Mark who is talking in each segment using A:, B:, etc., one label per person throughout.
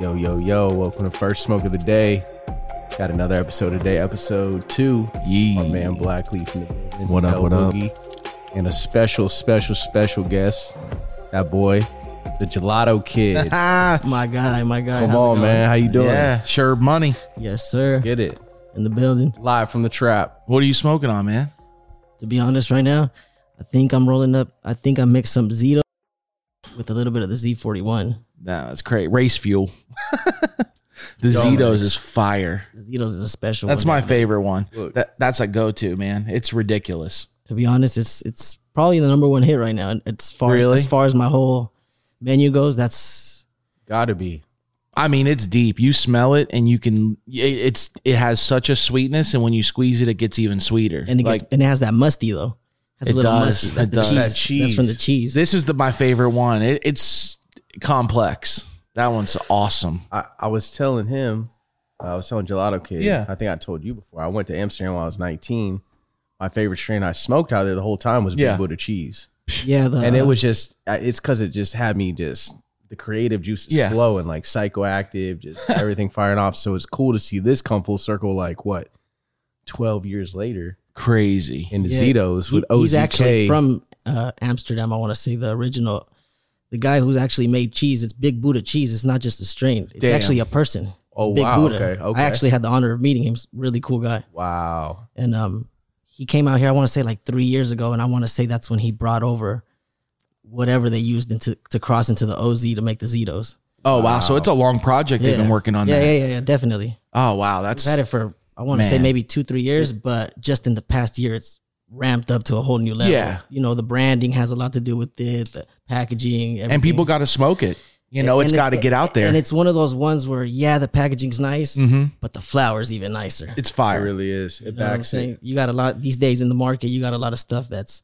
A: Yo, yo, yo, welcome to First Smoke of the Day. Got another episode today, episode two.
B: Yee.
A: My man Blackleaf. Nigga,
B: What up, what
A: Del
B: up?
A: Boogie, And a special, special, special guest. That boy, the Gelato Kid.
B: Ah,
C: My guy, my guy.
A: Come
C: how's it
A: on,
C: going?
A: man. How you doing?
B: yeah, sure money.
C: Yes, sir.
A: Get it.
C: In the building.
A: Live from the trap.
B: What are you smoking on, man?
C: To be honest, right now, I think I'm rolling up. I think I mixed some Zito with a little bit of the Z41.
B: Nah, that's great. Race fuel. the
A: Yo,
B: Zetos is fire.
C: The Zito's is a special.
B: That's
C: one.
B: my favorite one.
A: Look.
B: That, that's a go-to, man. It's ridiculous.
C: To be honest, it's it's probably the number one hit right now. It's far
B: Really?
C: as, as far as my whole menu goes. That's
A: Gotta be.
B: I mean, it's deep. You smell it, and you can. it- It's it has such a sweetness, and when you squeeze it, it gets even sweeter.
C: and it gets, and it has that musty though. Has
B: It
C: a little
B: does.
C: musty. That's
B: It
C: the
B: does.
C: cheese.
B: That
A: cheese.
C: That's from the cheese.
B: this is the my favorite one. It, it's complex. That one's awesome.
A: I, I was telling him, uh, I was telling Gelato Kid.
B: Yeah.
A: I think I told you before. I went to Amsterdam when I was 19. My favorite strain I smoked out there the whole time was Big
B: Yeah.
A: Buddha cheese.
C: yeah, the,
A: and it was just I- it's because it just had me just the creative juices
B: Yeah.
A: flowing like psychoactive just everything firing off so it's cool to see this come full circle like what 12 years later
B: Crazy.
A: in
C: Yeah.
A: Zito's with OZK
C: He's actually from uh, Amsterdam. I want to say the original, the guy who's actually made cheese. It's Big Buddha cheese. It's not just a strain. It's
B: Damn.
C: actually a person. It's
A: Oh,
C: Big
A: wow.
C: Buddha.
A: Okay, okay.
C: I actually had the honor of meeting him. He's a really cool guy.
A: wow
C: And um, he came out here. I want to say like three years ago, and I want to say that's when he brought over whatever they used into to cross into the OZ to make the Zitos.
B: Oh wow! So
A: Wow.
B: it's a long project they've been working on.
C: Yeah,
B: that.
C: yeah, yeah, yeah, definitely.
B: Oh wow, that's
C: We've had it for I want to say
B: Man.
C: maybe two, three years, but just in the past year, it's ramped up to a whole new level.
B: Yeah.
C: you know, the branding has a lot to do with it, the packaging, everything.
B: and people got to smoke it. You know, it's
C: And it-
B: got to get out there.
C: And it's one of those ones where yeah, the packaging's nice,
B: hmm
C: but the flour's even nicer.
B: It's
A: it
B: fire.
A: really is it
C: You know what I'm
A: backs
C: saying?
A: it
C: You got a lot these days in the market. You got a lot of stuff that's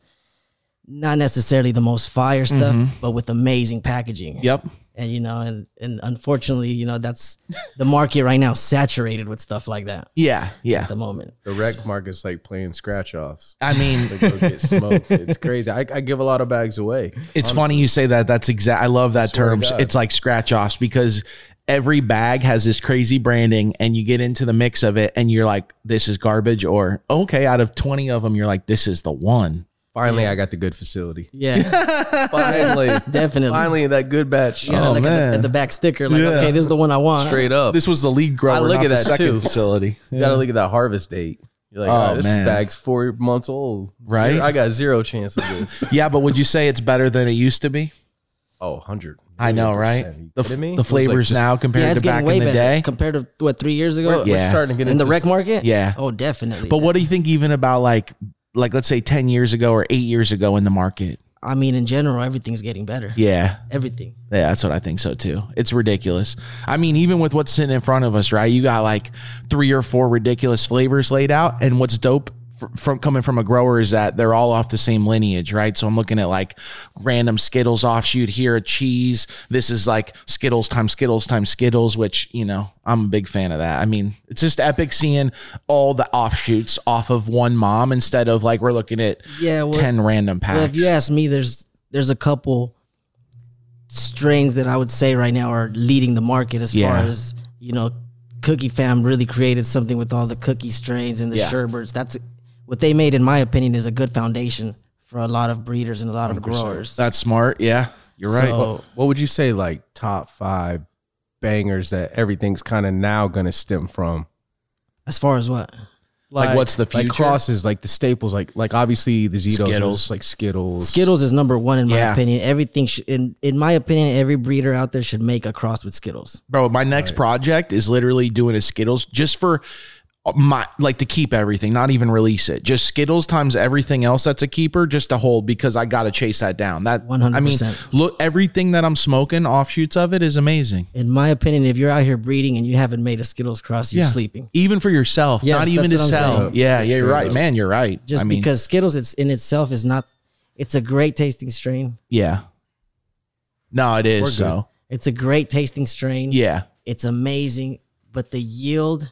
C: not necessarily the most fire stuff, but with amazing packaging.
B: Mm-hmm. Yep.
C: And you know, and and unfortunately, you know, that's the market right now saturated with stuff like that
B: Yeah. Yeah.
C: at the moment.
A: the rec market's like playing scratch offs
B: I mean,
A: They go get smoked. it's crazy I, I give a lot of bags away
B: it's funny you say that. That's exact. I love that
A: Swear to
B: term.
A: God.
B: It's like scratch offs because every bag has this crazy branding, and you get into the mix of it, and you're like, "This is garbage," or "Okay," out of twenty of them, you're like, "This is the one."
A: finally i got the good facility
C: Yeah,
A: finally
C: definitely.
A: finally that good batch
C: You gotta
B: Oh,
C: look at
B: man.
C: the, at the back sticker, like,
B: Yeah.
C: okay, this is the one I want.
A: straight up
B: This was the lead grower.
A: I look
B: not
A: at
B: the
A: that,
B: second
A: too.
B: facility.
A: You gotta look at that harvest date. You're like,
B: Oh,
A: oh, this
B: man.
A: bag's four months old.
B: Right?
A: I got zero chance of this.
B: Yeah, but would you say it's better than it used to be?
A: oh, 100.
B: I know,
A: Are
B: right?
A: you
B: The,
A: kidding me?
B: the
A: It was like
B: flavors
A: just-
B: now compared
C: yeah,
B: to
C: it's
B: back
C: getting
B: in
C: way
B: the
C: better
B: day.
C: compared to what three years ago.
A: We're, we're
B: Yeah.
A: starting to get
C: in the
A: into
C: rec market.
B: Yeah.
C: Oh, definitely.
B: But what do you think even about like like let's say 10 years ago or 8 years ago in the market?
C: I mean, in general, everything's getting better.
B: Yeah.
C: Everything.
B: Yeah, that's what I think so too. It's ridiculous. I mean, even with what's sitting in front of us, right? You got like three or four ridiculous flavors laid out, and what's dope fr- from coming from a grower is that they're all off the same lineage, right? So I'm looking at like random Skittles offshoot here, a cheese. This is like Skittles times Skittles times Skittles, which you know I'm a big fan of that. I mean, it's just epic seeing all the offshoots off of one mom instead of like we're looking at
C: Yeah. Well,
B: ten random packs.
C: well, if you ask me, there's there's a couple strings that I would say right now are leading the market as
B: Yeah.
C: far as you know. Cookie Fam really created something with all the cookie strains and the
B: Yeah.
C: sherbets. That's what they made, in my opinion, is a good foundation for a lot of breeders and a lot of growers.
B: That's smart. Yeah, you're right.
C: So,
A: What would you say, like, top five bangers that everything's kind of now going to stem from?
C: as far as what?
B: Like, what's the
A: Like
B: future?
A: crosses, like the staples, like like obviously the Zitos,
B: Skittles.
A: Skittles, like Skittles,
C: Skittles is number one in my
B: Yeah.
C: opinion. Everything sh- in in my opinion, every breeder out there should make a cross with Skittles.
B: bro my next project is literally doing a skittles just for my like to keep everything not even release it just skittles times everything else that's a keeper just to hold because i gotta chase that down that 100 i mean
C: 100%.
B: look everything that i'm smoking offshoots of it is amazing
C: In my opinion, if you're out here breeding and you haven't made a Skittles cross, you're
B: Yeah.
C: sleeping.
B: even for yourself
C: Yes,
B: not even to
C: that's what I'm
B: sell
C: saying.
B: yeah yeah you're right man you're right
C: Just
B: i mean
C: because Skittles it's in itself is not it's a great tasting strain.
B: yeah no it
A: We're
B: is
A: good.
B: so
C: It's a great tasting strain.
B: yeah
C: It's amazing, but the yield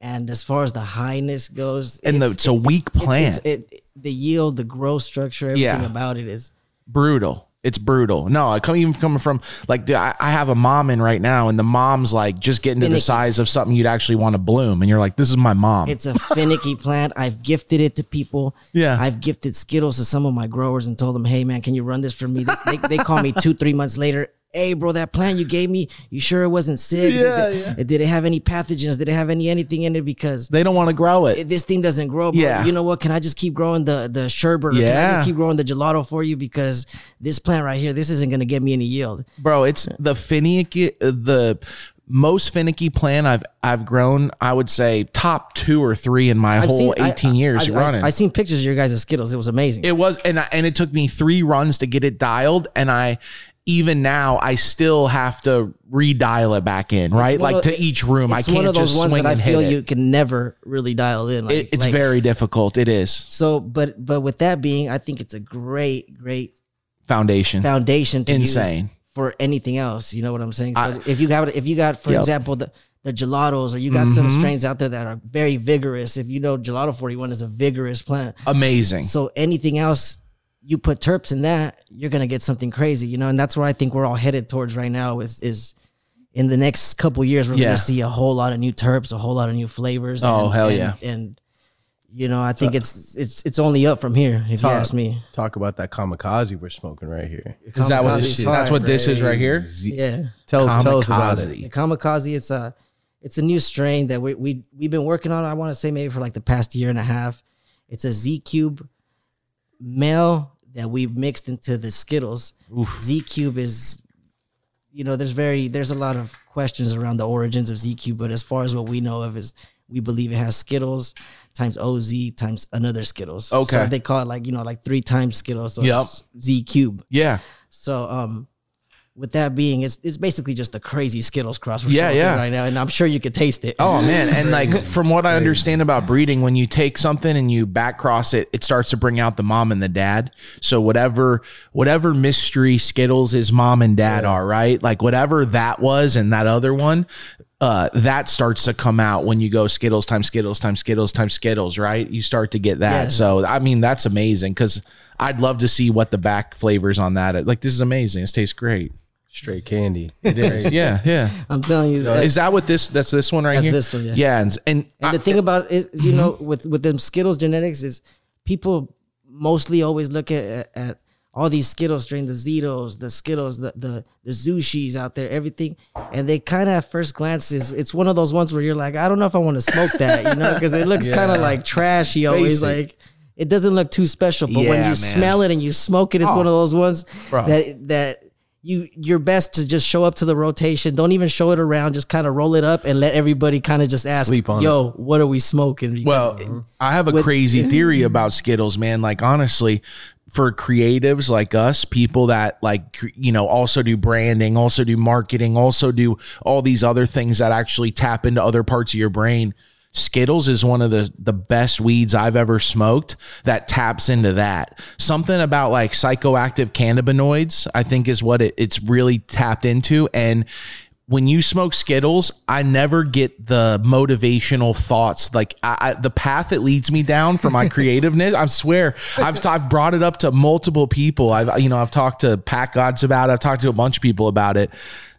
C: and as far as the highness goes
B: and the,
C: it's,
B: it's a weak
C: it's-
B: plant
C: it, the yield, the growth structure, everything
B: Yeah.
C: about it is
B: brutal It's brutal. No, I come even coming from like dude, I, I have a mom in right now, and the mom's like just getting to the
C: Finicky.
B: size of something you'd actually want to bloom, and you're like, this is my mom.
C: It's a finicky plant. I've gifted it to people.
B: Yeah.
C: I've gifted Skittles to some of my growers and told them, hey, man, can you run this for me? They, they, they call me two, three months later. Hey, bro, that plant you gave me, you sure it wasn't sick?
B: Yeah,
C: did, it, did it have any pathogens? Did it have any anything in it? Because
B: they don't want to grow it.
C: this thing doesn't grow, bro.
B: Yeah.
C: You know what? Can I just keep growing the the sherbet? Or Can I
B: Yeah.
C: just keep growing the gelato for you? Because this plant right here, this isn't gonna get me any yield.
B: bro it's the finicky uh, the most finicky plant i've i've grown i would say top two or three in my whole
C: seen- I-
B: 18 years
C: I,
B: running
C: I, I seen pictures of your guys' Skittles. It was amazing.
B: it was and I, and it took me three runs to get it dialed and i even now i still have to redial it back in right
C: one
B: like
C: of-
B: to each room i
C: it's one
B: can't
C: of those
B: just
C: ones
B: swing
C: that I
B: and hit
C: feel you
B: it
C: can never really dial in. Like,
B: It- it's
C: like-
B: very difficult it is
C: so. But but with that being, I think it's a great great
B: foundation
C: foundation to
B: Insane.
C: use for anything else. You know what I'm saying? So
B: I-
C: if you got if you got for
B: Yep.
C: example the the gelatos or you got
B: Mm-hmm.
C: some strains out there that are very vigorous. If you know gelato 41 is a vigorous plant.
B: amazing
C: So anything else you put terps in that, you're gonna get something crazy, you know. And that's where I think we're all headed towards right now. Is is in the next couple years we're
B: Yeah.
C: gonna see a whole lot of new terps, a whole lot of new flavors.
B: Oh,
C: and-
B: hell
C: and-
B: yeah. Uh,
C: And you know, I think it's it's it's only up from here. If you ask me,
A: Talk about that kamikaze we're smoking right here.
B: is that what this,
C: Kamikaze
B: that's what this is right here
C: yeah.
A: Tell, tell us about it.
C: The kamikaze, it's a it's a new strain that we we we've been working on. I want to say maybe for like the past year and a half. It's a Z cube male that we mixed into the Skittles. Z cube is, you know, there's very there's a lot of questions around the origins of Z cube, but as far as what we know of is. We believe it has Skittles times OZ times another Skittles.
B: Okay.
C: So they call it like, you know, like three times Skittles. So
B: Yep.
C: it's Z cube.
B: yeah
C: So um with that being it's it's basically just a crazy Skittles cross we're
B: Yeah,
C: smoking
B: yeah.
C: right now and I'm sure you could taste it.
B: Oh man, and like from what I understand about breeding, when you take something and you back cross it, it starts to bring out the mom and the dad. So whatever whatever mystery Skittles is mom and dad are, right? Like whatever that was and that other one, uh, that starts to come out when you go Skittles times Skittles times Skittles times Skittles, right? You start to get that.
C: Yeah.
B: So I mean that's amazing because I'd love to see what the back flavors on that. Like this is amazing. This tastes great.
A: Straight candy. It is.
B: Yeah, yeah.
C: I'm telling you that,
B: Is that what this? That's this one right
C: That's
B: here.
C: this one, yes.
B: Yeah, and and,
C: and the thing about it is you know with with them Skittles genetics is people mostly always look at at all these Skittles strains, the Zetos, the Skittles, the the the Zushis out there, everything, and they kind of at first glance is it's one of those ones where you're like, I don't know if I want to smoke that, you know, because it looks kind of like trashy always,
A: Basic.
C: like it doesn't look too special. But when
B: Yeah,
C: you
B: man.
C: smell it and you smoke it, it's one of those ones that that you your best to just show up to the rotation. Don't even show it around. Just kind of roll it up and let everybody kind of just ask,
A: Sleep on
C: "Yo, oh, what are we smoking?" Because-
B: Well, I have a crazy theory about Skittles, man. Like honestly, for creatives like us, people that like cr- you know also do branding, also do marketing, also do all these other things that actually tap into other parts of your brain. Skittles is one of the the best weeds I've ever smoked that taps into that. Something about like psychoactive cannabinoids, I think is what it, it's really tapped into and when you smoke Skittles, I never get the motivational thoughts. Like I, I, the path it leads me down for my creativeness. I swear, I've I've brought it up to multiple people. I've you know I've talked to Pat Gods about. it. I've talked to a bunch of people about it.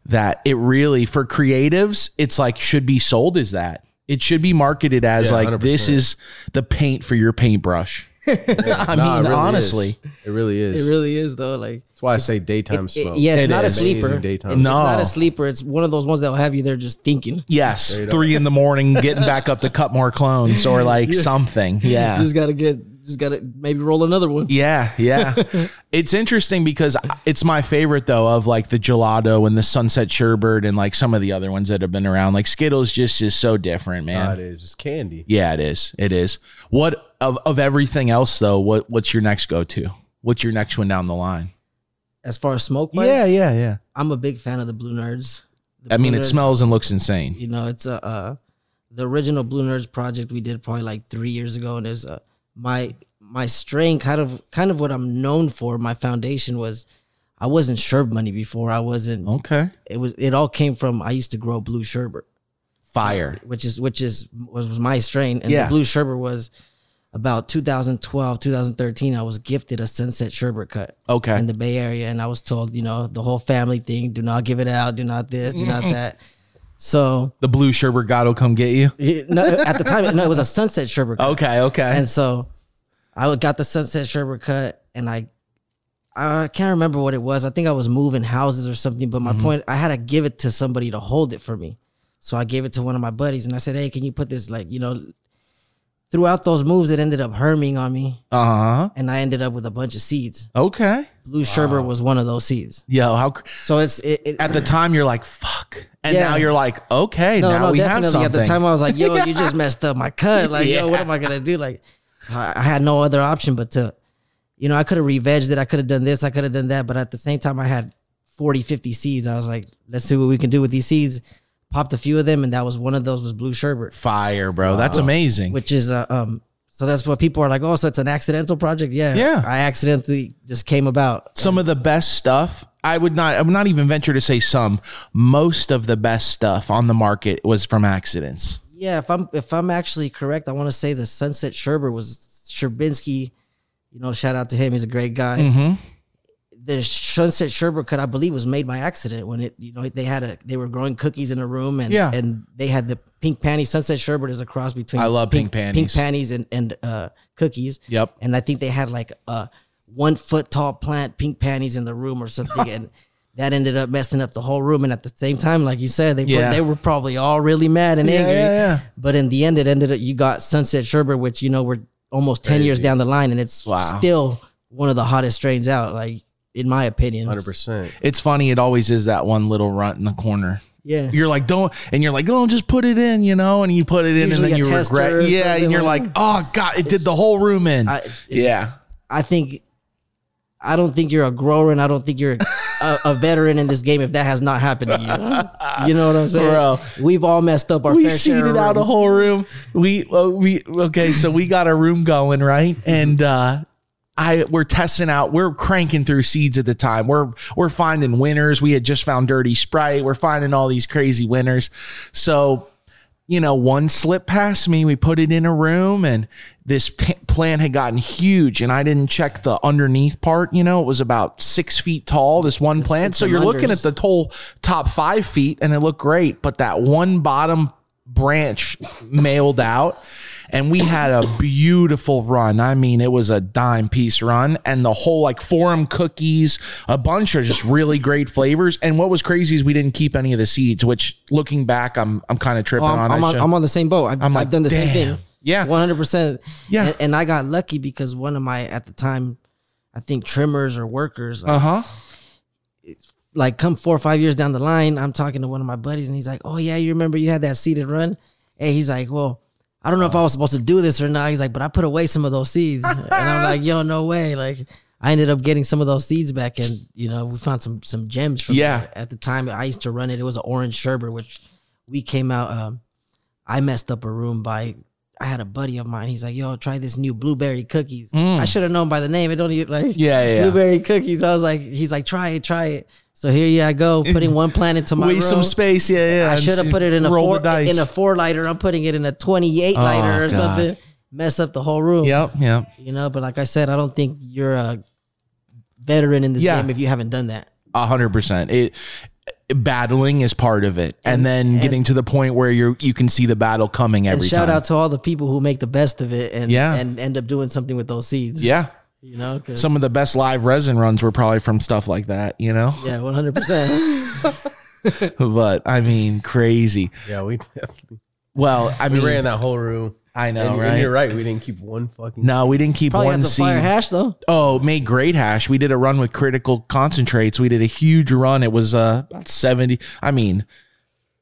B: That it really for creatives, it's like should be sold as that. It should be marketed as
A: Yeah,
B: like
A: 100%.
B: this is the paint for your paintbrush.
A: Nah,
B: I
A: it
B: mean,
A: really
B: honestly,
A: is. it really is.
C: it really is though. Like
A: That's why I say daytime
C: it's- it-
A: smoke.
C: yeah, it's
B: It
C: not
B: is.
C: a sleeper.
A: Amazing daytime
C: It's
A: smoke.
C: not
B: No.
C: a sleeper. It's one of those ones that will have you there just thinking.
B: yes, three in the morning, getting back up to cut more clones or like something. Yeah,
C: Just gotta get. Just gotta maybe roll another one.
B: Yeah, yeah. it's interesting because it's my favorite though of like the gelato and the sunset sherbet and like some of the other ones that have been around. Like Skittles just is so different, man.
A: Nah, it is. It's candy.
B: Yeah, it is. It is. What of of everything else though? What what's your next go to? What's your next one down the line?
C: As far as smoke,
B: Yeah, yeah, yeah.
C: I'm a big fan of the Blue Nerds. The
B: I mean,
C: Blue
B: it
C: Nerds,
B: smells and looks insane.
C: You know, it's a uh, the original Blue Nerds project we did probably like three years ago, and it's uh, my my strain kind of kind of what I'm known for. My foundation was I wasn't sherb money before. I wasn't.
B: Okay.
C: It was it all came from I used to grow blue sherbet,
B: Fire.
C: which is which is was, was my strain, and
B: Yeah.
C: the blue sherbet was. about 2012, 2013, I was gifted a sunset sherbet cut
B: Okay.
C: in the Bay Area, and I was told, you know, the whole family thing: do not give it out, do not this, do not that. So
B: the blue sherbet god will come get you.
C: no, at the time, no, it was a sunset sherbet. cut.
B: Okay. Okay.
C: And so I would- got the sunset sherbet cut, and I I can't remember what it was. I think I was moving houses or something. But my point, I had to give it to somebody to hold it for me. So I gave it to one of my buddies, and I said, "Hey, can you put this like you know?" Throughout those moves, it ended up herming on me,
B: Uh huh.
C: and I ended up with a bunch of seeds.
B: Okay.
C: Blue sherbet was one of those seeds.
B: Yo, how cr-
C: So it's it, it
B: at the time you're like fuck, and
C: Yeah.
B: now you're like okay, now we have something.
C: At the time, I was like, "Yo, you just messed up my cut. Like, yo, what am I gonna do?" Like, I I had no other option but to, you know, I could have revenged it. I could have done this. I could have done that. But at the same time, I had 40, 50 seeds. I was like, "Let's see what we can do with these seeds." Popped a few of them, and that was one of those was blue sherbet,
B: Fire, bro. That's amazing.
C: which is uh, um. So that's what people are like. Oh, so it's an accidental project. Yeah,
B: Yeah.
C: I accidentally just came about.
B: some of the best stuff. I would not. I would not even venture to say some. Most of the best stuff on the market was from accidents.
C: Yeah, if I'm if I'm actually correct, I want to say the Sunset Sherbert was Sherbinsky. You know, shout out to him. He's a great guy.
B: Mm-hmm.
C: the sunset sherbet cut, I believe, was made by accident when it, you know, they had a, they were growing cookies in a room and,
B: Yeah.
C: and they had the pink panties. Sunset sherbet is a cross between
B: I love pink
C: pink
B: panties.
C: panties and, and, uh, cookies.
B: Yep.
C: And I think they had like a one foot tall plant, pink panties in the room or something. and that ended up messing up the whole room. And at the same time, like you said, they,
B: Yeah.
C: they were probably all really mad and
B: Yeah,
C: angry.
B: yeah, yeah.
C: But in the end, it ended up, you got sunset sherbet, which, you know, we're almost 10 years down the line and it's
B: Wow.
C: still one of the hottest strains out. Like, in my opinion,
A: Hundred percent.
B: It's funny. It always is that one little runt in the corner.
C: Yeah.
B: You're like, don't, and you're like, oh, just put it in, you know, and you put it in,
C: Usually
B: and
C: a
B: then you
C: tester or
B: regret, yeah, and
C: something
B: you're
C: like
B: like, oh god, it did the whole room in,
C: I, it's-
B: yeah,
C: I think I don't think you're a grower, and I don't think you're a, a veteran in this game if that has not happened to you. You know what I'm saying?
B: Bro.
C: We've all messed up our
B: we
C: fair share.
B: seeded
C: of
B: out a
C: rooms.
B: whole room. We well, we okay, so we got a room going right, and uh, I we're testing out. We're cranking through seeds at the time. We're we're finding winners. We had just found Dirty Sprite. We're finding all these crazy winners. So you know, one slipped past me. We put it in a room, and this t- plant had gotten huge, and I didn't check the underneath part. You know, it was about six feet tall. This one plant, so
C: the
B: you're looking at
C: lunders.
B: the total top five feet, and it looked great, but that one bottom branch mailed out, and we had a beautiful run. I mean, it was a dime piece run, and the whole like forum cookies, a bunch of just really great flavors. And what was crazy is we didn't keep any of the seeds, which looking back, I'm I'm kind of tripping
C: I'm,
B: on.
C: I'm
B: I
C: on,
B: should-
C: I'm on the same boat. I've, I've
B: like,
C: done the same
B: damn.
C: thing.
B: Yeah.
C: 100%.
B: Yeah.
C: And, and I got lucky because one of my, at the time, I think trimmers or workers, like,
B: uh-huh.
C: like come four or five years down the line, I'm talking to one of my buddies and he's like, Oh yeah, you remember you had that seeded run? And he's like, Well, I don't know if I was supposed to do this or not. He's like, but I put away some of those seeds. and I'm like, yo, no way. Like I ended up getting some of those seeds back and you know, we found some some gems from
B: Yeah.
C: there. at the time I used to run it. It was an orange sherbet, which we came out um I messed up a room by I had a buddy of mine. He's like, "Yo, try this new blueberry cookies."
B: Mm.
C: I should have known by the name. It don't even like
B: Yeah, yeah, yeah.
C: blueberry cookies. I was like, he's like, try it, try it. So here yeah, I go, putting one plant into my
B: Waste
C: room.
B: some space. Yeah, yeah.
C: I
B: and
C: should have
B: see-
C: put it in a
B: roll
C: four
B: the dice.
C: in a four lighter. I'm putting it in a 28 lighter
B: Oh,
C: or
B: God.
C: something. Mess up the whole room.
B: Yep, yep.
C: You know, but like I said, I don't think you're a veteran in this
B: Yeah.
C: game if you haven't done that.
B: A hundred percent. It battling is part of it, and, then getting to the point where you you can see the battle coming
C: And
B: every
C: shout
B: time.
C: out to all the people who make the best of it and
B: Yeah.
C: and end up doing something with those seeds.
B: yeah,
C: You know, 'cause-
B: some of the best live resin runs were probably from stuff like that. You know,
C: yeah, 100%.
B: but I mean, crazy.
A: Yeah, we definitely
B: Well, I
A: we
B: mean,
A: ran that whole room.
B: I know,
A: and,
B: right?
A: and you're right. We didn't keep one fucking.
B: No, we didn't keep
C: Probably
B: one
C: had some
B: seed.
C: fire hash though.
B: Oh, made great hash. We did a run with critical concentrates. We did a huge run. It was uh, about 70. I mean,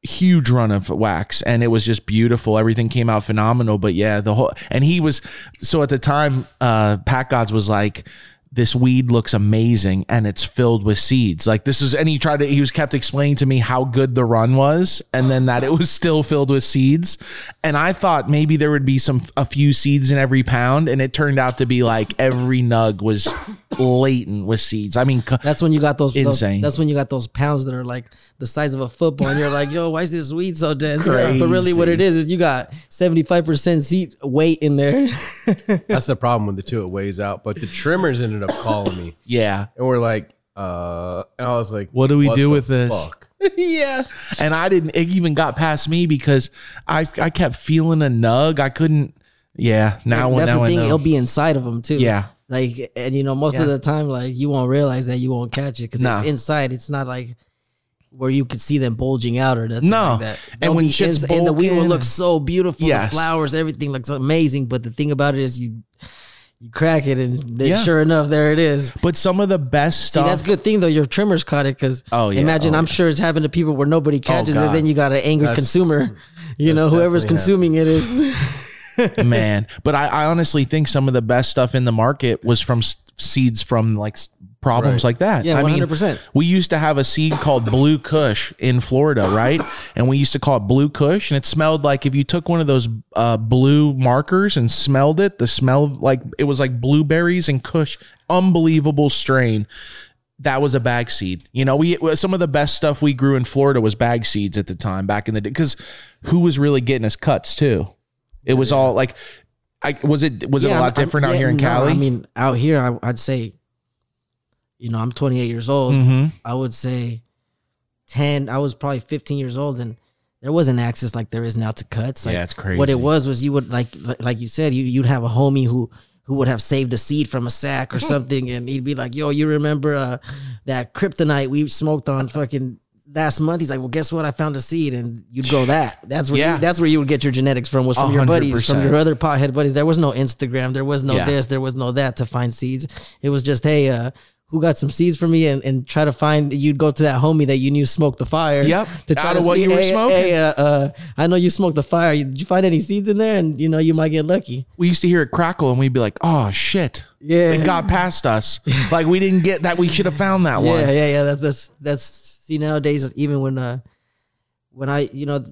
B: huge run of wax and it was just beautiful. Everything came out phenomenal. But yeah, the whole, and he was, so at the time, uh, Pat Gods was like, this weed looks amazing and it's filled with seeds. Like this is, and he tried to, he was kept explaining to me how good the run was and then that it was still filled with seeds. And I thought maybe there would be some, a few seeds in every pound. And it turned out to be like every nug was latent with seeds. I mean, c-
C: That's when you got those, those-
B: Insane.
C: That's when you got those pounds that are like the size of a football, and you're like, "Yo, why is this weed so dense?" But really, what it is is you got seventy five percent seat weight in there.
A: That's the problem with the two. It weighs out. But the trimmers ended up calling me,
B: yeah.
A: and we're like, uh, and I was like,
B: What do we do
A: the
B: with this?"
A: fuck?
B: yeah. And I didn't, it even got past me because I, I kept feeling a nug. I couldn't, yeah. Now,
C: That's
B: now
C: the thing;
B: I know.
C: it'll be inside of them too.
B: yeah.
C: Like, and you know, most
B: Yeah.
C: of the time, like you won't realize that you won't catch it because
B: Nah.
C: it's inside. It's not like where you could see them bulging out or nothing
B: No.
C: like that.
B: And
C: They'll
B: when
C: be
B: shit's
C: ins- and the weed will
B: bulking-
C: look so beautiful.
B: Yes.
C: The flowers, everything looks amazing. But the thing about it is you. You crack it, and then
B: Yeah.
C: sure enough, there it is.
B: But some of the best
C: See,
B: stuff.
C: that's a good thing though. Your trimmers caught it because
B: Oh, yeah.
C: imagine
B: Oh,
C: I'm sure it's happened to people where nobody catches it.
B: God.
C: Then you got an angry
A: That's-
C: consumer. You know,
A: that's
C: whoever's
A: definitely
C: consuming it is.
B: man. But I, I honestly think some of the best stuff in the market was from s- seeds from like s- problems
A: Right.
B: like that.
C: Yeah,
B: I mean,
C: 100%.
B: we used to have a seed called Blue Kush in Florida, right? And we used to call it Blue Kush, and it smelled like if you took one of those uh, blue markers and smelled it, the smell like it was like blueberries and Kush. Unbelievable strain. That was a bag seed. You know, we some of the best stuff we grew in Florida was bag seeds at the time back in the day because who was really getting us cuts too? It was all like, I was it was it
C: Yeah,
B: a
C: I'm-
B: lot
C: I'm-
B: different out
C: yeah,
B: here in
C: no,
B: Cali?
C: I mean, out here, I, I'd say, you know, I'm 28 years old.
B: Mhm.
C: I would say 10. I was probably 15 years old, and there wasn't access like there is now to cuts. Like,
B: yeah, it's crazy.
C: what it was was you would like li- like you said you you'd have a homie who who would have saved a seed from a sack or something and he'd be like yo you remember uh, that kryptonite we smoked on fucking last month he's like well guess what i found a seed and you'd go that that's where
B: Yeah.
C: you, that's where you would get your genetics from was from your buddies from
B: 100%.
C: your other pothead buddies there was no instagram there was no
B: Yeah.
C: this there was no that to find seeds it was just hey uh who got some seeds for me and, and try to find you'd go to that homie that you knew smoked the fire
B: Yep.
C: to try
B: Out
C: to
B: of what
C: see,
B: you were
C: hey,
B: smoking.
C: hey, uh, uh, I know you smoked the fire. Did you find any seeds in there? And you know, you might get lucky.
B: we used to hear it crackle, and we'd be like, "Oh shit!"
C: Yeah.
B: it got past us. like we didn't get that. We should have found that
C: Yeah,
B: one.
C: yeah, yeah. That's that's that's see nowadays. Even when uh, when I you know,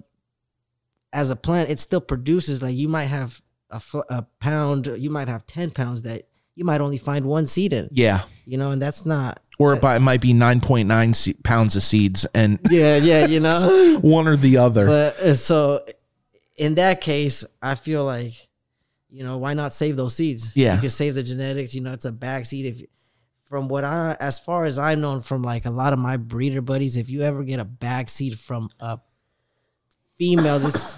C: as a plant, it still produces. Like you might have a, fl- a pound, you might have ten pounds that you might only find one seed in.
B: Yeah,
C: You know, and that's not.
B: or it, might- it might be nine point nine se- pounds of seeds, and
C: Yeah, yeah. You know.
B: one or the other.
C: But uh, so in that case, I feel like, you know, why not save those seeds?
B: Yeah.
C: You can save the genetics, you know, it's a back seed. If from what I as far as I've known from like a lot of my breeder buddies, if you ever get a back seed from a female, this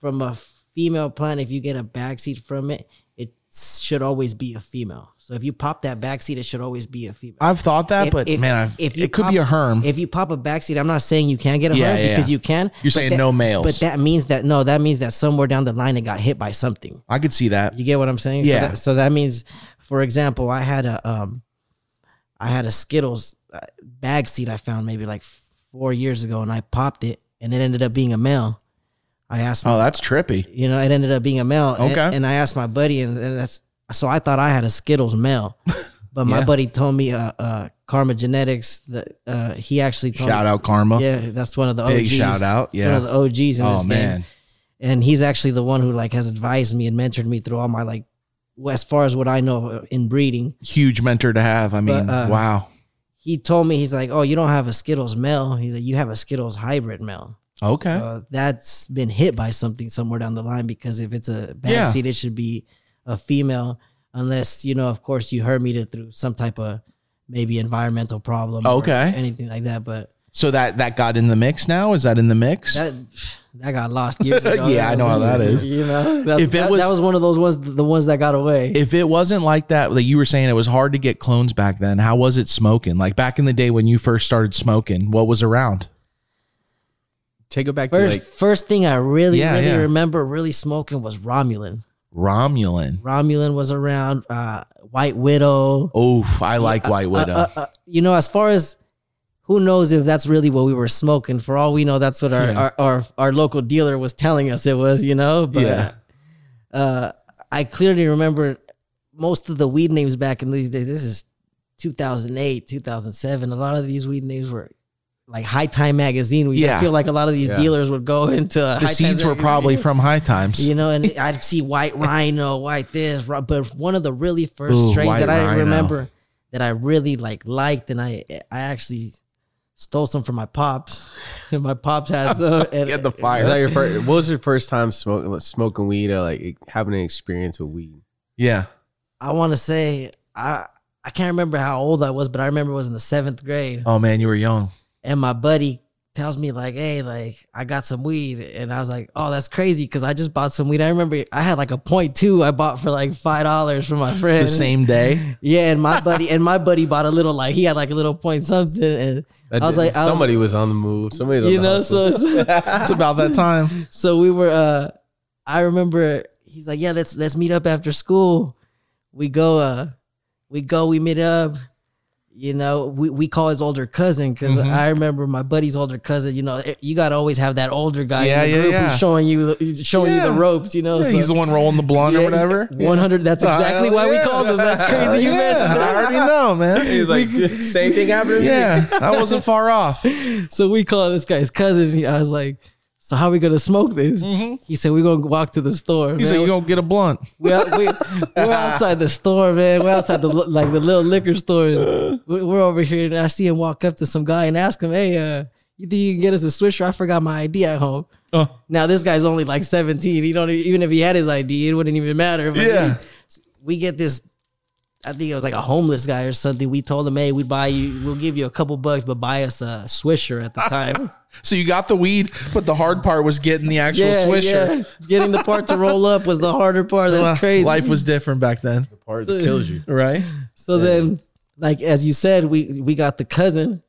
C: from a female plant, if you get a back seed from it, it should always be a female. So if you pop that back seed, it should always be a female
B: I've thought that,
C: if-
B: but
C: if-
B: man, I've,
C: if you
B: it could be a
C: pop-
B: herm.
C: if you pop a backseat, I'm not saying you can't get a
B: Um, Yeah,
C: herm
B: yeah,
C: because
B: yeah.
C: you can.
B: You're
C: but
B: saying
C: that-
B: no males.
C: But that means that no, that means that somewhere down the line it got hit by something.
B: I could see that.
C: You get what I'm saying?
B: Yeah.
C: So that, so that means, for example, I had a um, I had a Skittles uh, bag seat I found maybe like four years ago, and I popped it, and it ended up being a male. I asked
B: Oh, that's trippy.
C: you know, it ended up being a male. And-
B: Okay.
C: And, I asked my buddy, and, and that's so I thought I had a Skittles male, but my
B: Yeah.
C: buddy told me, uh, uh, Karma Genetics, that uh, he actually told
B: Shout
C: me,
B: out karma.
C: yeah, that's one of the
B: Big
C: OGs.
B: shout out,
C: It's one of
B: yeah.
C: the OGs in
B: oh
C: this
B: man,
C: game, and he's actually the one who like has advised me and mentored me through all my like, as far as what I know in breeding.
B: huge mentor to have. I mean,
C: uh,
B: wow.
C: He told me he's like, oh, you don't have a Skittles male. He's like, you have a Skittles hybrid male.
B: Okay.
C: uh, that's been hit by something somewhere down the line because if it's a bad
B: Yeah.
C: seed, it should be a female, unless you know, of course, you hermit it through some type of maybe environmental problem, or
B: Okay.
C: anything like that. But
B: so that that got in the mix. Now is that in the mix?
C: that that got lost years ago.
B: Yeah, I know how that is.
C: You know, That's-
B: If it
C: that,
B: was-
C: that was one of those ones, the ones that got away.
B: if it wasn't like that, like you were saying, it was hard to get clones back then. How was it smoking? Like back in the day when you first started smoking, what was around?
A: Take it back
C: first,
A: to like
C: first thing I really,
B: Yeah,
C: really
B: yeah.
C: remember really smoking was Romulan.
B: Romulan.
C: Romulan was around. Uh, White Widow.
B: Oof, I like White Widow.
C: uh, uh, you know, as far as who knows if that's really what we were smoking. For all we know, that's what our
B: Yeah.
C: our, our, our local dealer was telling us it was. You know, but
B: Yeah.
C: uh, I clearly remember most of the weed names back in these days. This is 2008, 2007, a lot of these weed names were like High Time magazine. We
B: Yeah.
C: I feel like a lot of these
A: Yeah.
C: dealers would go into
B: The seeds were probably from High Times.
C: you know, and I'd see white rhino, white this, ri- but one of the really first
B: Ooh,
C: strains that
B: white
C: I
B: rhino.
C: remember that I really like liked, and I I actually stole some from my pops. And my pops had some. And,
B: Get the
A: Is that
B: fire.
A: your first? What was your first time smoking smoking weed or like e, having an experience with weed?
B: Yeah.
C: I want to say I I can't remember how old I was, but I remember it was in the seventh grade,
B: Oh man, you were young.
C: and my buddy tells me like, "Hey, like I got some weed," and I was like, "Oh, that's crazy," because I just bought some weed. I remember I had like a point two I bought for like five dollars from my friend.
B: The same day.
C: Yeah, and my buddy and my buddy bought a little like he had like a little point something, and
A: That
C: I was
A: did-
C: like- I was-
A: somebody was, on the move. Somebody, was
C: you
A: on the
C: know,
A: hustle.
C: so so,
B: It's about that time.
C: so we were. uh I remember he's like, yeah, let's let's meet up after school. We go, uh we go, we meet up. You know, we, we call his older cousin because
B: Mhm.
C: I remember my buddy's older cousin. You know, eh, you gotta always have that older guy
B: Yeah,
C: in the
B: yeah,
C: group
B: yeah.
C: who's showing you showing you
B: Yeah.
C: the ropes. You know,
B: Yeah,
C: so-
B: he's the one rolling the blonde or
C: Yeah,
B: whatever.
C: 100. That's
B: Yeah.
C: exactly why
B: Yeah.
C: we called him. That's crazy. You
B: Yeah,
C: mentioned
B: I
C: that.
B: already know,
A: He
B: man.
A: was like, "Dude, same thing happened. to me."
B: yeah, I wasn't far off.
C: So we call this guy's cousin. He- I was like, "So how we gonna smoke this?" He said, "We're gonna walk to the store."
B: Mm-hmm. He
C: man.
B: said, "You gonna get a blunt?"
C: we, we, we're outside the store, man. We're outside the li- like the little liquor store. And we- we're over here, and I see him walk up to some guy and ask him, "Hey, uh, you think you can get us a Swisher? I forgot my ID at home."
B: Uh,
C: Now this guy's only like 17. He don't e, even if he had his ID, it wouldn't even matter. But
B: Yeah.
C: he- we get this. I think it was like a homeless guy or something. We told him, "Hey, we buy you. We'll give you a couple bucks, but buy us a Swisher at the time."
B: so you got the weed, but the hard part was getting the actual swisher.
C: yeah. Getting the part to roll up was the harder part.
B: Well,
C: That's crazy.
B: Life was different back then,
A: The part that kills you.
B: right?
C: so then, like as you said, we we got the cousin,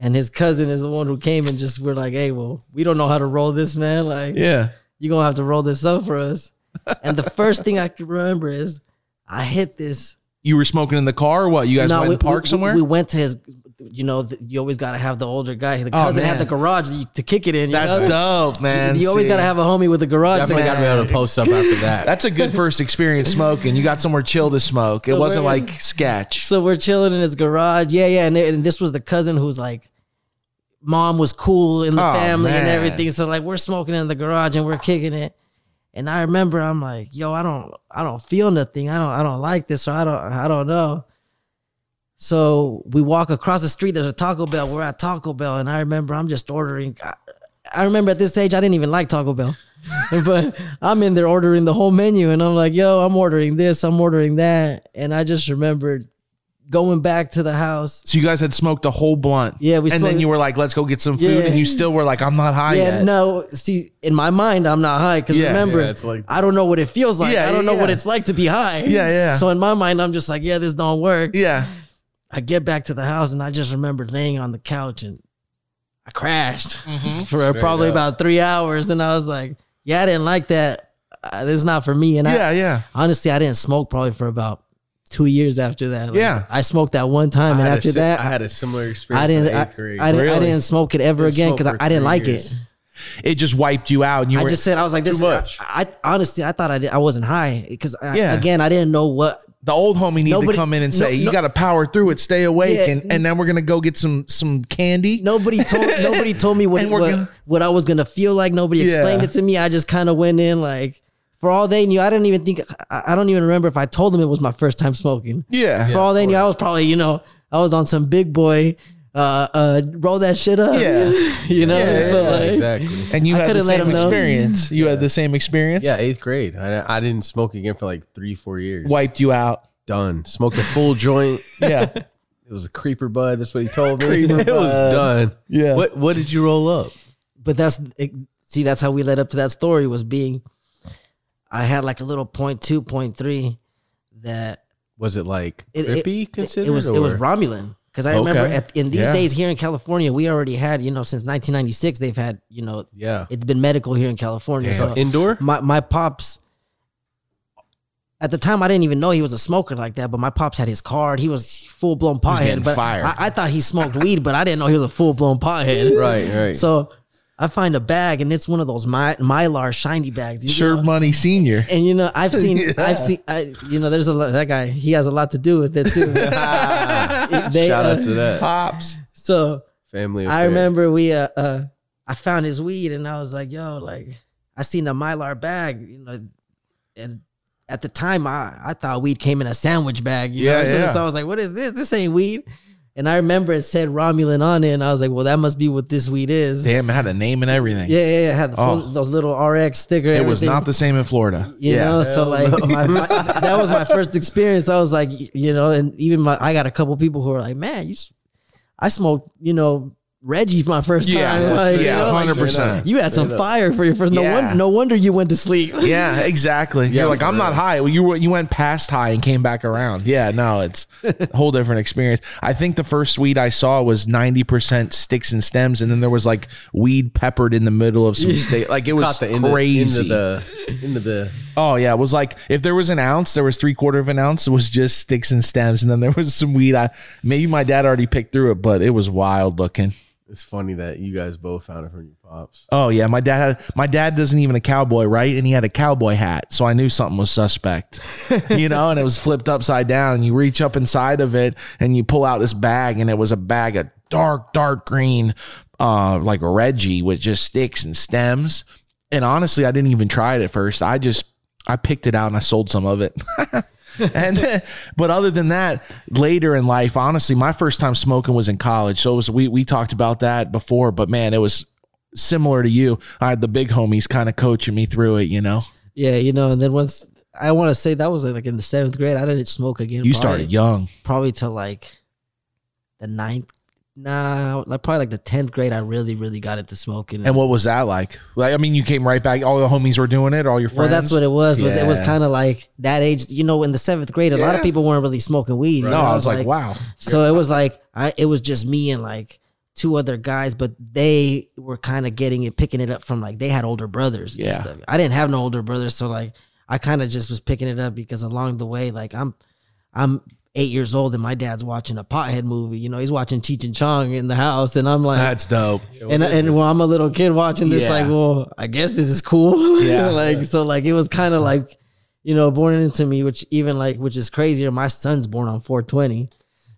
C: and his cousin is the one who came and just we're like, hey, well, we don't know how to roll this, man. Like,
B: Yeah.
C: you're gonna have to roll this up for us. And the first thing I can remember is I hit this.
B: You were smoking in the car or what? You guys
C: No,
B: went
C: we,
B: and parked
C: we-
B: somewhere?
C: We went to his. You know, th- you always gotta have the older guy. The
B: Oh,
C: cousin had
B: man.
C: the garage you- to kick it in. You know?
B: That's dope, man.
C: You always
B: See,
C: gotta have a homie with a garage.
A: Definitely got to be able to post up after that.
B: That's a good first experience smoking. You got somewhere chill to smoke. It wasn't
C: Somewhere-
B: like sketch.
C: So we're chilling in his garage. Yeah, yeah. And, and this was the cousin who was like, mom was cool in the
B: Oh,
C: family and
B: man.
C: everything. So like we're smoking in the garage and we're kicking it. And I remember I'm like, yo, I don't, I don't feel nothing. I don't, I don't like this. Or I don't, I don't know. So we walk across the street. There's a Taco Bell. We're at Taco Bell, and I remember I'm just ordering. I, I remember at this age I didn't even like Taco Bell, but I'm in there ordering the whole menu, and I'm like, "Yo, I'm ordering this. I'm ordering that," and I just remembered going back to the house.
B: So you guys had smoked a whole blunt.
C: Yeah, we
B: and
C: smoked-
B: then you were like, let's go get some food.
C: Yeah.
B: And you still were like, I'm not high
C: yeah,
B: yet.
C: no. See, in my mind, I'm not high because
B: Yeah,
C: remember,
A: yeah, it's like-
C: I don't know what it feels like.
B: Yeah,
C: I don't know
B: yeah,
C: what
B: yeah.
C: it's like to be high.
B: Yeah, yeah.
C: So in my mind, I'm just like, "Yeah, this don't work."
B: Yeah.
C: I get back to the house and I just remember laying on the couch and I crashed
A: Mm-hmm.
C: for probably
A: up.
C: about three hours. And I was like, yeah, I didn't like that. Uh, this is not for me. And
B: Yeah,
C: I,
B: yeah.
C: honestly, I didn't smoke probably for about two years after that. Like,
B: Yeah.
C: I smoked that one time.
A: I
C: and
A: had a
C: after
A: si-
C: that,
A: I
C: I,
A: had a similar experience.
C: didn't,
A: in
C: I,
A: eighth grade.
C: I didn't, I
B: Really?
C: didn't smoke it ever
A: Didn't
C: again
A: smoke
C: because I,
A: for
C: I didn't
A: three
C: like
A: years.
C: it.
B: It just wiped you out. And you
C: I
B: were
C: just said, I was like, this
A: much.
C: I, I honestly, I thought I did. I wasn't high because
B: Yeah.
C: again, I didn't know what
B: the old homie need
C: Nobody-
B: to come in and
C: no-
B: say,
C: no-
B: You gotta power through it, stay awake,
C: Yeah.
B: and, and then we're gonna go get some some candy.
C: Nobody told nobody told me what
B: And we're
C: what,
B: gonna-
C: what I was gonna feel like. Nobody explained
B: Yeah.
C: it to me. I just kind of went in like for all they knew. I didn't even think I, I don't even remember if I told them it was my first time smoking.
B: Yeah.
C: for all they knew, I was probably you know I was on some big boy, uh, uh, roll that shit up.
B: Yeah.
C: you know.
B: Yeah,
C: so
A: Yeah,
C: like,
A: exactly.
B: And you
C: I
B: had the
C: could've let
B: same
C: him know.
B: experience. You had the same experience.
A: Yeah, eighth grade. I, I didn't smoke again for like three, four years.
B: Wiped you out.
A: Done. Smoked a full joint.
B: Yeah.
A: It was a creeper bud. That's what he told me.
B: Creeper
A: it was
B: bud.
A: done.
B: Yeah.
A: What What did you roll up?
C: but that's it, see that's how we led up to that story was being. I had like a little point two, point three, that
A: Was it like
C: It- it-
A: grippy
C: it,
A: considered?
C: it was it was
A: or-
C: Romulan because I remember
B: Okay.
C: at, in these
B: Yeah.
C: days here in California we already had you know since 1996 they've had you know
A: Yeah.
C: it's been medical here in California
A: So
C: so
A: indoor?
C: my my pops at the time I didn't even know he was a smoker like that but my pops had his card he was full blown
B: getting
C: pothead but
B: fired.
C: I, I thought he smoked weed but I didn't know he was a full blown pothead
A: Right, right.
C: so I find a bag and it's one of those my, mylar shiny bags. you
B: Sure
C: know?
B: money senior.
C: And you know, I've seen,
B: Yeah.
C: I've seen, I, you know, there's a lot, that guy, he has a lot to do with it too. They,
A: Shout out
C: uh,
A: to that
B: Pops.
C: so
A: family.
C: I
A: affair.
C: remember we, uh, uh, I found his weed and I was like, yo, like, I seen a Mylar bag, you know, and at the time I, I thought weed came in a sandwich bag. You
B: Yeah,
C: know? So-
B: yeah.
C: So I was like, what is this? This ain't weed. And I remember it said Romulan on it and I was like, well, that must be what this weed is. Yeah,
B: Damn, it had a name and everything.
C: yeah, yeah. It had the
B: Oh.
C: full- those little RX sticker.
B: it was
C: everything.
B: not the same in Florida.
C: You
B: yeah.
C: know, so like my, my, that was my first experience. I was like, y- you know, and even my I got a couple people who are like, man, you, s- I smoked, you know, Reggie for my first
B: Yeah,
C: time. Like, you
B: yeah,
C: know, like,
B: hundred percent.
C: you had some
A: Straight up.
C: fire for your first. No
B: Yeah.
C: wonder, no wonder you went to sleep.
B: Yeah, exactly.
A: Yeah,
B: You're like,
A: for
B: I'm not
A: real.
B: high. Well, you were, you went past high and came back around. Yeah, no, it's a whole different experience. I think the first weed I saw was 90% sticks and stems, and then there was like weed peppered in the middle of some state. Like it was
A: Caught the end of-
B: crazy.
A: Into the, into the
B: oh yeah, it was like if there was an ounce, there was three quarter of an ounce. It was just sticks and stems, and then there was some weed. I maybe my dad already picked through it, but it was wild looking.
A: It's funny that you guys both found it from your pops.
B: Oh yeah, my dad had my dad doesn't even a cowboy, right? And he had a cowboy hat, so I knew something was suspect. you know, and it was flipped upside down and you reach up inside of it and you pull out this bag and it was a bag of dark dark green uh like Reggie with just sticks and stems. And honestly, I didn't even try it at first. I just I picked it out and I sold some of it. and but other than that, later in life, honestly, my first time smoking was in college. So it was we we talked about that before, but man, it was similar to you. I had the big homies kind of coaching me through it, you know.
C: yeah, you know. And then once I want to say that was like in the seventh grade, I didn't smoke again.
B: You
C: probably-
B: started young.
C: probably till like the ninth. Nah, like probably like the tenth grade. I really, really got into smoking.
B: And what was that like? Like, I mean, you came right back. All the homies were doing it, all your friends.
C: Well, that's what it was. Was it was
B: Yeah.
C: kind of like that age? You know, in the seventh grade, a lot
B: Yeah.
C: of people weren't really smoking weed.
B: No,
C: you know?
B: I
C: It
B: was like, wow.
C: So it was like I. It was just me and like two other guys, but they were kind of getting it, picking it up from like they had older brothers. and
B: Yeah.
C: stuff. I didn't have no older brothers, so like I kind of just was picking it up because along the way, like I'm, I'm. Eight years old and my dad's watching a pothead movie. You know, he's watching Cheech and Chong in the house, and I'm like,
B: That's dope.
C: and and when I'm a little kid watching this,
B: Yeah.
C: like, well, I guess this is cool.
B: Yeah.
C: like so, like it was kind of like, you know, born into me, which even like, which is crazier. My son's born on 420,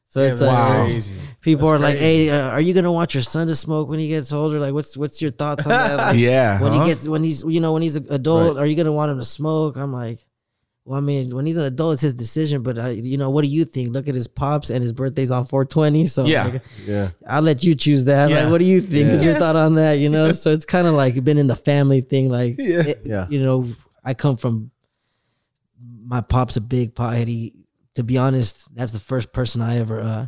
C: so it's like
B: Wow.
A: Crazy.
C: people
A: That's
C: are like,
A: crazy.
C: hey, uh, are you gonna want your son to smoke when he gets older? Like, what's what's your thoughts on that? Like,
B: Yeah.
C: when
B: huh?
C: he gets when he's you know when he's an adult, are you gonna want him to smoke? I'm like. Well, I mean, when he's an adult, it's his decision. But uh, you know, what do you think? Look at his pops, and his birthday's on 420. So
B: Yeah.
C: like,
A: Yeah.
C: I'll let you choose that.
B: Yeah.
C: Like, what do you think? Is
B: Yeah.
C: your thought on that? You know, so it's kind of like been in the family thing. Like,
B: Yeah.
C: it-
A: Yeah.
C: you know, I come from my pop's a big pothead. He, to be honest, that's the first person I ever uh,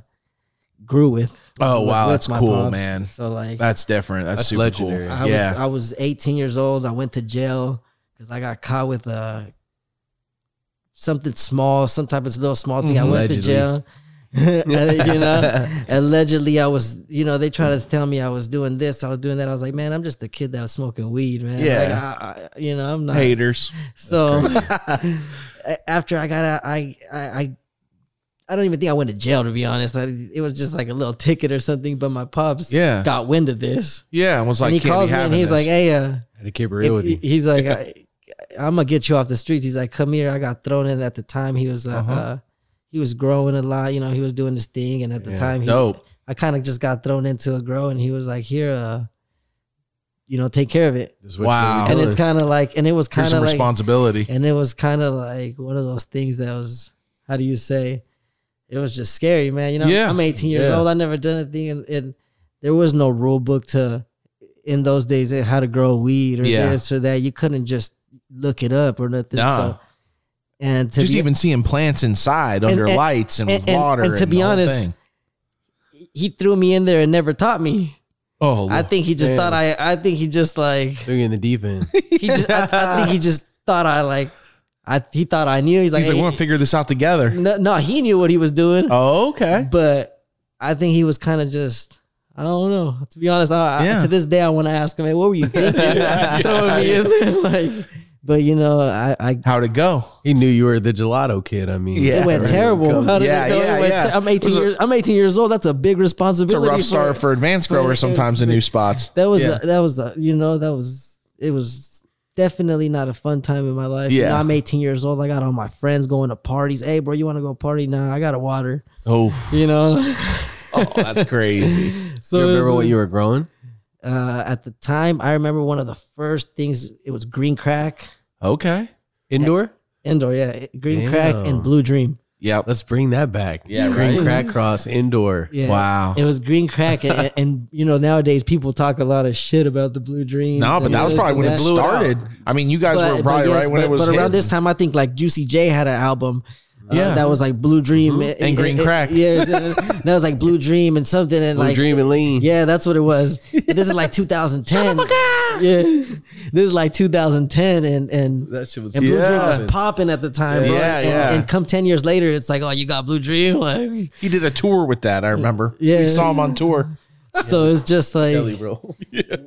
C: grew with.
B: Oh,
C: Was
B: wow,
C: with
B: that's
C: my
B: cool, man.
C: So like,
B: that's different. That's,
A: That's
B: super
A: legendary.
B: cool.
C: I was uh,
B: yeah.
C: I was 18 years old. I went to jail because I got caught with uh, something small, some type of little small thing. I went to
A: Allegedly.
C: jail. And, you know, allegedly I was, you know, they tried to tell me I was doing this, I was doing that. I was like, man, I'm just a kid that was smoking weed, man.
B: Yeah.
C: Like, I, I, you know, I'm not.
B: Haters.
C: so a- after I got out, I, I, I, I don't even think I went to jail to be honest. I, it was just like a little ticket or something. But my pops
B: Yeah.
C: got wind of this,
B: Yeah. I was like,
C: and he
B: can't be
C: calls me and
B: having
C: he's
B: this.
C: like, "Hey, uh,
A: Had to keep it
C: if-
A: real with you.
C: he's like, I, I'm gonna get you off the streets. He's like, come here. I got thrown in at the time. He was, uh,
B: Uh-huh.
C: uh, he was growing a lot. You know, he was doing this thing, and at the
A: Yeah.
C: time, he,
B: Dope.
C: I kind of just got thrown into a grow, and he was like, here, uh, you know, take care of it.
A: This is what
B: Wow.
A: you're
C: And
A: doing.
C: it's kind of like, and it was
B: Here's
C: kind
B: some
C: of like,
B: responsibility.
C: and it was kind of like one of those things that was, how do you say, it was just scary, man. You know,
B: Yeah.
C: I'm 18 years
A: Yeah.
C: old. I never done anything, and, and there was no rule book to, in those days, eh, how to grow weed or
B: Yeah.
C: this or that. You couldn't just look it up or nothing.
B: Nah.
C: So, and to
B: Just
C: be,
B: even seeing plants inside under
C: and-
B: lights and,
C: and-
B: with
C: and-
B: water.
C: and to be
B: the whole
C: honest,
B: thing.
C: he threw me in there and never taught me.
B: oh,
C: I think he just
A: Damn.
C: thought I. I think he just like
A: They're getting the deep end.
C: he just. I, I think he just thought I like. I he thought I knew. He's like,
B: he's like,
C: "Hey,
B: we're gonna figure this out together.
C: no, no, he knew what he was doing.
B: Oh, okay.
C: But I think he was kind of just. I don't know. To be honest, I, I-
B: Yeah.
C: to this day, I want to ask him, hey, what were you thinking? throwing me in there, like, But you know, I, I
B: How'd it go?
A: He knew you were the gelato kid. I mean,
B: Yeah.
C: it went
A: right.
C: terrible.
A: Come-
C: How did
B: Yeah,
C: it go? It
B: yeah,
C: went
B: yeah.
C: ter- I'm 18
B: It was a-
C: years. I'm 18 years old. That's a big
B: It's a
C: responsibility.
B: rough start for advanced growers sometimes in new spots.
C: That was
B: Yeah.
C: that was uh, you know that was it was definitely not a fun time in my life. You
B: Yeah.
C: know, I'm 18 years old. I got all my friends going to parties. Hey, bro, you want to go party? Nah, I got a water.
B: Oh,
C: You know,
B: oh that's crazy.
C: so
A: you
C: it
A: remember
C: was-
A: what you were growing?
C: uh, at the time. I remember one of the first things. It was green crack
B: Okay.
A: Indoor?
C: indoor. Yeah, green crack
A: Damn.
C: and blue dream.
B: Yep.
A: Let's bring that back.
B: Yeah,
A: Green
B: right.
A: crack cross indoor.
C: Yeah.
B: Wow.
C: It was green crack, and, and you know nowadays people talk a lot of shit about the blue dream.
B: No, but that was probably when it
A: blew it out.
B: started. I mean, you guys
C: But,
B: were
C: but
B: probably
C: yes,
B: right when
C: but,
B: it was.
C: but around
B: hitting.
C: this time, I think like Juicy J had an album. uh,
B: Yeah. Mm-hmm.
C: that was like Blue Dream and,
B: Green Crack.
C: Yeah, that was like Blue Dream and something and
A: Blue
C: like
A: Dream and Lean.
C: yeah, that's what it was. this is like 2010. yeah, this is like 2010, and and
A: That shit was
C: And Blue Dream was
A: Yeah.
C: popping at the time, bro.
B: Yeah,
C: and,
B: yeah.
C: and come ten years later, it's like, oh, you got Blue Dream. Like,
B: He did a tour with that. I remember.
C: Yeah.
B: You saw him on tour.
C: so it's just like
A: Belly roll.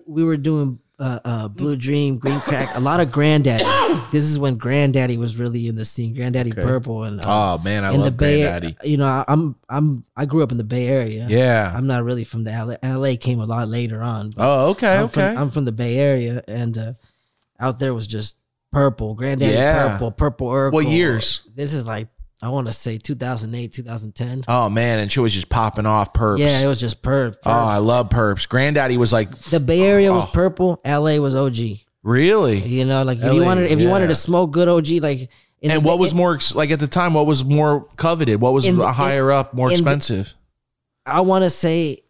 C: we were doing uh, uh, Blue Dream, Green Crack, a lot of Granddaddy. this is when Granddaddy was really in the scene. Granddaddy Purple and uh,
B: Oh man, I
C: in the
B: love
C: Bay.
B: Granddaddy.
C: You know, I, I'm I'm I grew up in the Bay Area.
B: Yeah.
C: I'm not really from the LA. LA came a lot later on. but
B: Oh, okay,
C: I'm,
B: okay.
C: from, I'm from the Bay Area, and uh, out there was just purple, Granddaddy
B: Yeah.
C: Purple, Purple Urkel.
B: what years?
C: This is like I want to say 2008, 2010.
B: Oh man, and she was just popping off perps.
C: Yeah, it was just perp.
B: oh, I love perps. Granddaddy was like,
C: the Bay Area was
B: Oh.
C: purple. LA was OG.
B: really?
C: You know, like if
A: LA,
C: you wanted, if you wanted
A: yeah.
C: to smoke good OG, like in
B: And
C: the-
B: what was more ex- like at the time? What was more coveted? What was
C: In the-
B: higher up, more
C: in the-
B: expensive?
C: I want to say,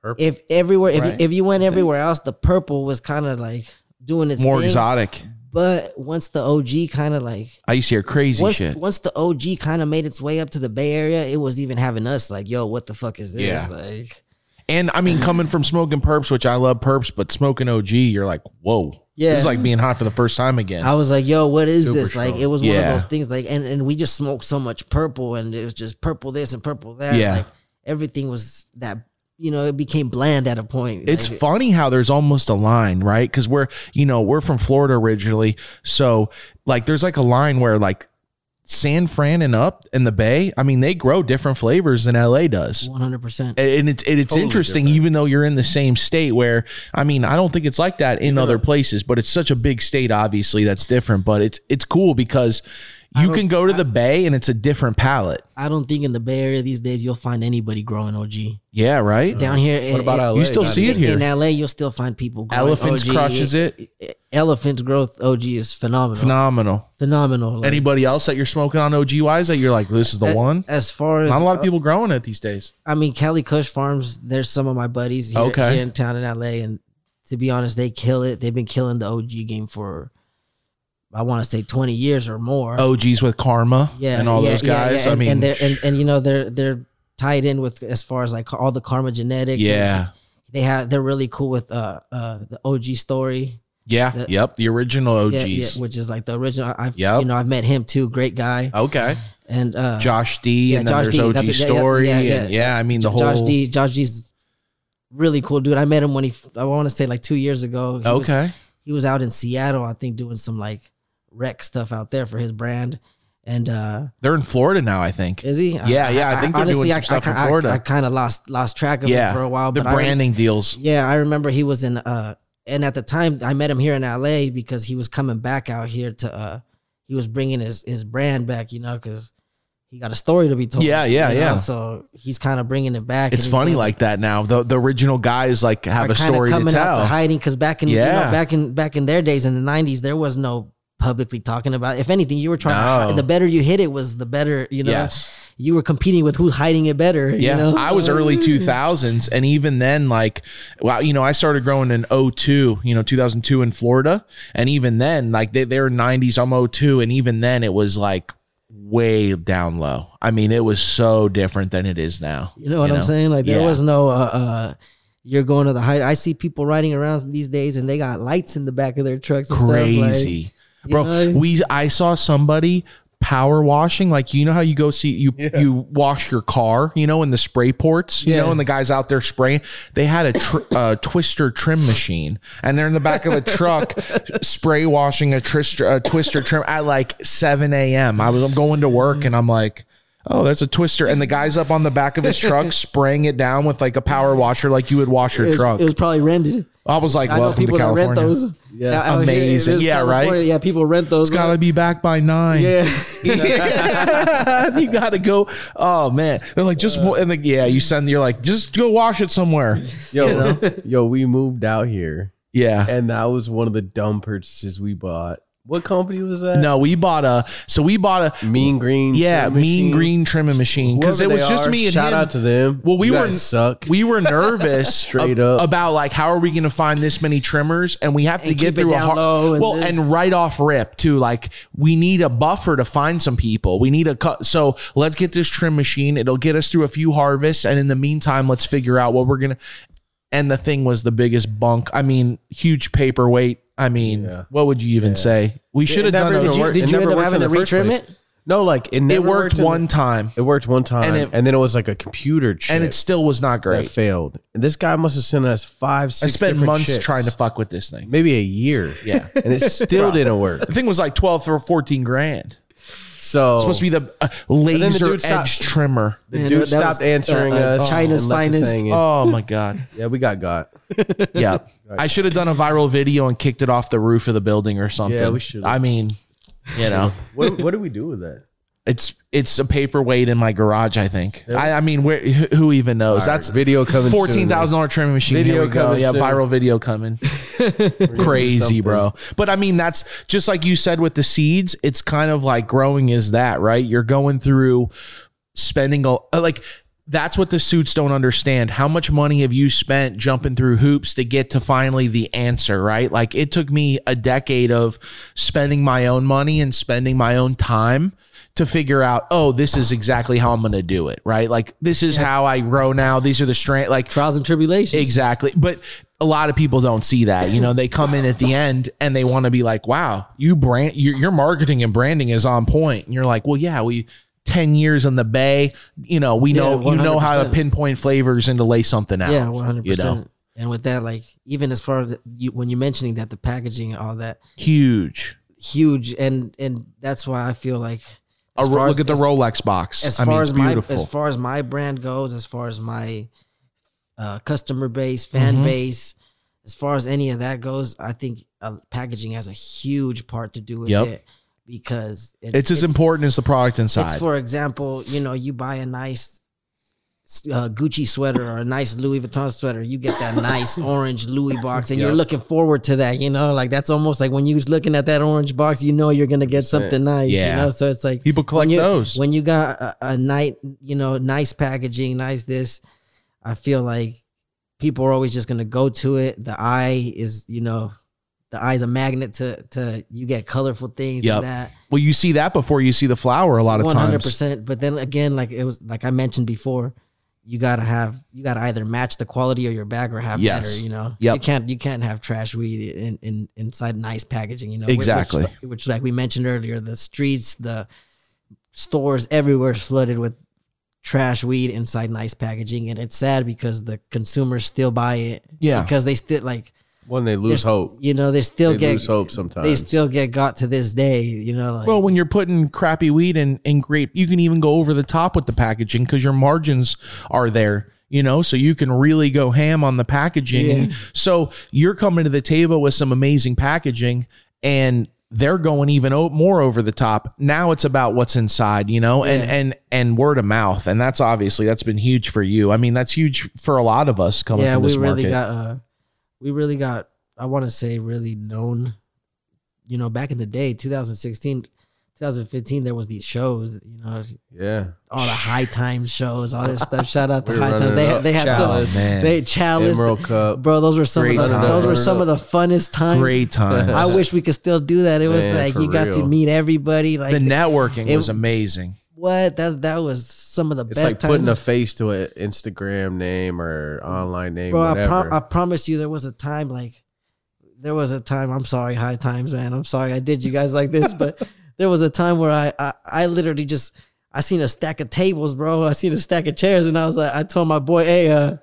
A: Purple.
C: if everywhere, if,
B: Right.
C: if you went everywhere else, the purple was kind of like doing its
B: more
C: thing.
B: exotic.
C: But once the OG kind of like
B: I used to hear crazy
C: once,
B: shit.
C: once the OG kind of made its way up to the Bay Area, it was even having us like, yo, what the fuck is this?
B: Yeah.
C: Like,
B: And I mean, coming from smoking perps, which I love perps, but smoking OG, you're like, whoa.
C: Yeah.
B: This is like being hot for the first time again.
C: I was like, yo, what is
A: Super
C: this? Like,
A: strong.
C: it was one
B: Yeah.
C: of those things. Like, and, and we just smoked so much purple, and it was just purple this and purple that.
B: Yeah.
C: Like, everything was that, you know, it became bland at a point.
B: It's
C: Like,
B: funny how there's almost a line, right? Because we're, you know, we're from Florida originally. So, like, there's like a line where, like, San Fran and up in the Bay, I mean, they grow different flavors than LA does.
C: 100%.
B: And and it's and it's
A: Totally
B: interesting,
A: different.
B: even though you're in the same state. Where I mean, I don't think it's like that in other places, but it's such a big state, obviously, that's different. But it's it's cool because you can go to the Bay and it's a different palette.
C: I don't think in the Bay Area these days you'll find anybody growing OG.
B: Yeah, right.
C: Down here,
A: What about
C: in,
A: LA?
B: You still
A: Not
B: see it
A: even- Oh,
B: here.
C: in LA, you'll still find people growing
B: Elephants
C: OG.
B: crushes it.
C: Elephant's growth OG is phenomenal.
B: Phenomenal.
C: phenomenal. Like,
B: Anybody else that you're smoking on OG wise that you're like, this is the
C: a-
B: one?
C: As far as
B: Not a lot of people growing it these days.
C: I mean, Cali Kush Farms, there's some of my buddies here,
B: Okay.
C: here in town in LA. And to be honest, they kill it. They've been killing the OG game for, I want to say 20 years or more.
B: OGs with Karma
C: yeah.
B: Oh, and all
C: yeah,
B: those
C: yeah, yeah,
B: guys. I
C: and-
B: mean,
C: and, they're, and, and you know, they're, they're tied in with as far as like all the karma genetics. and
B: yeah.
C: They have, they're really cool with uh, uh, the OG story.
B: Yeah.
C: the-
B: yep. The original OGs.
C: Yeah, yeah, which is like the original. I've,
B: Yep.
C: you know, I've met him too. Great guy.
B: Okay.
C: And, uh,
B: Josh D.
C: yeah,
B: and then
C: Josh
B: there's
C: D,
B: OG
C: that's it, yeah, yeah,
B: Story.
C: yeah, yeah.
B: and yeah. I mean, the whole.
C: Josh D. Josh D's really cool dude. I met him when he, I want to say like two years ago. He was-
B: Okay.
C: he was out in Seattle, I think, doing some like rec stuff out there for his brand. And uh
B: They're in Florida now, I think.
C: is he?
B: Yeah, yeah, I think they're doing some stuff in
C: I- I-
B: Florida.
C: I, kind of lost lost track of
B: Yeah.
C: him for a while,
B: the
C: but I, rem-
B: branding deals.
C: yeah, I remember he was in uh and at the time I met him here in LA because he was coming back out here to uh he was bringing his his brand back, you know, because he got a story to be told.
B: Yeah, yeah,
C: you know,
B: yeah.
C: So he's kind of bringing it back.
B: It's
C: and he's
B: funny
C: doing-
B: like that now. The, the original guys like have
C: are
B: a
C: kinda
B: story to
C: coming out the
B: tell.
C: hiding because back in you know,
B: Yeah.
C: back in back in their days in the nineties, there was no publicly talking about. If anything, you were trying.
B: No.
C: To hide, the better you hit it was the better. You know,
B: Yes.
C: you were competing with who's hiding it better.
B: Yeah,
C: you know? Mm.
B: I was early 2000s and even then like wow, you know, I started growing in 02, you know, 2002 in Florida and even then like they they were 90s I'm 02 and even then it was like way down low. I mean, it was so different than it is now.
C: You know what I'm saying? Like there
B: Yeah.
C: was no. Uh, uh, you're going to the height. I see people riding around these days, and they got lights in the back of their trucks. and stuff, like,
B: Crazy.
C: you
B: Bro,
C: know?
B: we I saw somebody power washing. Like you know how you go see you
A: Yeah.
B: you wash your car, you know, in the spray ports, you
C: Yeah.
B: know, and the guys out there spraying. They had a tr- uh, twister trim machine, and they're in the back of a truck spray washing a, twister a twister trim at like seven a.m. I was I'm going to work, and I'm like. Oh, that's a twister. And the guy's up on the back of his truck spraying it down with like a power washer, like you would wash your
C: It was,
B: truck.
C: it was probably rented.
B: I was like,
C: I know
B: welcome to
C: people that
B: California.
C: rent those.
A: Yeah.
C: Out- out here in
B: Amazing.
C: this
B: Yeah, right?
C: California, Yeah, people rent those.
B: It's gotta be back by nine.
C: yeah.
B: you gotta go. Oh man, they're like just wa- and like yeah, you send. You're like just go wash it somewhere.
A: Yo, yo, we moved out here,
B: Yeah.
A: and that was one of the dumb purchases we bought. What company was that?
B: No, we bought a. So we bought a.
A: Mean Green.
B: Yeah,
A: Sewing
B: mean
A: Machine.
B: green trimming machine because it
A: Whoever
B: was
A: they
B: just
A: are,
B: me and
A: shout
B: him.
A: out to them.
B: Well, we
A: You
B: were-
A: guys suck.
B: we were nervous
A: Straight
B: ab-
A: up.
B: about like how are we going to find this many trimmers and we have to
C: And
B: get
C: keep it
B: through a
C: down
B: hard
C: low and
B: well
C: this.
B: and right off rip too like we need a buffer to find some people we need a cut so let's get this trim machine it'll get us through a few harvests and in the meantime let's figure out what we're going to and the thing was the biggest bunk I mean huge paperweight I mean
A: Yeah.
B: what would you even say we should have done
A: never
B: a-
A: even
C: Did you,
A: worked-
C: did
A: it
C: you
A: never
C: end up
A: worked
C: having to
A: in the first
C: retrim
A: place.
C: it?
A: no, like it
B: it
A: never
B: worked
A: in the-
B: one time
A: it worked one time, and,
B: it-
A: then it was like a computer chip,
B: and it still was not
A: that
B: great
A: failed. And this guy must have sent us five,
B: I
A: six.
B: spent
A: different
B: months
A: chips.
B: trying to fuck with this thing
A: maybe a year.
B: Yeah.
A: and it still didn't work.
B: the thing was like 12 or 14 grand
A: So
B: supposed to be the uh,
A: then the
B: laser
A: dude
B: edge
A: stopped-
B: trimmer.
A: the
C: Man,
A: dude
C: that
A: stopped
C: was, uh,
A: answering
C: uh,
A: us.
C: China's
A: and left us
C: finest.
A: hanging.
B: Oh my god!
A: Yeah, we got got.
B: Yeah, I should have done a viral video and kicked it off the roof of the building or something.
A: Yeah, we should've.
B: I mean, you know,
A: What what do we do with that?
B: it's it's a paperweight in my garage. I think. I, I mean, where, who who even knows? That's
A: video coming. soon,
B: Fourteen thousand dollar trimming machine.
A: Video
B: Here we go.
A: coming
B: Yeah,
A: soon.
B: viral video coming.
A: man.
B: Crazy, bro. But I mean, that's just like you said with the seeds. It's kind of like growing is that right? You're going through spending a uh, like. That's what the suits don't understand. How much money have you spent jumping through hoops to get to finally the answer, right? Like it took me a decade of spending my own money and spending my own time to figure out, oh, this is exactly how I'm going to do it, right? Like this is how I grow now. These are the strength. Like
C: Trials and tribulations.
B: Exactly. But a lot of people don't see that. You know, they come in at the end and they want to be like, wow, you brand your, your marketing and branding is on point. And you're like, well, yeah, we 10 years in the bay, you know, we know
C: Yeah,
B: you know how to
C: 100%.
B: pinpoint flavors and to lay something out.
C: Yeah, one hundred
B: You know,
C: percent. And with that, like even as far as you, when you're mentioning that the packaging and all that,
B: huge.
C: huge, and and that's why I feel like
B: A
C: as
B: ro-
C: far
B: look
C: as-
B: at the
C: as-
B: Rolex box.
C: as
B: I
C: far
B: mean, it's
C: as my
B: beautiful.
C: as far as my brand goes, as far as my uh, customer base, fan
B: Mhm.
C: base, as far as any of that goes, I think uh, packaging has a huge part to do with
B: Yep.
C: it because
B: it's as important as the product
C: It's
B: inside.
C: for example, you know, you buy a nice uh, Gucci sweater or a nice Louis Vuitton sweater, you get that nice orange Louis box, and you're
A: Yeah.
C: looking forward to that. You know, like that's almost like when you was looking at that orange box, you know you're gonna get something nice.
B: Yeah.
C: You know, so it's like
B: People collect
C: when you,
B: those.
C: when you got a, a night, you know, nice packaging, nice this. I feel like people are always just gonna go to it. The eye is, you know, the eye's a magnet to to you get colorful things
B: Yep.
C: and that.
B: well, you see that before you see the flower a lot of
C: One hundred
B: times.
C: percent. But then again, like it was like I mentioned before, you gotta have you gotta either match the quality of your bag or have
B: Yes.
C: better. You know, you
B: Yep.
C: can't you can't have trash weed in, in inside nice packaging. You know, which-
B: Exactly.
C: Which, which, like we mentioned earlier, the streets, the stores everywhere is flooded with trash weed inside nice packaging, and it's sad because the consumers still buy it
B: Yeah.
C: because they still like
A: When they
C: they're
A: lose
C: st-
A: hope,
C: You know, they still
A: they
C: get
A: lose hope sometimes.
C: they still get got to this day. You know, like,
B: Well, when you're putting crappy weed in in grape, you can even go over the top with the packaging because your margins are there. You know, so you can really go ham on the packaging. And so you're coming to the table with some amazing packaging, and they're going even o- more over the top. Now it's about what's inside, you know, and and and word of mouth, and that's obviously that's been huge for you. I mean, that's huge for a lot of us coming
C: yeah,
B: from
C: we
B: this
C: really
B: market.
C: got uh we really got I want to say really known you know back in the day 2016 2015 there was these shows you know
A: yeah.
C: all the high times shows all this stuff shout out to
A: We were
C: high times
A: running
C: they
A: it
C: had,
A: up.
C: they had some
A: Chalice,
B: oh man,
C: they chalice
A: Emerald Cup.
C: bro those were some
B: Great
C: of the,
B: times.
C: those were
A: Running
C: some of the funnest times
B: great time.
C: I wish we could still do that it was
A: Man,
C: like
A: for
C: you got to
A: real.
C: meet everybody like
B: the networking
C: it-
B: was amazing.
C: what that that was some of the
A: It's
C: best
A: like
C: times
A: putting a face to an Instagram name or online name,
C: Bro, I,
A: whatever.
C: prom- I promise you, there was a time like, there was a time. I'm sorry, high times, man. I'm sorry I did you guys like this, but there was a time where I, I I literally just I seen a stack of tables, bro. I seen a stack of chairs, and I was like, I told my boy, hey, uh,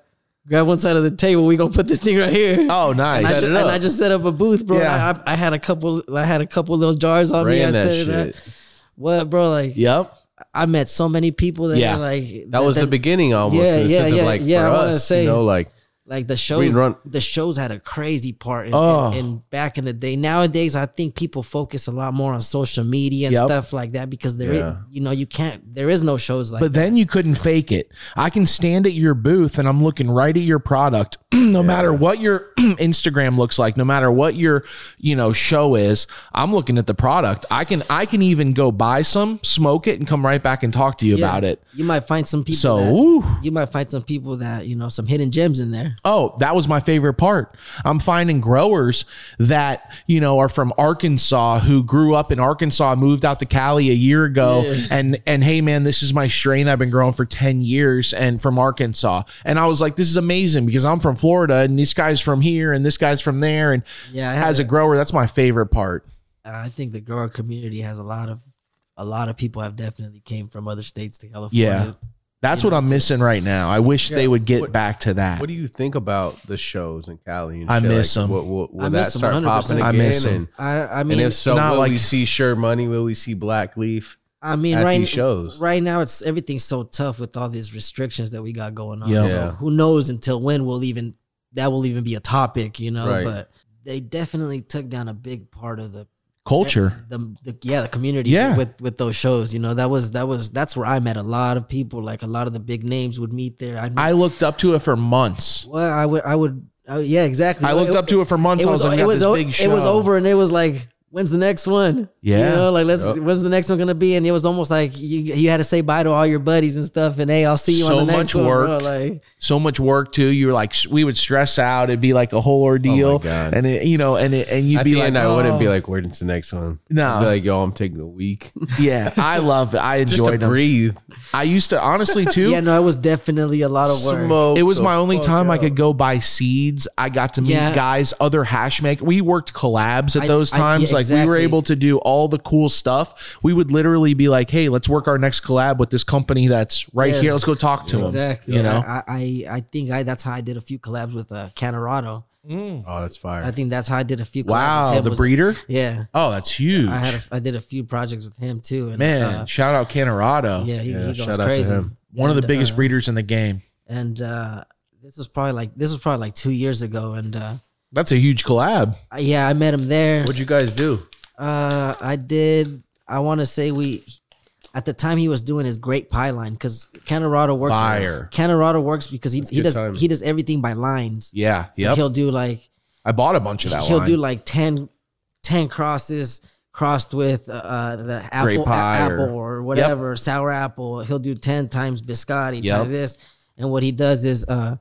C: grab one side of the table. We gonna put this thing right here.
B: Oh,
C: And I,
B: nice.
C: just, and I just set up a booth, bro. and
B: Yeah.
C: I, I had a couple. I had a couple little jars on me. I
A: Ran that
C: set it up.
A: shit.
C: What, bro? Like,
B: Yep.
C: I met so many people that
B: Yeah.
C: were like
A: That was the beginning almost
C: Yeah,
A: in the
C: yeah,
A: sense
C: yeah,
A: of like
C: yeah, I
A: for
C: wanna
A: us,
C: say-
A: you know, like
C: like the
A: we
C: shows.
A: run
C: The shows had a crazy part in,
B: Oh.
C: in, in back in the day. Nowadays, I think people focus a lot more on social media and
B: Yep.
C: stuff like that because there, is-
A: Yeah.
C: you know, you can't. There is no shows like.
B: But then you couldn't fake it. I can stand at your booth and I'm looking right at your product, no matter what your Instagram looks like, no matter what your you know show is. I'm looking at the product. I can I can even go buy some, smoke it, and come right back and talk to you
C: Yeah.
B: about it.
C: you might find some people.
B: So.
C: that-
B: ooh.
C: you might find some people that you know some hidden gems in there.
B: Oh, that was my favorite part. I'm finding growers that, you know, are from Arkansas who grew up in Arkansas, moved out to Cali a year ago and and hey man, this is my strain I've been growing for 10 years and from Arkansas. And I was like this is amazing because I'm from Florida and this guy's from here and this guy's from there and
C: Yeah, I had
B: as a grower, that's my favorite part.
C: I think the grower community has a lot of a lot of people have definitely came from other states to
B: Yeah.
C: California.
B: That's what I'm missing right now. I wish they would get
A: What-
B: back to that.
A: what do you think about the shows in Cali and
B: I
A: shit?
B: miss
A: Like,
B: 'em.
A: Will, will, will
C: I
A: that
C: miss 'em
A: start
C: 100%.
A: popping
B: I
A: again?
B: miss 'em.
A: And,
C: I I mean
A: and if so,
B: not
A: will
B: like-
A: we see Sure Money? Will we see Black Leaf
C: I mean
A: at
C: right
A: these shows?
C: right now it's everything's so tough with all these restrictions that we got going on.
B: Yeah.
C: So
A: Yeah.
C: who knows until when we'll even that will even be a topic, you know?
A: Right.
C: But they definitely took down a big part of the
B: Culture.
C: the, the yeah the community
B: Yeah.
C: with with those shows. You know that was that was that's where I met a lot of people. Like a lot of the big names would meet there. I'd
B: I looked up to it for months.
C: well I would I would I, yeah exactly.
B: I looked
C: It-
B: up to it for months.
C: it was,
B: I was like,
C: it,
B: "I got
C: was
B: this
C: o-
B: big show.
C: it was over and it was like when's the next one
B: Yeah.
C: you know like let's
A: Yep.
C: when's the next one gonna be and it was almost like you you had to say bye to all your buddies and stuff and hey i'll see you
B: So
C: on the
B: much
C: next one bro.
B: work.
C: like
B: so much work too. You were like, we would stress out. It'd be like a whole
A: Oh
B: ordeal,
A: my God.
B: and it, you know, and it, and you'd
A: At
B: be
A: the
B: like,
A: end, I wouldn't be
B: "Oh."
A: like, "Where's the next one?"
B: No.
A: I'd be like, "Yo, I'm taking a week
B: yeah. I love. it. I
A: just to
B: enjoyed them.
A: breathe."
B: I used to honestly too.
C: yeah no it was definitely a lot of work
A: Smoke
B: It was
A: the
B: my only
A: fuck
B: time I
A: out.
B: could go buy seeds. I got to meet
C: Yeah.
B: guys, other hash make. We worked collabs at
C: I-
B: those
C: I- yeah,
B: times. like we were
C: exactly.
B: able to do all the cool stuff. We would literally be like, "Hey, let's work our next collab with this company that's right
C: Yes.
B: here. Let's go talk to them."
C: exactly
B: you know?
C: i i, I think I, that's how i did a few collabs with uh Canorado.
A: Oh, that's
C: i
A: fire!
C: think that's how i did a few collabs with
B: Wow,
C: him
B: the
C: was-
B: breeder.
C: yeah
B: Oh, that's huge,
C: i had a, i did a few projects with him too and
B: man.
C: uh,
B: shout out Canorado,
C: yeah he,
A: Yeah,
C: he goes
A: shout out to
C: crazy
A: him.
B: one of the
C: And,
B: biggest
C: uh,
B: breeders in the game.
C: and uh this was probably like this was probably like two years ago and uh
B: That's a huge collab.
C: I- yeah i met him there
A: What'd you guys do?
C: uh i did i want to say we at the time he was doing his great pie line because Canorado works
B: Fire.
C: Canorado works because he, he
A: good
C: does
A: timing.
C: he does everything by lines
B: Yeah.
C: so he'll do like
B: I bought a bunch of that
C: he'll
B: line.
C: do like 10, 10 crosses crossed with uh, uh the apple
B: Grape
C: a-
B: pie or-
C: apple or whatever sour apple he'll do 10 times biscotti
B: Yep.
C: times this and what he does is uh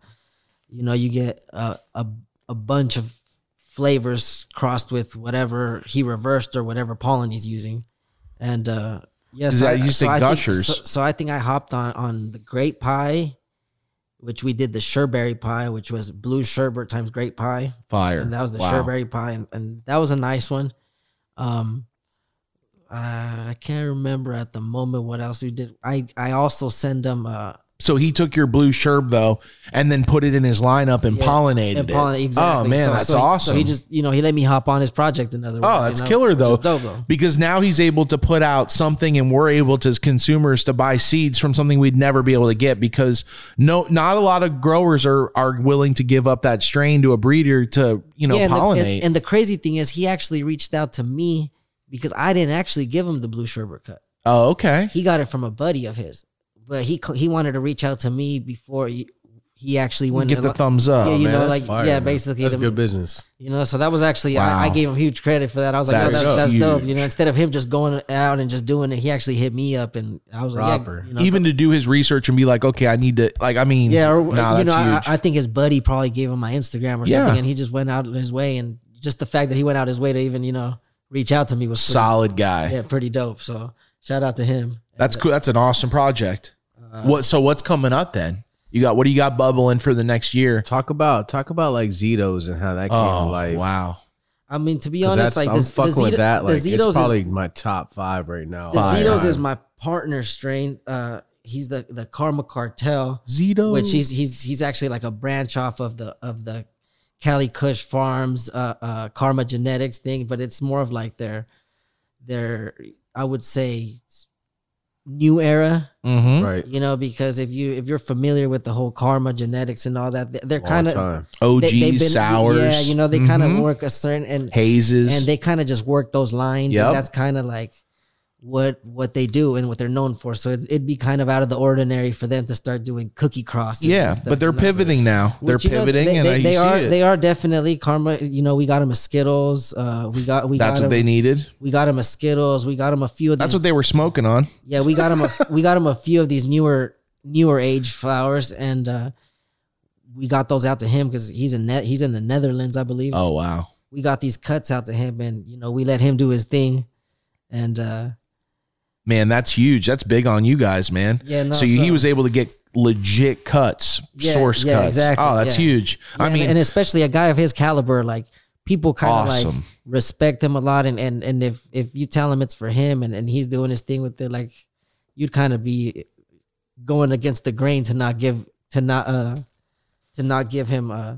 C: you know you get uh, a a bunch of flavors crossed with whatever he reversed or whatever pollen he's using and uh yes
B: Is that- you say gushers?
C: think, so, so i think i hopped on on the grape pie which we did the sherberry pie which was blue sherbet times grape pie
B: Fire.
C: and that was the
B: Wow.
C: sherbet pie, and, and that was a nice one. Um, uh, I can't remember at the moment what else we did. I I also send them uh
B: So he took your blue sherb though, and then put it in his lineup and
C: Yeah,
B: pollinated
C: and
B: it.
C: pollen exactly.
B: Oh man,
C: So-
B: that's
C: so he-
B: awesome.
C: So he just you know he let me hop on his project another.
B: Oh, that's killer, though. because now he's able to put out something, and we're able to as consumers to buy seeds from something we'd never be able to get because no, not a lot of growers are are willing to give up that strain to a breeder to you know
C: yeah, and the,
B: pollinate.
C: and, and the crazy thing is he actually reached out to me because I didn't actually give him the blue sherbet cut.
B: oh okay,
C: He got it from a buddy of his, but he co- he wanted to reach out to me before he, he actually went
B: get
C: al-
B: the thumbs up.
C: Yeah, you
A: Man,
C: know,
A: that's
C: like
A: fire,
C: yeah,
A: man.
C: basically
A: that's
C: the-
A: good business.
C: You know, so that was actually I, I
B: Wow.
C: gave him huge credit for that. I was like,
B: That
C: "Yo,
B: is
C: that's that's dope.
B: huge.
C: You know, instead of him just going out and just doing it, he actually hit me up, and I was like,
A: Proper.
C: yeah, you know,
B: Even to do his research and be like, okay, I need to like, I mean,
C: yeah, or,
B: nah,
C: you
B: that's
C: know, I,
B: huge.
C: I think his buddy probably gave him my Instagram or
B: Yeah.
C: something, and he just went out his way, and just the fact that he went out his way to even you know reach out to me was pretty,
B: solid guy.
C: yeah, pretty dope. So shout out to him.
B: That's cool. That's an awesome project.
C: Uh,
B: what? So what's coming up then? You got what do you got bubbling for the next year?
A: Talk about talk about like Zetos and how that came to
B: Oh
A: life.
B: wow!
C: I mean, to be
A: 'Cause
C: honest,
A: that's-
C: like
A: I'm
C: the,
A: fucking
C: the,
A: with
C: Zito-
A: that.
C: the
A: Like it's
C: Zitos is
A: probably my top five right now.
C: The
A: Five.
C: Zito's is my partner strain. Uh, he's the the Karma Cartel,
B: Zito,
C: which he's he's he's actually like a branch off of the of the Cali Kush Farms uh, uh, Karma Genetics thing, but it's more of like their their I would say new era.
B: Mhm.
A: right.
C: You know, because if you if you're familiar with the whole Karma Genetics and all that, they- they're
A: Long
C: kind of
A: time.
B: OG
C: they, they've been-
B: sours,
C: Yeah, you know, they kind of
B: Mhm.
C: work a certain and
B: hazes.
C: and they kind of just work those lines
B: Yep.
C: and that's kind of like what what they do and what they're known for so it's, it'd be kind of out of the ordinary for them to start doing cookie crosses and
B: yeah,
C: stuff,
B: but they're
C: you know?
B: pivoting now.
C: Which,
B: they're
C: you know,
B: pivoting,
C: they,
B: and
C: they,
B: I
C: they
B: you
C: are
B: see it.
C: they are definitely karma you know we got them a skittles uh we got we
B: That's
C: got
B: what they
C: them
B: needed.
C: we got them a skittles we got them a few of
B: That's
C: these,
B: what they were smoking on.
C: yeah we got them a, we got them a few of these newer newer age flowers and uh we got those out to him because he's in net he's in the netherlands i believe
B: Oh wow.
C: we got these cuts out to him and you know we let him do his thing and uh
B: Man, that's huge. That's big on you guys, man.
C: yeah no,
B: so, he was able to get legit cuts,
C: Yeah,
B: source
C: yeah,
B: cuts.
C: exactly,
B: Oh, that's
C: yeah.
B: huge. I
C: and-
B: mean,
C: and, especially a guy of his caliber like people kind of like
B: awesome.
C: respect him a lot and and and if if you tell him it's for him and and he's doing his thing with it like you'd kind of be going against the grain to not give to not uh to not give him uh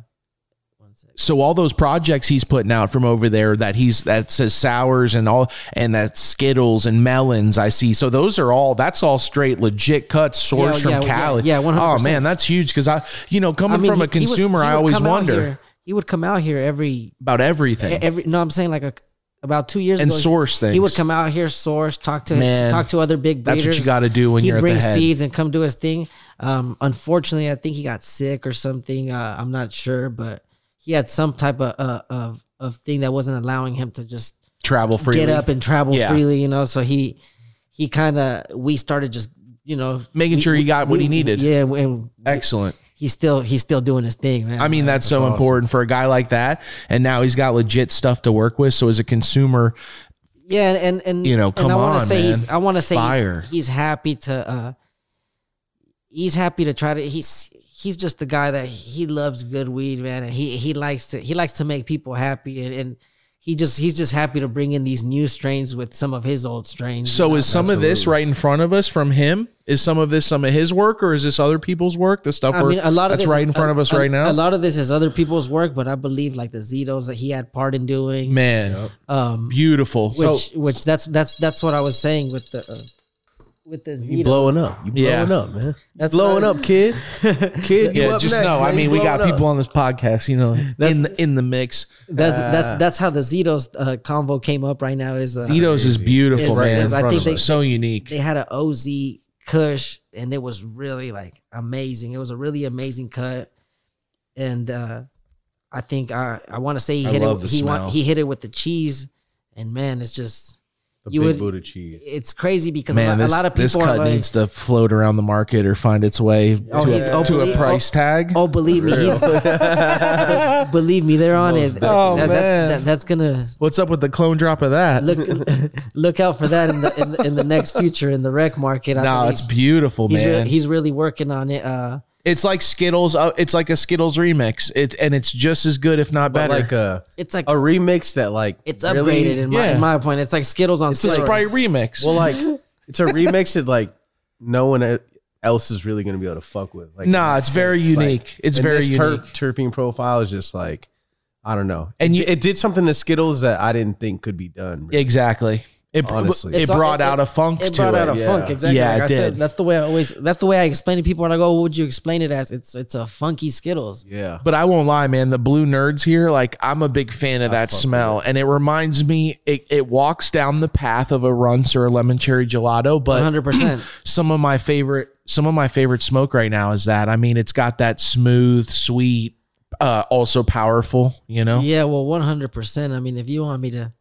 C: one sec.
B: so all those projects he's putting out from over there that he's that says sours and all and that skittles and melons I see. So those are all that's all straight legit cuts sourced
C: Yeah,
B: from
C: yeah,
B: Cali.
C: yeah, yeah,
B: Oh
C: 100%.
B: man, that's huge because I you know coming from a
C: he- he was-
B: consumer
C: he
B: I
C: would
B: always
C: come out
B: wonder
C: here- he would come out here every
B: about everything
C: every no i'm saying like a about two years
B: and
C: ago
B: source things.
C: He would come out here, source, talk to
B: Man,
C: talk to other big breeders.
B: That's what you got to do when
C: He'd
B: you're at the
C: bring
B: head.
C: seeds and come do his thing. Um, unfortunately, I think he got sick or something. Uh, I'm not sure, but he had some type of uh, of of thing that wasn't allowing him to just
B: Travel freely.
C: get up and travel
B: Yeah.
C: freely. You know, so he he kind of we started just you know
B: Making
C: we-
B: sure he got what he
C: we-
B: needed.
C: Yeah, and
B: Excellent.
C: he's still he's still doing his thing, man.
B: I mean, that's, so
A: awesome.
B: important for a guy like that. And now he's got legit stuff to work with. So as a consumer,
C: Yeah, and and
B: You know,
C: and
B: come
C: I wanna
B: on,
C: say He's,
B: man.
C: I want to say he's-
B: Fire.
C: He's, happy to. uh He's happy to try to. He's he's just the guy that he loves good weed, man, and he he likes to he likes to make people happy, and, and he just he's just happy to bring in these new strains with some of his old strains.
B: so is some of this right in front of us from him? Is some of this some of his work, or is this other people's work? The stuff
C: I
B: we're-
C: mean, a lot of
B: that's
C: this
B: right
C: is-
B: in front of us
C: a-
B: right now.
C: A lot of this is other people's work, but I believe like the Zitos that he had part in doing.
B: Man,
C: Um,
B: beautiful.
C: which
B: so
C: which that's that's that's what I was saying with the uh, with the
A: You
C: Zito.
A: blowing up. You
B: Yeah.
A: blowing up, man.
C: That's
A: blowing
C: what I-
A: up, kid. Kid, you
B: yeah,
A: up
B: just
A: next,
B: know. I
A: man.
B: mean,
A: You
B: we
A: blowing
B: got
A: up.
B: people on this podcast. You know, in the in the mix.
C: That's
B: Uh,
C: that's that's how the Zitos uh, convo came up. Right now is uh,
B: Zito's is beautiful,
C: Is-
B: man.
C: is- I
B: Front
C: think
B: of
C: they-
B: us. so unique.
C: they had an OZ Kush, and it was really like amazing. It was a really amazing cut, and uh, I think I I want to say he
B: I
C: hit
B: love
C: it
B: the
C: he
B: smell.
C: want, he hit it with the cheese, and man, it's just
A: The
C: you
A: big
C: would-
A: Buddha cheese.
C: it's crazy because a,
B: Man,
C: lot,
B: this,
C: a lot of people
B: this
C: are
B: cut
C: like,
B: needs to float around the market or find its way
C: Oh,
B: to,
C: he's-
B: a,
C: oh,
B: to a
C: believe-
B: price tag.
C: oh believe me, he's, believe me, they're on it.
A: Most
B: Oh,
C: That- that-
B: man.
C: that- that's gonna
B: What's up with the clone drop of that?
C: look look out for that in the in, the- in the next future in the rec market. I
B: no,
C: believe.
B: it's beautiful,
C: he's,
B: man.
C: re- he's really working on it. Uh,
B: it's like Skittles. Uh, it's like a Skittles remix. It's and it's just as good, if not
A: But
B: better.
A: like a
C: it's like
A: a
C: uh,
A: remix that like
C: it's
A: really-
C: upgraded in, my,
B: Yeah.
C: in my point. It's like Skittles on
B: it's a
C: steroids.
B: Sprite remix.
A: Well, like it's a remix that like no one e-, else is really gonna be able to fuck with. Like,
B: nah, it's very
A: like-
B: unique. it's
A: and
B: very
A: this
B: unique.
A: ter- terpene profile is just like I don't know.
B: And
A: And
B: you-
A: it, it did something to Skittles that I didn't think could be done.
B: exactly. It
A: Honestly.
B: it
C: It's all-
B: brought
C: it-
B: out a funk
C: It
B: to
C: brought out
B: it.
C: a
A: yeah.
C: funk exactly.
B: Yeah,
C: like
B: it
C: I said,
B: did.
C: that's the way I always. That's the way I explain to people when I go, "What would you explain it as?" It's it's a funky Skittles.
A: Yeah.
B: But I won't lie, man. The blue nerds here, like I'm a big fan of that smell, and it reminds me. It, it walks down the path of a runts or a lemon cherry gelato, but
C: One hundred percent.
B: some of my favorite some of my favorite smoke right now is that. I mean, it's got that smooth, sweet, uh, also powerful. You know,
C: Yeah, well, one hundred percent. I mean, if you want me to,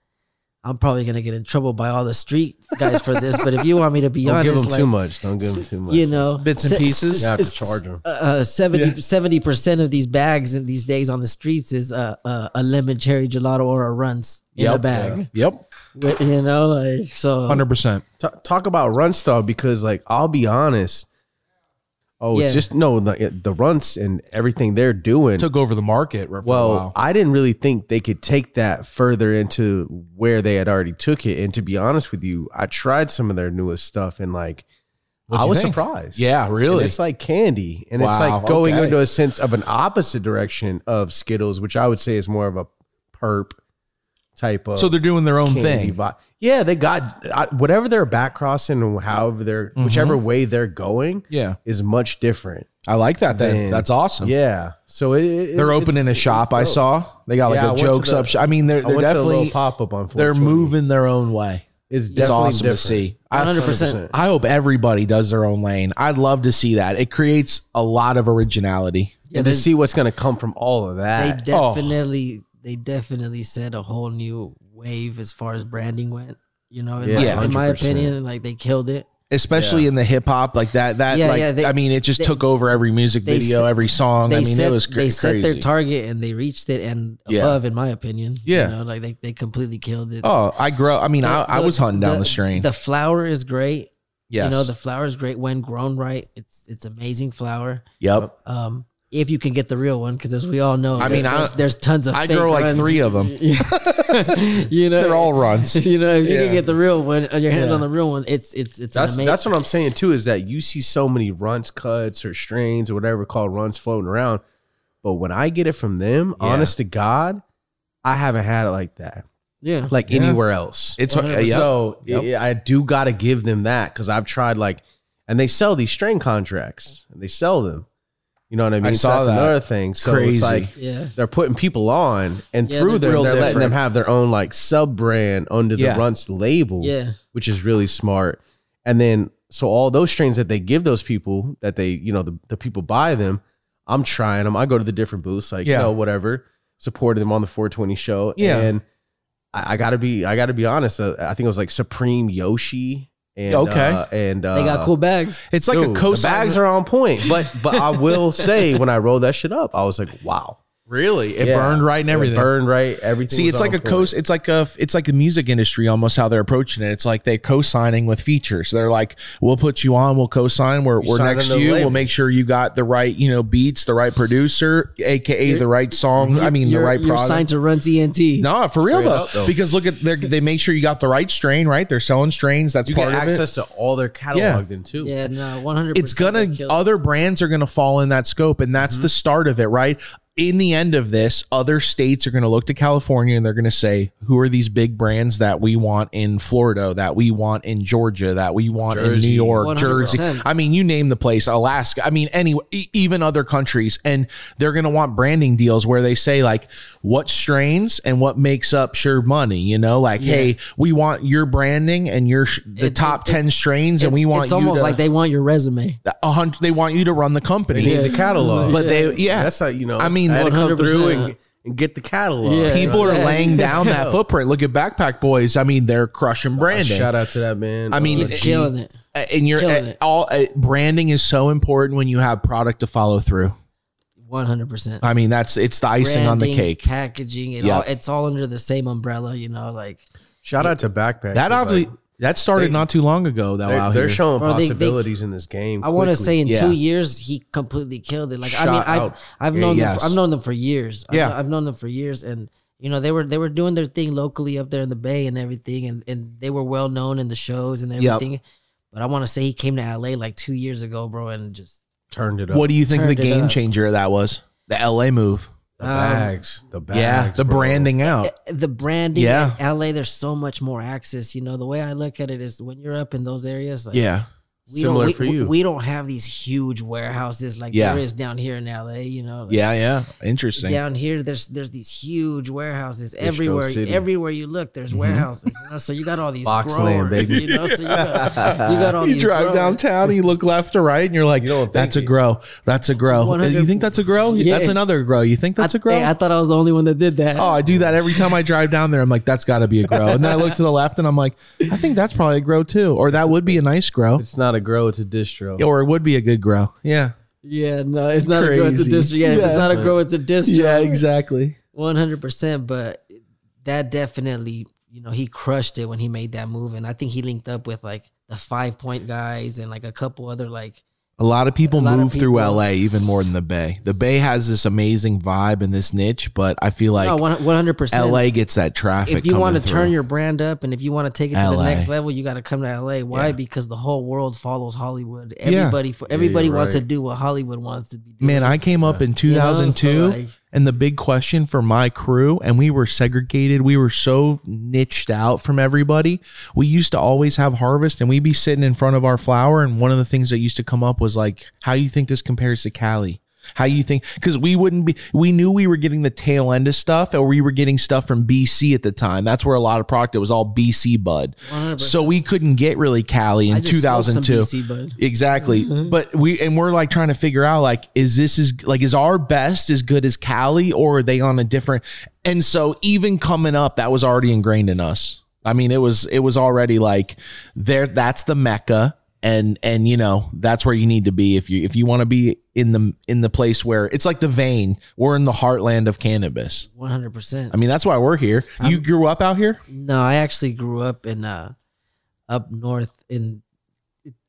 C: I'm probably gonna get in trouble by all the street guys for this. But if you want me to be
A: Don't
C: honest,
A: give them
C: like,
A: too much. Don't give them too much.
C: you know,
B: Bits and
C: se-
B: pieces?
A: You have to
C: s-
A: charge 'em.
C: Uh, 70 percent of these bags in these days on the streets is uh, uh, a lemon cherry gelato or a runs in a
B: Yep.
C: bag.
B: Yep,
C: Wi- You know, like so.
A: Oh.
B: hundred percent.
A: Ta- talk about run style because like I'll be honest, Oh,
C: Yeah.
A: it's just no the the runts and everything they're doing.
D: Took over the market for a
A: well,
D: while.
A: I didn't really think they could take that further into where they had already took it. And to be honest with you, I tried some of their newest stuff and like
D: What'd
A: I
D: you
A: was
D: think?
A: surprised.
D: Yeah,
A: And
D: really.
A: it's like candy, and it's
B: Wow,
A: like going
B: okay.
A: into a sense of an opposite direction of Skittles, which I would say is more of a perp type of
B: So they're doing their own
A: candy
B: thing.
A: vi- Yeah, they got I, whatever they're back crossing, and however they're
B: Mm-hmm.
A: whichever way they're going
B: Yeah.
A: is much different.
B: I like that then.
A: Then-
B: That's awesome.
A: Yeah, so it, it-
B: They're
A: it's-
B: opening a
A: it's
B: shop I
A: dope.
B: saw. They got like
A: Yeah, I
B: a
A: went to
B: jokes
A: the-
B: up shop. I mean, they're
A: I
B: they're
A: went to a little
B: definitely
A: pop-up,
B: they're
A: unfortunately.
B: moving their own way.
A: It's
B: It's
A: definitely
B: awesome
A: different.
B: to see. I,
C: 100%.
B: I hope everybody does their own lane. I'd love to see that. It creates a lot of originality.
C: Yeah,
A: and to
C: they-
A: see what's going to come from all of
C: They
A: that.
B: Oh.
C: definitely, they definitely set a whole new wave as far as branding went. You know, in,
A: Yeah,
C: my, in my
A: 100%.
C: opinion, like they killed it.
B: Especially in the hip hop, like that, that,
C: Yeah,
B: like,
C: yeah, they-
B: I mean, it just
C: they-
B: took over every music
C: they
B: video,
C: set-
B: every song.
C: They
B: I mean,
C: set,
B: it was cra-
C: they set their
B: crazy.
C: target and they reached it and
B: Yeah.
C: above, in my opinion.
B: Yeah.
C: you know, like they, they completely killed it.
B: Oh, I grow. I mean, I, I was hunting down the, stream.
C: The flower is great.
B: yes.
C: You know, the flower is great when grown right. It's it's amazing flower.
B: yep.
C: Um, if you can get the real one, because as we all know,
B: I mean, I-
C: there's, there's tons of.
B: I
C: fake
B: grow like
C: runs.
B: three of them.
C: you know,
B: They're all runs.
C: You know, if you
B: Yeah.
C: can get the real one, uh, your hands
B: Yeah.
C: on the real one, it's it's it's
A: That's
C: an amazing.
A: that's what I'm saying too. Is that you see so many runs, cuts, or strains, or whatever called runs floating around, but when I get it from them,
B: Yeah.
A: honest to God, I haven't had it like that,
C: yeah,
A: like
B: Yeah.
A: anywhere else.
B: It's uh, yep.
A: So
B: Yep.
A: yeah, I do got to give them that because I've tried like, and they sell these strain contracts. They sell them. You know what I mean?
B: saw
A: so that's
B: that.
A: another thing. So
B: Crazy.
A: it's like
C: yeah.
A: they're putting people on, and
C: Yeah,
A: through them,
C: they're
B: real
A: they're letting
B: different.
A: them have their own like sub brand under the
B: Yeah.
A: Runts label
C: Yeah,
A: which is really smart. And then so all those strains that they give those people that they, you know, the, the people buy them, I'm trying them. I go to the different booths, like,
B: Yeah.
A: you know, whatever, supported them on the 420 show.
B: Yeah.
A: And I, I gotta be, I gotta be honest. Uh, I think it was like Supreme Yoshi and,
B: Okay.
A: uh, and, uh,
C: they got cool bags.
B: It's like
A: dude,
B: a
A: the
B: cosign.
A: bags are on point, but but I will say when I rolled that shit up, I was like, wow,
B: really. It
A: Yeah.
B: burned right and everything.
A: It burned right, everything.
B: See,
A: was
B: it's like
A: on
B: a
A: point.
B: co. It's like a. It's like the music industry almost how they're approaching it. It's like they co-signing with features. They're like, we'll put you on. We'll co-sign. We're,
A: You
B: we're
A: sign
B: next
A: under
B: to
A: the
B: you. We'll
A: label.
B: make sure you got the right you know beats, the right producer, aka the right song. I mean, the
C: You're-
B: right
C: You're
B: product.
C: signed to Run TNT.
B: No, for real
A: Straight
B: though,
A: up, though.
B: because look at they're- they make sure you got the right strain. Right, they're selling strains. That's
A: you
B: part
A: get
B: of it.
A: access to all their catalog
B: Yeah.
A: then too.
C: Yeah, no, one hundred.
B: it's gonna other brands are gonna fall in that scope and that's
C: Mm-hmm.
B: the start of it right in the end of this other states are gonna look to california and they're gonna say who are these big brands that we want in florida that we want in georgia that we want in new
A: Jersey.
B: york
C: 100%.
B: jersey i mean you name the place alaska i mean any e- even other countries and they're gonna want branding deals where they say like what strains and what makes up sure money you know like hey we want your branding and your sh- the
C: It-
B: top
C: it-
B: 10 strains and we want
C: It's
B: you
C: almost
B: to-
C: like they want your resume.
B: a hundred. They want you to run the company,
A: They need the catalog.
B: but they yeah.
A: That's how you know.
B: I mean,
A: I had to come
C: 100%.
A: through and, and get the catalog.
C: Yeah.
B: people are
C: Yeah.
B: laying down that footprint. Look at Backpack Boys. I mean, they're
A: Oh,
B: crushing branding.
A: Shout out to that man.
B: I mean,
A: Uh,
C: He's
B: it-
C: killing it.
B: and you're
C: Killing it.
B: all uh, branding is so important when you have product to follow through.
C: One hundred percent.
B: I mean, that's it's the icing on the
C: Branding,
B: cake.
C: packaging, it
B: Yeah.
C: all, it's all under the same umbrella. You know, like
A: shout out to Backpack.
B: That
A: 'cause,
B: obviously
A: like,
B: that started
A: they-
B: not too long ago though.
A: they're,
B: out
A: they're
B: here.
A: showing
C: Bro, they- they-
A: possibilities in this game.
C: I want to
A: quickly.
C: say in
B: Yeah.
C: two years he completely killed it. Like I mean,
A: Shot
C: I've
A: out.
C: I've
B: Yeah,
C: known
B: yes.
C: them for, I've known them for years. I've-
B: Yeah.
C: I've, known them for years, and you know they were they were doing their thing locally up there in the Bay and everything, and and they were well known in the shows and
B: Yep.
C: everything. But I want to say he came to LA like two years ago, bro, and just
A: turned it up.
B: what do you think the
C: Turned it
B: game
C: up.
B: changer of that was? The LA move.
A: the
C: um, eh,
A: bags? The bags.
B: yeah, the
A: bro.
B: branding out.
C: the branding.
B: Yeah.
C: Yeah, LA. There's so much more access. You know the way I look at it is when you're up in those areas, like
B: yeah,
C: we
A: Similar
C: don't, we,
A: for you.
C: We don't have these huge warehouses like
B: Yeah.
C: there is down here in LA. You know, like,
B: yeah, yeah. Interesting.
C: down here there's there's these huge warehouses
A: Bistro
C: everywhere
A: City. Mm-hmm.
C: everywhere you look there's warehouses you know? so you got all these
A: Box
C: growers,
A: land, baby.
C: you know so you got, you got all
B: you
C: these
B: drive
C: growers.
B: downtown and you look left to right and you're like,
A: don't think
B: that's a
A: it-
B: grow. That's a grow.
C: 100
B: You think that's a grow?
C: Yeah.
B: That's another grow. You think that's
C: I,
B: a grow?
C: hey, I thought I was the only one that did that
B: oh, I do that every time I drive down there. I'm like, that's got to be a grow. And then I look to the left and I'm like, I think that's probably a grow too. Or that would be a nice grow.
A: It's not a grow. It's a distro.
B: Or it would be a good grow. Yeah.
C: yeah no it's not a grow it's a
B: Crazy.
C: district yeah, if
B: Yeah.
C: it's not a grow it's a district
B: exactly.
C: 100% but that definitely you know he crushed it when he made that move and I think he linked up with like the five point guys and like a couple other like
B: A lot of people
C: A lot of
B: move through
C: people-
B: LA even more than the Bay. The Bay has this amazing vibe and this niche, but I feel like
C: no, one hundred percent.
B: LA gets that traffic.
C: If you
B: want to
C: turn your brand up and if you want to take it to the
B: LA.
C: next level, you got to come to LA. Why?
B: Yeah.
C: Because the whole world follows Hollywood. Everybody, for everybody
A: you're
C: wants to
A: right.
C: do what Hollywood wants to be doing.
B: man, I came up in
C: You know? So,
B: 2002,
C: like,
B: and the big question for my crew, and we were segregated. We were so niched out from everybody. We used to always have harvest, and we'd be sitting in front of our flower. And one of the things that used to come up was like, "How you think this compares to Cali?" How you think? Because we wouldn't be. We knew we were getting the tail end of stuff, or we were getting stuff from BC at the time. That's where a lot of product. It was all BC bud.
C: 100%.
B: So we couldn't get really Cali
C: I
B: in
C: just smoked some
B: 2002.
C: BC bud.
B: Exactly.
C: Mm-hmm.
B: But we and we're like trying to figure out like is this is like is our best as good as Cali or are they on a different and so even coming up that was already ingrained in us. I mean it was it was already like there that's the mecca and and you know that's where you need to be if you if you want to be in the in the place where it's like the vein we're in the heartland of cannabis.
C: One hundred percent.
B: I mean that's why we're here. you grew up out here?
C: No, I actually grew up in uh up north in.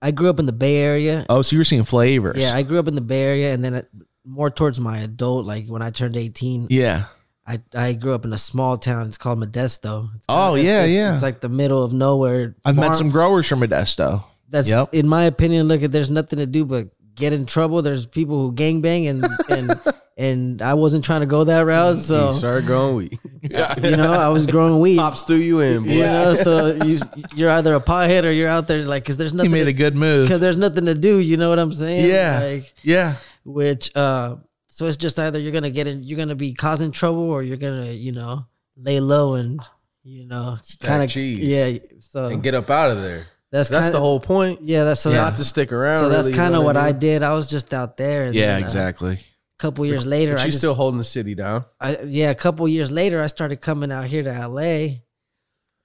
C: I grew up in the Bay Area.
B: Oh, so you were seeing flavors.
C: Yeah, I grew up in the Bay Area, and then it, more towards my adult, like when I turned eighteen,
B: Yeah.
C: I, I grew up in a small town. It's called Modesto. It's
B: Oh,
C: kinda-
B: yeah,
C: it's-
B: yeah.
C: It's like the middle of nowhere.
B: I've met
C: Farm-
B: some growers from Modesto.
C: That's
B: Yep.
C: in my opinion. Look, at there's nothing to do but get in trouble. There's people who gangbang, and and and I wasn't trying to go that route. So
A: Start going weed.
C: you know, I was growing weed.
A: Pops threw you in, boy.
C: You know, so you, you're either a pothead or you're out there like because there's
B: He
C: nothing
B: made a good move.
C: because there's nothing to do. You know what I'm saying?
B: Yeah.
C: Like,
B: Yeah.
C: which uh so it's just either you're gonna get in you're gonna be causing trouble or you're gonna you know lay low and you know
A: Stack
C: kind of
A: cheese.
C: yeah so
A: and get up out of there.
C: that's
A: That's
C: kinda,
A: the whole point.
C: yeah that's so
A: Not
C: that's
A: to stick around.
C: so that's
A: really, you
C: kind
A: know
C: of what I
A: mean?
C: did I was just out there and
B: Yeah,
C: then, uh,
B: exactly.
C: a couple years later
A: But
C: I
A: you
C: just
A: still holding the city down.
C: I, yeah a couple years later I started coming out here to LA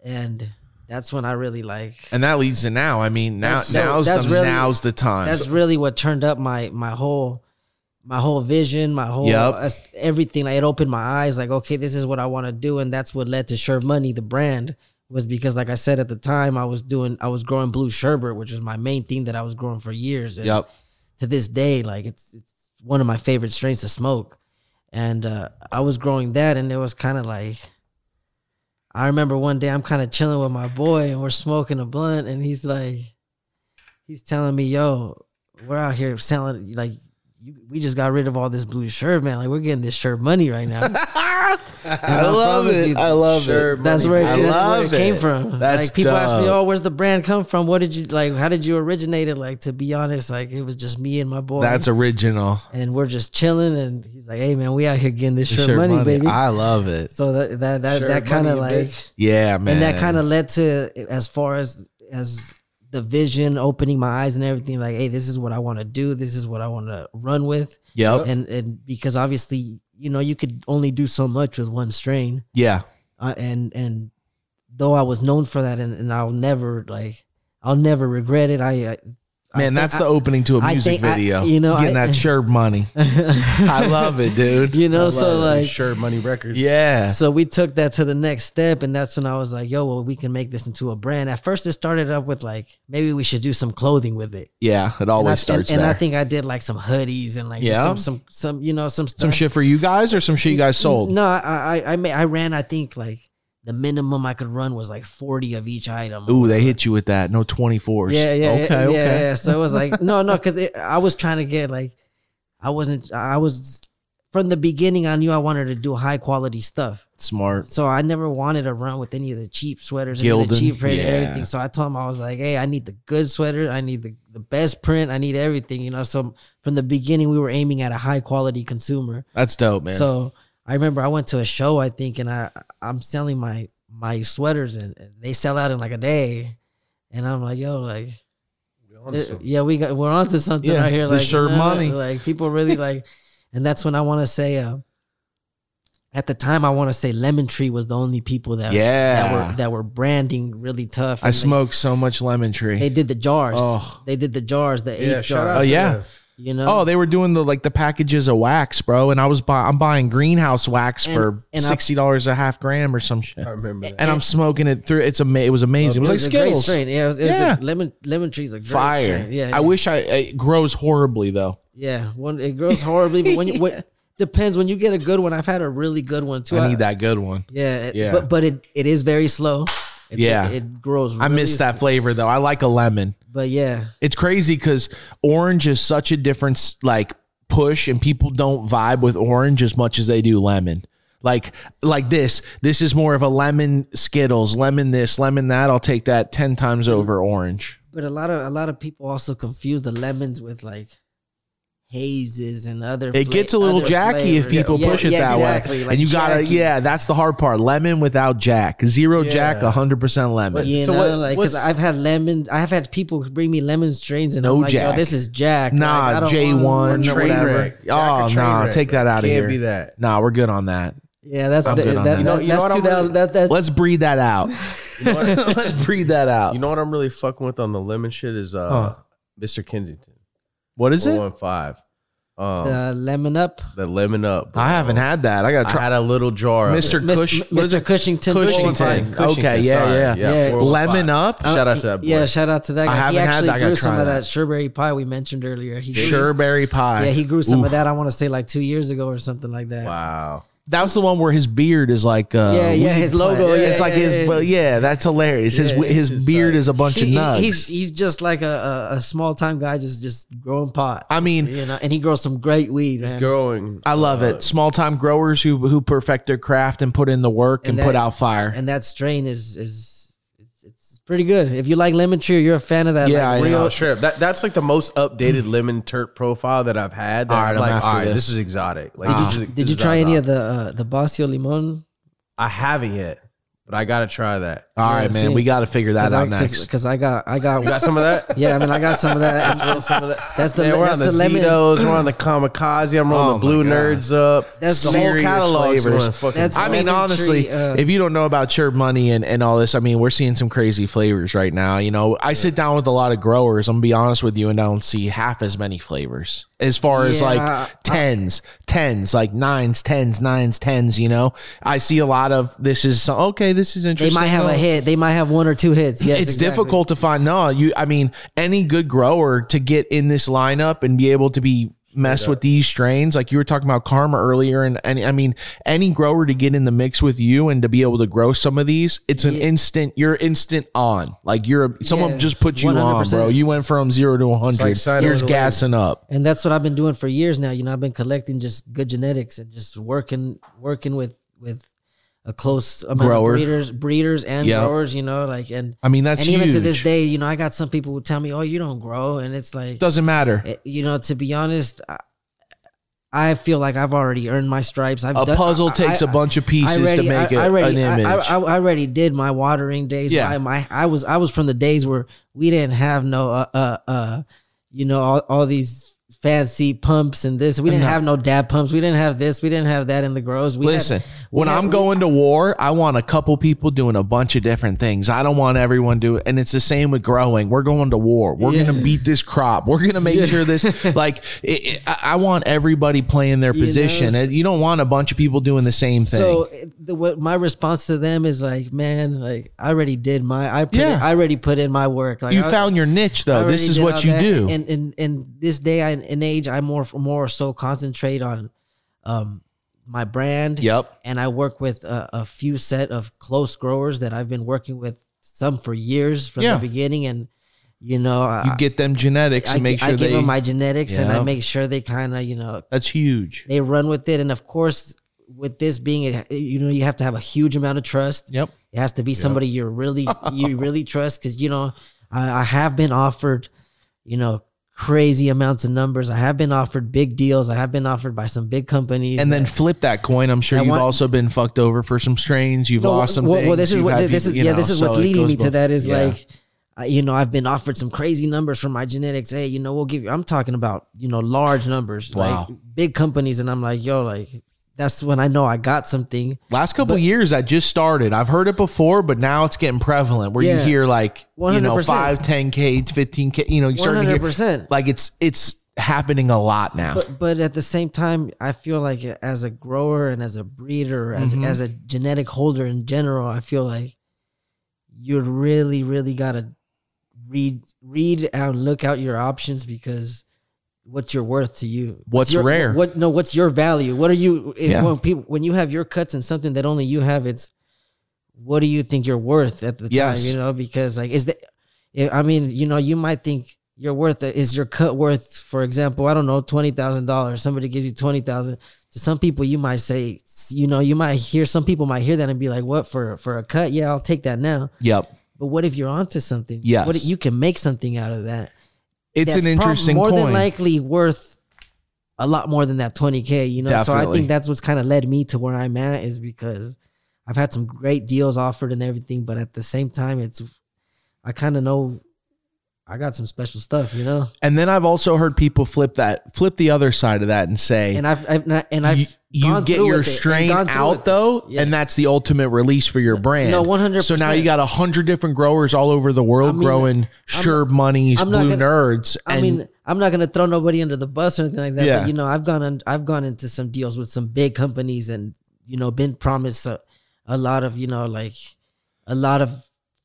C: and that's when I really like
B: And that leads to now. I mean, now
C: That's- that's-
B: now's
C: that's
B: the
C: really-
B: now's the time.
C: that's really what turned up my my whole my whole vision my whole
B: Yep.
C: uh, everything like it opened my eyes like okay this is what i want to do and that's what led to sure money the brand was because like i said at the time i was doing i was growing blue sherbet which was my main thing that i was growing for years and
B: yep.
C: to this day like it's it's one of my favorite strains to smoke and uh i was growing that and it was kind of like i remember one day i'm kind of chilling with my boy and we're smoking a blunt and he's like he's telling me yo we're out here selling like you, we just got rid of all this blue shirt man like we're getting this shirt money right now
B: I love
C: promise you,
B: it. I love
A: Sure,
B: it.
C: that's
A: money,
C: where
B: I
A: bro.
C: that's where
B: love
C: it came
B: it.
C: from.
B: That's
C: like people ask me,
B: dope.
C: "Oh, where's the brand come from? What did you like? How did you originate it?" Like to be honest, like it was just me and my boy.
B: That's original.
C: and we're just chilling. And he's like, "Hey, man, we out here getting this shirt, money, baby."
B: I love it.
C: so that that that,
A: Shirt
C: that kind of
A: money,
C: like,
A: bitch.
B: Yeah, man.
C: and that kind of led to as far as as the vision, opening my eyes and everything. Like, hey, this is what I want to do. This is what I want to run with.
B: Yep.
C: And and because obviously, you know, you could only do so much with one strain
B: Yeah.
C: uh, and and though I was known for that, and, and I'll never like I'll never regret it. I, I
B: Man,
C: I
B: that's the
C: think
B: opening to a
C: I
B: music
C: think I-
B: video.
C: you know,
B: getting
C: I-
B: that shirt money. I love it, dude.
C: you know,
A: I
C: so
A: love some
C: like
A: sure money records.
B: Yeah.
C: so we took that to the next step, and that's when I was like, yo, well, we can make this into a brand. At first, it started up with like maybe we should do some clothing with it.
B: Yeah. It
C: And I-
B: always starts
C: and, and
B: there.
C: I think I did like some hoodies and like
B: Yeah.
C: just some some some you know some
B: some
C: stuff.
B: shit for you guys or some shit you guys sold?
C: No, I I I, made, I ran. I think like the minimum I could run was like forty of each item.
B: Ooh, they hit you with that. No 24s.
C: Yeah, yeah,
B: Okay,
C: yeah, yeah,
B: okay.
C: yeah. So it was like, no, no, because I was trying to get like, I wasn't, I was from the beginning. I knew I wanted to do high quality stuff,
B: Smart.
C: so I never wanted to run with any of the cheap sweaters, any of the
B: Gildan,
C: cheap print,
B: yeah.
C: and everything. So I told him I was like, hey, I need the good sweater, I need the the best print, I need everything, you know. So from the beginning, we were aiming at a high quality consumer.
B: That's dope, man.
C: So I remember I went to a show, I think, and I I'm selling my my sweaters and they sell out in like a day, and I'm like, yo, like.
A: We on
C: It-
A: to some-
C: yeah, we got we're onto something
B: Yeah,
C: right here.
B: the
C: Like
B: sure
C: nah,
B: money.
C: like people really like, and that's when I want to say. Uh, at the time, I want to say Lemon Tree was the only people that
B: yeah.
C: that were that were branding really tough.
B: I
C: and they-
B: smoked so much lemon tree.
C: They did the jars.
B: Oh.
C: They did the jars, the
A: Yeah, shout
C: eighth jar.
A: out
B: Oh,
A: to
B: yeah.
A: them.
C: You know.
B: Oh, they were doing the like the packages of wax, bro, and I was buy- I'm buying greenhouse wax
C: And- Oh,
B: for
C: and I-
B: sixty dollars a half gram or some shit,
A: I remember that.
B: and I'm smoking it through. It's ama- It was amazing. it was like
C: a great
B: Skittles.
C: strain. Yeah, it was, it was
B: Yeah.
C: A lemon lemon trees are great
B: Fire.
C: strain. Yeah, yeah.
B: I wish I it grows horribly though.
C: Yeah, one it grows horribly, but when you when, depends when you get a good one. I've had a really good one too.
B: I need that good one.
C: Yeah, it-
B: Yeah.
C: But but it it is very slow. It's
B: Yeah.
C: it, grows.
B: I
C: really
B: miss
C: slow.
B: that flavor though. I like a lemon.
C: But yeah,
B: It's crazy because orange is such a different like push, and people don't vibe with orange as much as they do lemon. Like like this, this is more of a lemon Skittles, lemon this, lemon that. I'll take that ten times over orange.
C: but a lot of a lot of people also confuse the lemons with like hazes and other.
B: It gets a little jacky if people push it that way, and you gotta yeah, that's the hard part. Lemon without jack, zero jack,
A: Yeah.
B: jack, hundred percent lemon.
C: You
A: So
C: know,
A: what-
C: like
A: what's-
C: because I've had lemon, I've had people bring me lemon strains, and
B: No
C: I'm like,
B: Jack.
C: yo, this is Jack. Like, I
B: Nah,
C: don't
B: J
C: wanna-
B: one,
A: Train
B: whatever.
A: wreck. Jack,
B: Oh
A: a train
B: nah,
A: wreck.
B: take that out of
A: Can't
B: here.
A: be that.
B: Nah, we're good on that.
C: Yeah, that's
B: I'm
C: the,
B: good on
C: that,
B: that.
C: that,
B: You
A: know- you know what
C: that's
A: I'm
C: two thousand. That, that's
B: Let's breathe that out.
A: You know what-
B: Let's breathe that out.
A: You know what I'm really fucking with on the lemon shit is uh
B: Huh.
A: Mr. Kensington.
B: what is it?
A: 415. Um
C: the lemon up.
A: the lemon up. bro.
B: I haven't had that. I got
A: I
B: to try.
A: had a little jar of
B: Mr.
A: it.
C: Mis-
B: Cush-
C: M-
B: what is
C: Mr.
B: it?
C: Cushington.
B: Cushington.
C: Cushington.
B: Okay, yeah,
A: sorry.
B: yeah.
C: Yeah.
A: 415.
B: Lemon up.
C: Uh,
A: Shout out to that boy.
C: Yeah, shout out to that guy.
B: I
C: he
B: haven't had
C: actually
B: that. I gotta
C: grew some
B: try
C: of
B: that.
C: that strawberry pie we mentioned earlier. He grew-
B: Sherberry pie.
C: Yeah, he grew some
B: Oof.
C: of that. I want to say like two years ago or something like that.
A: Wow.
B: That was the one where his beard is like. Uh,
C: Yeah, yeah,
B: weed
C: his
B: plant.
C: logo, yeah,
B: it's like
C: yeah,
B: his.
C: yeah.
B: But yeah, that's hilarious. his
A: Yeah, it's
B: his
A: just
B: beard
A: like-
B: is a bunch
C: He-
B: of nugs.
C: He's he's just like a, a, a small time guy, just just growing pot.
B: I mean,
C: you know, and he grows some great weed,
A: It's
C: man.
A: growing.
B: I love it. Small time growers who who perfect their craft and put in the work and,
C: And
B: put
C: that-
B: out fire.
C: and that strain is is it's- it's pretty good. If you like lemon tree, or you're a fan of that.
B: Yeah,
C: like,
B: I
A: Real
B: know.
A: trip. That that's like the most updated lemon turp profile that I've had. That
B: Mm. All right,
A: I'm
B: I'm
A: like,
B: after
A: all right,
B: this.
A: this. is exotic. Like,
B: Did you-
A: this is-
C: Did
A: this
C: you
A: is
C: try any
A: out-
C: of the uh, the Basio Limon?
A: I haven't yet, but I gotta try that.
B: All
C: yeah,
B: right, man,
C: see.
B: we got to figure that out next.
C: Because I got I got
A: You got some of that?
C: yeah. I mean, I got some of that.
A: Roll some of that.
C: That's the-
A: Man, we're
C: that's
A: on the,
C: the lemon.
A: Zetos, we're on the kamikaze. I'm rolling
B: Oh
A: the blue
B: my God.
A: nerds up.
C: That's
A: the whole
B: serious
A: catalog.
B: flavors.
C: That's-
B: I mean,
C: Lemon
B: honestly,
C: tree, uh,
B: if you don't know about Chirp Money and, and all this, I mean, we're seeing some crazy flavors right now. You know, I sit down with a lot of growers. I'm gonna be honest with you, and I don't see half as many flavors as far as
C: Yeah, I-
B: like tens, tens, like nines, tens, nines, tens. You know, I see a lot of this is some, okay. This is
C: They
B: interesting.
C: might have
B: Oh,
C: a hit. They might have one or two hits. Yes,
B: it's
C: exactly.
B: difficult to find. No, you. I mean, any good grower to get in this lineup and be able to be messed with these strains, like you were talking about karma earlier, and, and I mean, any grower to get in the mix with you and to be able to grow some of these, it's an
C: Yeah.
B: instant. You're instant on. Like you're someone
C: Yeah.
B: just put you on, bro.
C: 100%.
B: You went from zero to one
A: like
B: hundred.
A: signing
B: you're
A: with a
B: gassing up.
C: and that's what I've been doing for years now. You know, I've been collecting just good genetics and just working working with with a close amount
B: Grower.
C: of breeders, breeders and
B: Yeah.
C: growers. You know, like and
B: I mean, that's
C: and
B: huge.
C: even to this day, you know, I got some people who tell me, "Oh, you don't grow," and it's like,
B: doesn't matter.
C: eh, you know, to be honest, I, I feel like I've already earned my stripes. I've
B: A
C: done-
B: puzzle
C: I-
B: takes
C: I-
B: a bunch of pieces to make it
C: I already,
B: an image.
C: I, I, I already did my watering days.
B: Yeah.
C: My, my, I was I was from the days where we didn't have no uh uh, uh you know all, all these fancy pumps and this. We didn't
B: No.
C: have no dab pumps. We didn't have this. We didn't have that in the grows. We had-
B: Listen,
C: we
B: when
C: had-
B: I'm
C: we-
B: going to war, I want a couple people doing a bunch of different things. I don't want everyone doing, and it's the same with growing. We're going to war. We're
C: Yeah.
B: gonna beat this crop. We're gonna make sure this like it, it- I, I want everybody playing their
C: know,
B: position.
C: s-
B: you don't want a bunch of people doing the same thing.
C: So eh, the, what my response to them is like, man, like I already did my I put
B: Yeah.
C: I already put in my work. Like
B: you
C: I-
B: found your niche
C: I
B: though.
C: already
B: This is
C: did
B: what
C: all
B: you
C: that.
B: do.
C: And and and this day and and age, I more more so concentrate on, um, my brand.
B: yep.
C: and I work with a, a few set of close growers that I've been working with some for years from
B: Yeah.
C: the beginning, and you know,
B: You
C: I,
B: get them genetics
C: I,
B: and make
C: I
B: sure
C: give
B: they.
C: them my genetics, and
B: Yeah.
C: I make sure they kind of you know
B: that's huge.
C: they run with it, and of course, with this being a- you know you have to have a huge amount of trust.
B: Yep.
C: It has to be somebody you really you really trust because you know I, I have been offered, you know, crazy amounts of numbers. I have been offered big deals. I have been offered by some big companies.
B: And then
C: that-
B: flip that coin. I'm sure
C: I
B: you've
C: want-
B: also been fucked over for some strains. You've
C: No,
B: lost some.
C: well, well,
B: things.
C: this is
B: You've
C: what
B: had
C: this
B: people-
C: is.
B: you
C: Yeah,
B: know,
C: this is
B: so
C: what's
B: it
C: leading
B: goes
C: me to
B: both-
C: that is
B: Yeah.
C: like, I, you know, I've been offered some crazy numbers from my genetics. Hey, you know, we'll give you. I'm talking about you know large numbers,
B: Wow.
C: like big companies, and I'm like, yo, like that's when I know I got something.
B: Last couple years, I just started. I've heard it before, but now it's getting prevalent where you
C: Yeah.
B: hear like you know
C: 100%.
B: five, ten k, fifteen k. You know, you
C: One
B: starting to
C: hundred
B: hear
C: percent.
B: like it's it's happening a lot now.
C: But, but at the same time, I feel like as a grower and as a breeder, as
B: Mhm.
C: as a genetic holder in general, I feel like you really, really gotta read read and look out your options because what's your worth to you?
B: What's
C: your,
B: rare?
C: What no? What's your value? What are you? If,
B: Yeah.
C: When people when you have your cuts and something that only you have, it's what do you think you're worth at the
B: Yes.
C: time? You know, because like is that yeah, I mean, you know, you might think you're worth it. Is your cut worth, for example, I don't know, twenty thousand dollars? Somebody gives you twenty thousand. To some people, you might say, you know, you might hear some people might hear that and be like, "What for? For a cut? Yeah, I'll take that now."
B: yep.
C: But what if you're onto something?
B: Yes.
C: what if you can make something out of that.
B: It's
C: That's
B: an
C: prob-
B: interesting
C: more
B: coin.
C: than likely worth a lot more than that twenty k. You know, so I
B: Definitely.
C: think that's what's kind of led me to where I'm at is because I've had some great deals offered and everything, but at the same time, it's I kind of know I got some special stuff, you know,
B: and then I've also heard people flip that flip the other side of that and say
C: and I've, I've not, and I've
B: you, you
C: gone
B: get
C: through
B: your
C: with it and
B: strain
C: gone through with
B: out
C: it.
B: though,
C: Yeah.
B: and that's the ultimate release for your brand.
C: No, 100%.
B: So now you got a hundred different growers all over the world
C: I mean,
B: growing sure monies,
C: I'm not
B: blue
C: gonna-
B: nerds.
C: I
B: and
C: mean, I'm not gonna throw nobody under the bus or anything like that.
B: Yeah.
C: But you know, I've gone on, I've gone into some deals with some big companies, and you know, been promised a, a lot of you know, like a lot of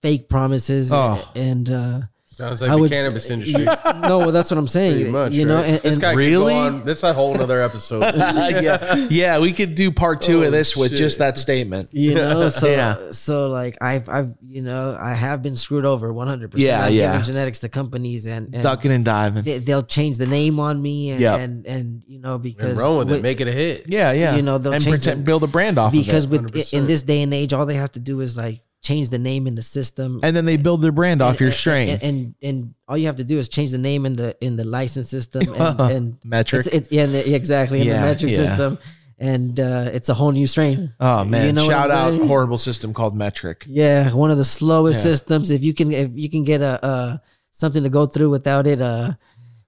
C: fake promises,
B: Oh.
C: and uh,
A: Sounds like
C: I
A: the
C: would
A: cannabis
C: say-
A: industry.
C: no, well, that's what I'm
A: Pretty
C: saying.
A: much,
C: you know,
A: right?
C: and,
A: this
C: and-
A: guy could go
B: Really?
A: on- That's a whole other episode.
B: yeah, yeah, we could do part two
A: Oh,
B: of this with
A: shit.
B: just that statement.
C: you know so
B: Yeah.
C: so like i've i've you know i have been screwed over 100%
B: Yeah,
C: I've
B: yeah.
C: given genetics to companies and, and
B: Ducking and diving.
C: they, they'll change the name on me and
B: Yep.
C: and, and you know because
A: And roll with it,
C: with-
A: make it a hit.
B: Yeah, yeah.
C: You know, they'll
B: and
C: change
B: pretend,
C: it.
B: build a brand off because,
C: because
B: of
C: with in this day and age all they have to do is like change the name in the system
B: it. And then they build their brand off your
C: and-
B: strain.
C: and, and and all you have to do is change the name in the in the license system and, and
B: Metric.
C: it's, it's yeah, and the- exactly in
B: Yeah,
C: the metric
B: yeah.
C: system and uh, it's a whole new strain
B: oh man!
C: you know what
B: Shout
C: I'm
B: out
C: saying?
B: horrible system called Metric.
C: Yeah, one of the slowest
B: Yeah.
C: systems. If you can, if you can get a uh, something to go through without it, uh,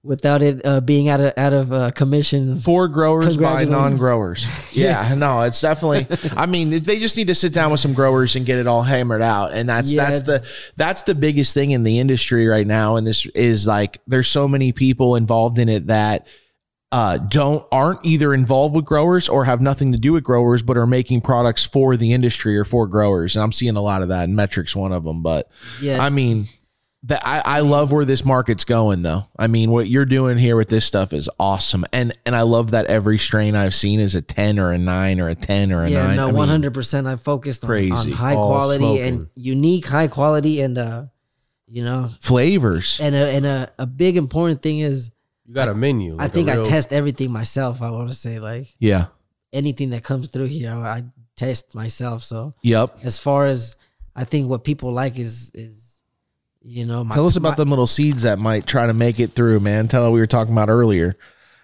C: without it uh, being out of out of uh, commission.
B: for growers by
C: Congratulations.
B: non-growers. Yeah, no, it's definitely. I mean, they just need to sit down with some growers and get it all hammered out, and that's that's
C: Yes.
B: the that's the biggest thing in the industry right now. And this is like, there's so many people involved in it that uh, don't aren't either involved with growers or have nothing to do with growers, but are making products for the industry or for growers. And I'm seeing a lot of that. And metrics one of them, but
C: Yeah,
B: I mean. That I, I love where this market's going though. I mean, what you're doing here with this stuff is awesome, and and I love that every strain I've seen is a ten or a nine or a ten or a
C: yeah,
B: nine. I
C: no,
B: mean,
C: one hundred percent. I focused on, on
B: crazy.
C: high
A: All
C: quality and
A: smoking.
C: unique high quality, and uh, you know,
B: flavors.
C: and a, and a, a big important thing is
A: You got a menu.
C: I
A: like a
C: think I
A: real-
C: test everything myself. I want to say like
B: Yeah.
C: anything that comes through here, I test myself. So
B: Yep.
C: as far as I think, what people like is is you know, my,
B: Tell us about them little seeds that might try to make it through, man. Tell what we were talking about earlier.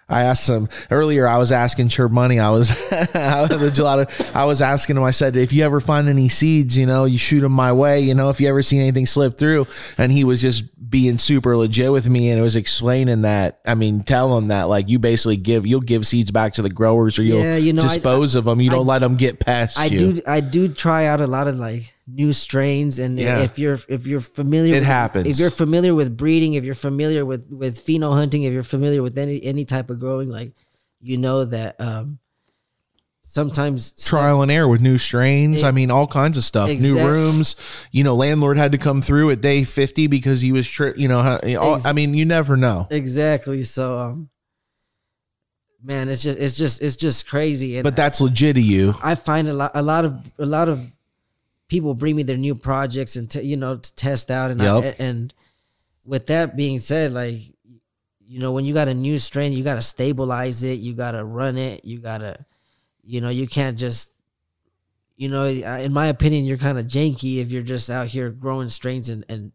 B: I asked some earlier. I was asking Chirp Money. I was I was the gelato. I was asking him. I said, if you ever find any seeds, you know, you shoot them my way. You know, if you ever see anything slip through, and he was just being super legit with me, and it was explaining that. I mean, tell him that like you basically give you'll give seeds back to the growers, or you'll
C: Yeah, you know, I-
B: dispose of them. You don't let them get past
C: I
B: you.
C: do I do try out a lot of like new strains and
B: Yeah.
C: if you're if you're familiar
B: It
C: with,
B: happens.
C: if you're familiar with breeding if you're familiar with with pheno hunting if you're familiar with any any type of growing like you know that um sometimes
B: trial and error with new strains. I mean, all kinds of stuff. New
C: Exact-
B: rooms. You know, landlord had to come through at day fifty because he was tri- You know, ha- all, I mean, you never know.
C: exactly so um man it's just it's just it's just crazy and
B: But that's legit to you.
C: I find a lot, a lot of, a lot of people bring me their new projects and t- you know to test out, and I,
B: Yep.
C: and with that being said, like you know when you got a new strain, you got to stabilize it, you got to run it, you got to, you know, you can't just, you know, I- in my opinion, you're kind of janky if you're just out here growing strains and and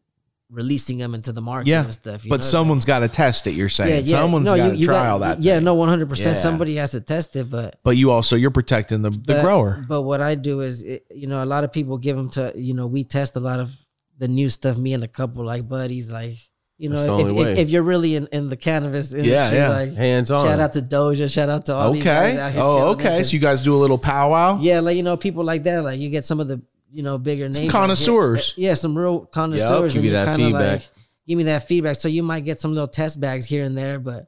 C: releasing them into the market
B: Yeah,
C: and stuff. you
B: But
C: know?
B: someone's got to test it. You're saying someone's
C: No,
B: got
C: you-
B: to
C: you got-
B: trial that.
C: Yeah,
B: thing.
C: no, one hundred percent.
B: Yeah.
C: Somebody has to test it, but
B: But you also you're protecting the the
C: but-
B: grower.
C: But what I do is, it, you know, a lot of people give them to, you know, we test a lot of the new stuff. Me and a couple like buddies, like you
A: That's the
C: know, if,
A: only
C: if,
A: way.
C: if you're really in, in the cannabis industry,
B: yeah.
C: like
A: hands on.
C: shout out to Doja, shout out to all these guys out
B: Okay.
C: here.
B: Oh,
C: killing it,
B: okay.
C: 'cause-
B: So you guys do a little powwow.
C: yeah, like you know, people like that. Like you get some of the you know bigger names, out here.
B: connoisseurs.
C: Yeah, some real connoisseurs.
A: give
C: and
A: you
C: you
A: that
C: kinda
A: feedback.
C: Like, give me that feedback. So you might get some little test bags here and there, but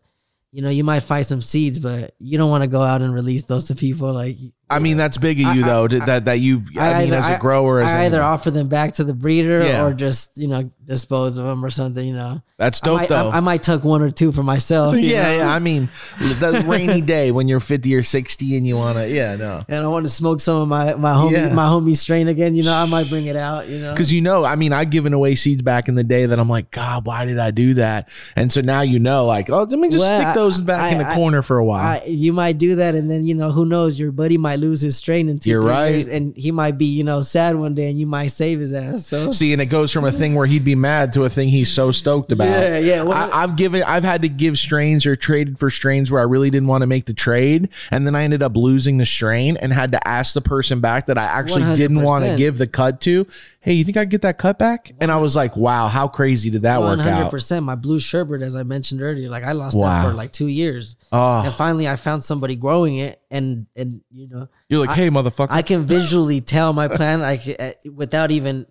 C: you know, you might find some seeds, but you don't want to go out and release those to people. Like
B: I mean, that's big of
C: I-
B: you
C: I-
B: though. that- that that you. I,
C: I
B: mean,
C: either-
B: as a grower, as
C: I
B: a-
C: either offer them back to the breeder
B: Yeah.
C: or just you know dispose of them or something. You know,
B: that's
C: I
B: dope
C: might- I,
B: though.
C: I might tuck one or two for myself. you
B: yeah,
C: know?
B: yeah. I mean, the rainy day when you're 50 or 60 and you wanna, yeah, no.
C: and I want to smoke some of my my homie
B: Yeah.
C: my homie strain again. You know, I might bring it out. You know,
B: Because you know, I mean, I've given away seeds back in the day that I'm like, God, why did I do that? And so now you know, like, oh, let me just
C: Well,
B: stick those
C: I-
B: back in the
C: I- I-
B: corner for a while.
C: I, you might do that, and then you know who knows? Your buddy might lose his strain in two
B: You're
C: three
B: right.
C: years, and he might be you know sad one day, and you might save his ass. So
B: See, and it goes from a thing where he'd be mad to a thing he's so stoked about.
C: Yeah, yeah, well-
B: I, I've given, I've had to give strains or traded for strains where I really didn't want to make the trade, and then I ended up losing the strain and had to ask the person back that I actually didn't want to
C: 100%.
B: give the cut to. Hey, you think I could get that cut back? And I was like, wow, how crazy did that
C: one
B: work
C: hundred
B: out?
C: percent, my blue sherbet, as I mentioned earlier, like I lost
B: Wow.
C: that for like two years,
B: Oh,
C: and finally I found somebody growing it, and and you know
B: you're like, hey, motherfucker.
C: I can visually tell my plant I c- uh, without even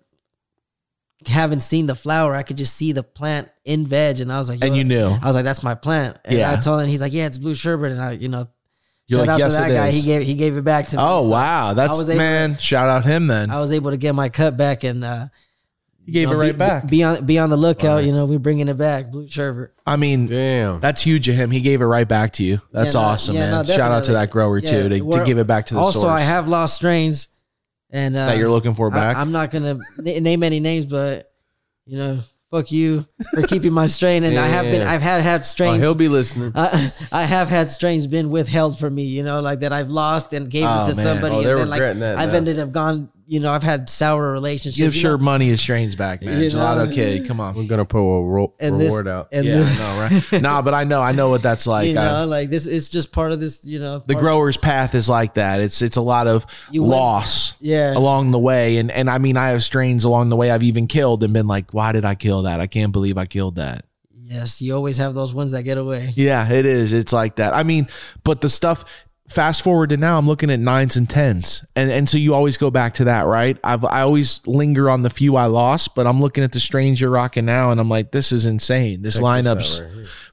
C: having seen the flower. I could just see the plant in veg, and I was like,
B: and
C: yo,
B: you knew.
C: I was like, that's my plant. And
B: Yeah.
C: I told him, he's like, yeah, it's blue sherbet. And I, you know,
B: You're
C: shout
B: like,
C: out
B: "Yes,
C: to that
B: it
C: guy.
B: is."
C: He gave he gave it back to me.
B: Oh
C: So
B: wow, that's
C: was able
B: man. shout out him then.
C: I was able to get my cut back and uh,
B: He gave
C: you
B: it
C: know,
B: right
C: be,
B: back.
C: Be on be on the lookout. You know, we're bringing it back, blue sherbet.
B: I mean,
A: Damn.
B: that's huge of him. He gave it right back to you. That's
C: Yeah, no,
B: awesome,
C: yeah, no,
B: man. shout out to
C: definitely.
B: that grower
C: Yeah,
B: too to, to
C: we're-
B: give it back to the
C: Also,
B: source
C: I have lost strains, and uh,
B: that you're looking for back.
C: I, am not gonna na- name any names, but you know, fuck you for keeping my strain. And I have been,
A: Yeah.
C: I've had had
A: Oh,
C: strains.
A: he'll be listening.
C: I, I have had strains been withheld from me, you know, like that I've lost and gave
B: Oh,
C: it to
B: man.
C: somebody,
A: Oh, they're
C: and then like
A: regretting that
C: I've
A: now.
C: ended up gone, you know, I've had sour relationships.
B: give
C: you
B: sure
C: know,
B: money his strains back, man.
C: You know,
B: Gelato kid, come on.
A: I'm gonna put a ro-
C: and this-
A: reward out.
C: and
B: Yeah,
C: this-
B: I know, right? nah, but I know, I know what that's like.
C: you
B: I-
C: know, like this, it's just part of this, you know,
B: the
C: part-
B: grower's path is like that. It's it's a lot of
C: You wouldn't-
B: loss.
C: yeah,
B: along the way and and I mean I have strains along the way I've even killed and been like why did I kill that I can't believe I killed that
C: yes, you always have those ones that get away.
B: Yeah, it is. It's like that. I mean, but the stuff fast forward to now I'm looking at nines and tens. And and so you always go back to that, right? I've I always linger on the few I lost, but I'm looking at the strains you're rocking now and I'm like, this is insane. This lineup's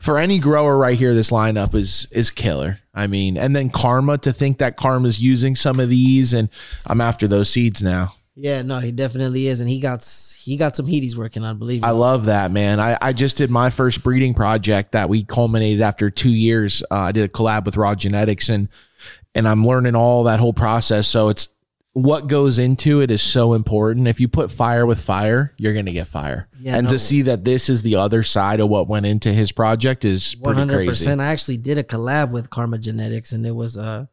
B: for any grower right here, this lineup is is killer. I mean, and then karma to think that karma's using some of these and I'm after those seeds now.
C: Yeah, no, he definitely is, and he got s- he got some heat he's working on. Believe me,
B: I love that, man. I, I just did my first breeding project that we culminated after two years. Uh, I did a collab with Raw Genetics and and I'm learning all that whole process. So it's what goes into it is so important. If you put fire with fire, you're gonna get fire.
C: Yeah,
B: and
C: no.
B: to see that this is the other side of what went into his project is
C: one
B: pretty
C: hundred
B: crazy.
C: percent. I actually did a collab with Karma Genetics, and it was uh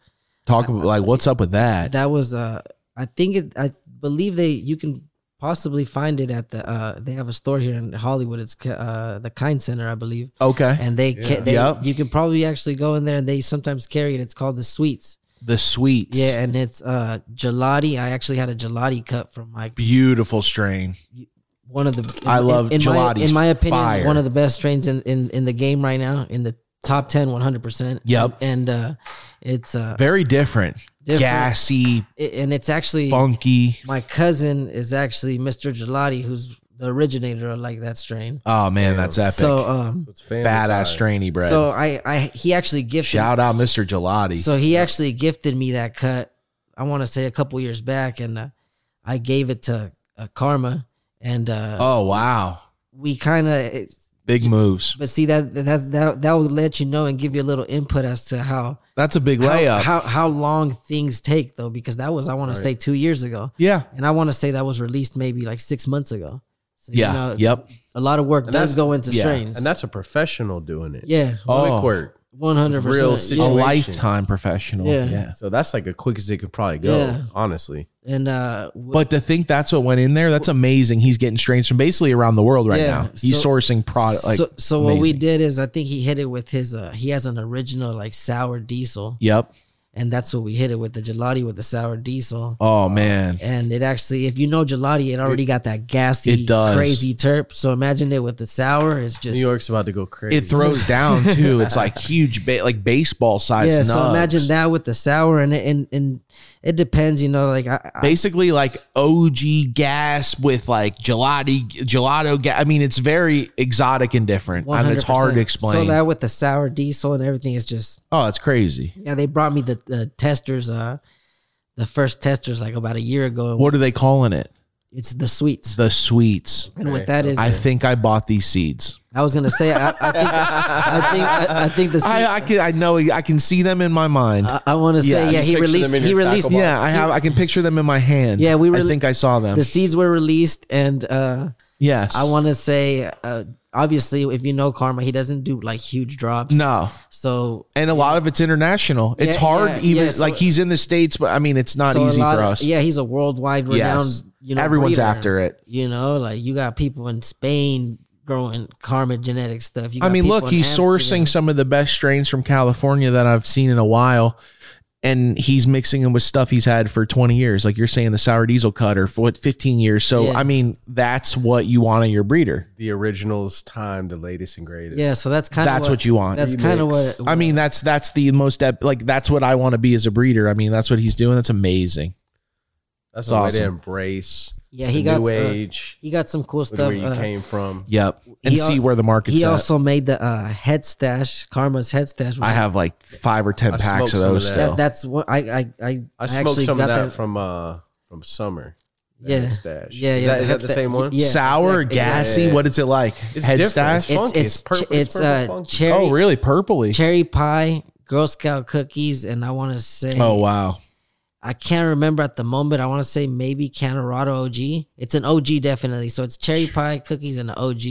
B: Talk about like what's up with that?
C: that was uh I think it I believe they you can possibly find it at the uh they have a store here in Hollywood it's ca- uh the Kind Center I believe
B: Okay.
C: and they ca-
A: Yeah.
C: they
B: Yep.
C: you can probably actually go in there and they sometimes carry it it's called the Sweets
B: The sweets.
C: yeah and it's uh gelati I actually had a gelati cut from my
B: Beautiful strain.
C: one of the
B: I love
C: in, my
B: gelati's
C: in my opinion
B: fire.
C: one of the best strains in in in the game right now in the top 10 100%
B: Yep.
C: and uh it's uh
B: Very different.
C: Different.
B: Gassy,
C: it- and it's actually
B: funky.
C: my cousin is actually Mr. Gelati, who's the originator of like that strain.
B: Oh man,
A: Damn.
B: that's epic.
C: So um
B: badass strainy bread.
C: so I I he actually gifted
B: Shout out Mr. Gelati.
C: so he actually gifted me that cut. I want to say a couple years back and uh, I gave it to uh, Karma and uh
B: oh wow.
C: we kind of
B: Big moves.
C: but see that that that that would let you know and give you a little input as to how
B: That's a big
C: how,
B: layup.
C: how how long things take though because that was I want to
A: Right.
C: say 2 years ago.
B: yeah.
C: And I want to say that was released maybe like 6 months ago. So
B: Yeah.
C: you know,
B: yep.
C: a lot of work
A: And that's-
C: does go into
B: yeah.
C: strains.
A: and that's a professional doing it.
C: yeah,
B: Oh.
A: Quick work.
C: one hundred
A: Real
C: percent.
B: A
A: situation.
B: lifetime professional.
C: Yeah.
A: So that's like as quick as it could probably go.
C: Yeah.
A: Honestly,
C: And uh, w-
B: But to think that's what went in there, that's amazing. He's getting strains from basically around the world right
C: Yeah.
B: now. He's
C: So-
B: sourcing product like
C: so, so what we
B: amazing.
C: did is I think he hit it with his uh, he has an original like sour diesel,
B: Yep.
C: and that's what we hit it with the gelati with the sour diesel.
B: Oh man.
C: And it actually, if you know gelati, it already got that gassy,
B: It does.
C: crazy terp. So imagine it with the sour. It's just
A: New York's about to go crazy.
B: It throws down too. It's like huge ba- like baseball size.
C: yeah. So
B: nugs.
C: imagine that with the sour, and and and It depends, you know. Like I, I,
B: Basically, like OG gas with like gelati, gelato. Ga- I mean, it's very exotic and different, and it's hard to
C: 100%.
B: explain.
C: So that with the sour diesel and everything is just
B: oh, it's crazy.
C: yeah. They brought me the, the testers, uh, the first testers like about a year ago. and
B: What are they calling it?
C: It's the sweets,
B: The sweets.
C: and what that is,
B: I
C: I,
B: think I bought these seeds.
C: was gonna say, I, I think, I think, I, I think the. Sweet,
B: I, I can. I know. I can see them in my mind.
C: I, want to say,
B: Yeah,
C: yeah,
B: just
C: he
A: picture
C: released,
A: them in
C: he
A: your tackle
C: released,
A: box.
B: yeah, I have. I can picture them in my hand.
C: Yeah, we
B: I
C: really-
B: think I saw them.
C: the seeds were released, and uh,
B: yes.
C: I want to say, uh, obviously, if you know Karma, he doesn't do like huge drops.
B: No.
C: so
B: And a lot of it's international. It's
C: Yeah,
B: hard,
C: yeah,
B: even
C: yeah, so-
B: like he's in the states, but I mean, it's not
C: so a
B: easy
C: lot
B: for
C: of-
B: us.
C: Yeah, he's a worldwide renowned.
B: Yes.
C: You know,
B: Everyone's
C: breeder.
B: after it.
C: You know, like you got people in Spain growing karma genetic stuff. You
B: I
C: got
B: mean,
C: people
B: look,
C: in
B: he's
C: Amsterdam.
B: sourcing some of the best strains from California that I've seen in a while, and he's mixing them with stuff he's had for 20 years. Like you're saying, the sour diesel cutter for what 15 years. So
C: Yeah.
B: I mean, that's what you want in your breeder.
A: The originals, time, the latest and greatest.
C: Yeah, so that's kind of
B: That's what, you want.
C: That's kind of what.
B: I mean, that's that's the most ep- like that's what I want to be as a breeder. I mean, that's what he's doing. That's amazing.
A: that's
B: It's
A: a way
B: awesome.
A: to embrace.
C: Yeah, he
A: the
C: got
A: new
C: uh,
A: age,
C: he got some cool
A: with
C: stuff.
A: where you
C: uh,
A: came from.
B: Yep, and
C: He al-
B: see where the market's
C: he
B: at.
C: also made the uh, head stash, Karma's head stash.
B: I have like five or ten
A: I smoked
B: packs of
A: some of
B: those
A: that.
B: still.
C: That, that's what I I I,
A: I smoked
C: actually
A: some
C: got
A: of that, from uh from summer. that
C: Yeah.
A: head Stash.
C: Yeah,
A: Is
C: yeah,
A: that, is
C: head
A: that the
C: sta-
A: same one?
C: yeah.
B: Sour,
C: exact-
B: gassy.
A: exact-
B: What is it like?
A: It's
B: Head
A: different.
B: stash?
A: It's funky. It's,
C: It's it's
A: purple.
C: ch-
A: It's,
C: it's,
A: purple
C: uh,
A: funky.
C: cherry
B: Oh, really? Purpley.
C: cherry pie, Girl Scout cookies, and I want to say
B: Oh wow.
C: I can't remember at the moment. I want to say maybe Colorado OG. It's an OG definitely. So it's cherry pie cookies and an OG.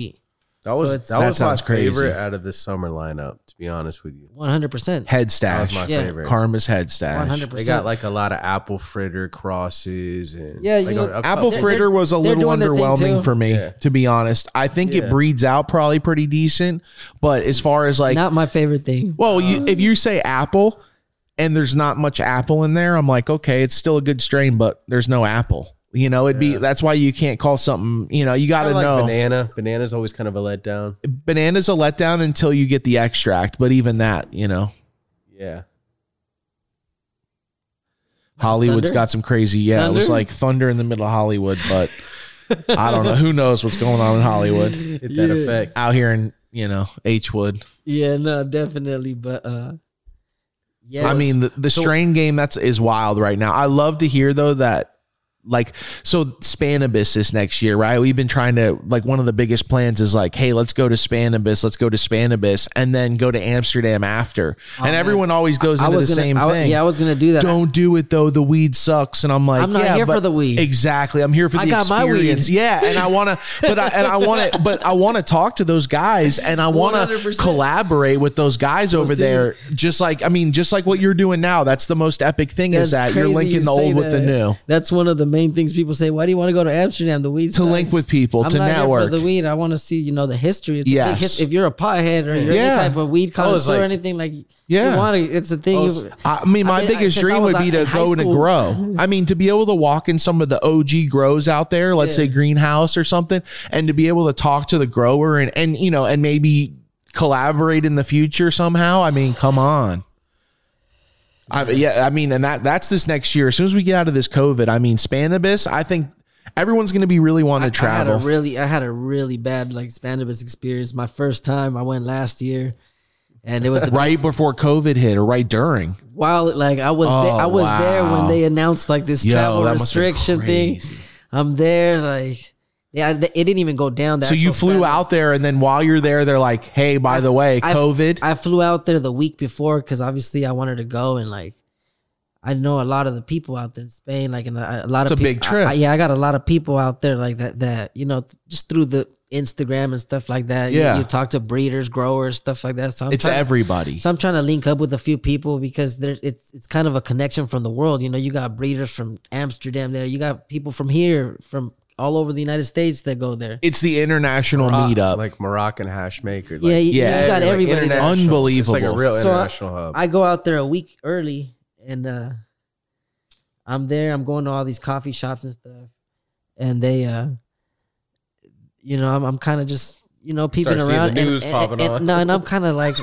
A: That was
C: it's-
A: that,
B: That
A: was my
B: sounds crazy.
A: favorite out of this summer lineup. To be honest with you,
C: One hundred percent.
B: Head
A: that
B: stash.
A: was my
C: Yeah.
A: favorite.
B: Karma's head
C: One
B: stash.
C: hundred
A: they got
C: percent.
A: like a lot of apple fritter crosses and
C: Yeah, you
A: like
C: know,
B: Apple
C: They're-
B: fritter
C: they're-
B: was a
C: they're
B: little
C: doing their thing too.
B: underwhelming for me,
A: Yeah.
B: to be honest. I think
A: Yeah.
B: it breeds out probably pretty decent, but as far as like,
C: Not my favorite thing.
B: well, you, if you say apple and there's not much apple in there, I'm like, okay, it's still a good strain, but there's no apple. You know, it'd be that's why you can't call something. You know, you got
A: I
B: to
A: like
B: know.
A: banana. Banana's always kind of a letdown.
B: banana's a letdown until you get the extract, but even that, you know,
A: Yeah,
B: Hollywood's
C: thunder?
B: got some crazy. Yeah, it was
C: Thunder?
B: like thunder in the middle of Hollywood, but I don't know. Who knows what's going on in Hollywood
A: hit that
C: Yeah.
A: effect.
B: out here in you know H Wood.
C: Yeah, no, definitely. But uh yeah,
B: I mean, the, the strain game that's is wild right now. I love to hear though that. Like so, Spanibus this next year, right? We've been trying to like one of the biggest plans is like, hey, let's go to Spanibus, let's go to Spanibus, and then go to Amsterdam after. and everyone always goes
C: Oh, I
B: into
C: was
B: the
C: gonna,
B: same
C: I, wa-
B: thing.
C: Yeah, I was gonna do that.
B: don't do it though. The weed sucks, and I'm like,
C: I'm not
B: yeah,
C: here for
B: but-
C: the weed.
B: Exactly, I'm here for
C: I
B: the
C: got my weed.
B: experience. Yeah, and I want to, but I, and I want to, but I want to talk to those guys, and I want to
C: 100%.
B: collaborate with those guys over
C: see-
B: there. Just like I mean, just like what you're doing now. That's the most epic thing is
C: That's
B: that you're
C: crazy
B: linking
C: you
B: the
C: say
B: old with the
C: that.
B: new
C: That's one of the main things people say. Why do you want to go to Amsterdam? The weed
B: to link with people
C: I'm
B: to
C: not
B: network.
C: here for the weed. I want to see you know the history. It's a big
B: Yes.
C: his- if you're a pothead or you're
B: Yeah.
C: any type of weed
A: I was
C: connoisseur or
A: like-
C: anything like
B: Yeah.
C: you want to, it's a thing. you,
B: I mean, my
C: I mean, I-
B: biggest
C: since I
B: dream
C: was
B: would be
C: in
B: to
C: high
B: go to
C: school-
B: grow. I mean, to be able to walk in some of the OG grows out there, let's say greenhouse or something, and to be able to talk to the grower and and you know and maybe collaborate in the future somehow. I mean, come on. I, yeah, I mean, and that that's this next year. As soon as we get out of this COVID, I mean, Spanibus, I think everyone's going to be really want to travel.
C: I had a really, I had a really bad like Spanibus experience. My first time, I went last year, and it was the
B: Right before COVID hit, or right during,
C: while like I was there,
B: Oh,
C: I was there when
B: wow.
C: they announced like this
B: Yo,
C: travel
B: that must've been
C: restriction thing.
B: crazy.
C: I'm there like yeah, it didn't even go down. the
B: so you
C: actual
B: flew
C: Spanibus.
B: out there, and then while you're there, they're like, "Hey, by the way,
C: I-
B: COVID."
C: I flew out there the week before because obviously I wanted to go and like I know a lot of the people out there in Spain, like and a, a lot
B: It's
C: of
B: a
C: peop-
B: big trip.
C: I- I- yeah, I got a lot of people out there like that that you know th- just through the Instagram and stuff like that. You-
B: Yeah.
C: you, talk to breeders, growers, stuff like that. So I'm
B: it's
C: trying-
B: everybody.
C: so I'm trying to link up with a few people because there it's it's kind of a connection from the world. You know, you got breeders from Amsterdam there. You got people from here from all over the United States that go there.
B: It's the international meetup.
A: like Moroccan hash maker. Like,
C: yeah, you,
B: yeah,
C: you got
A: like
C: everybody there.
A: international. It's like
B: Unbelievable.
A: a real
C: So I-
A: international hub.
C: I go out there a week early and uh I'm there, I'm going to all these coffee shops and stuff. And they uh you know, I'm I'm kinda just, you know, peeping
A: Start seeing
C: around.
A: the
C: and-
A: news
C: and,
A: popping
C: and-
A: on.
C: No, and I'm kinda like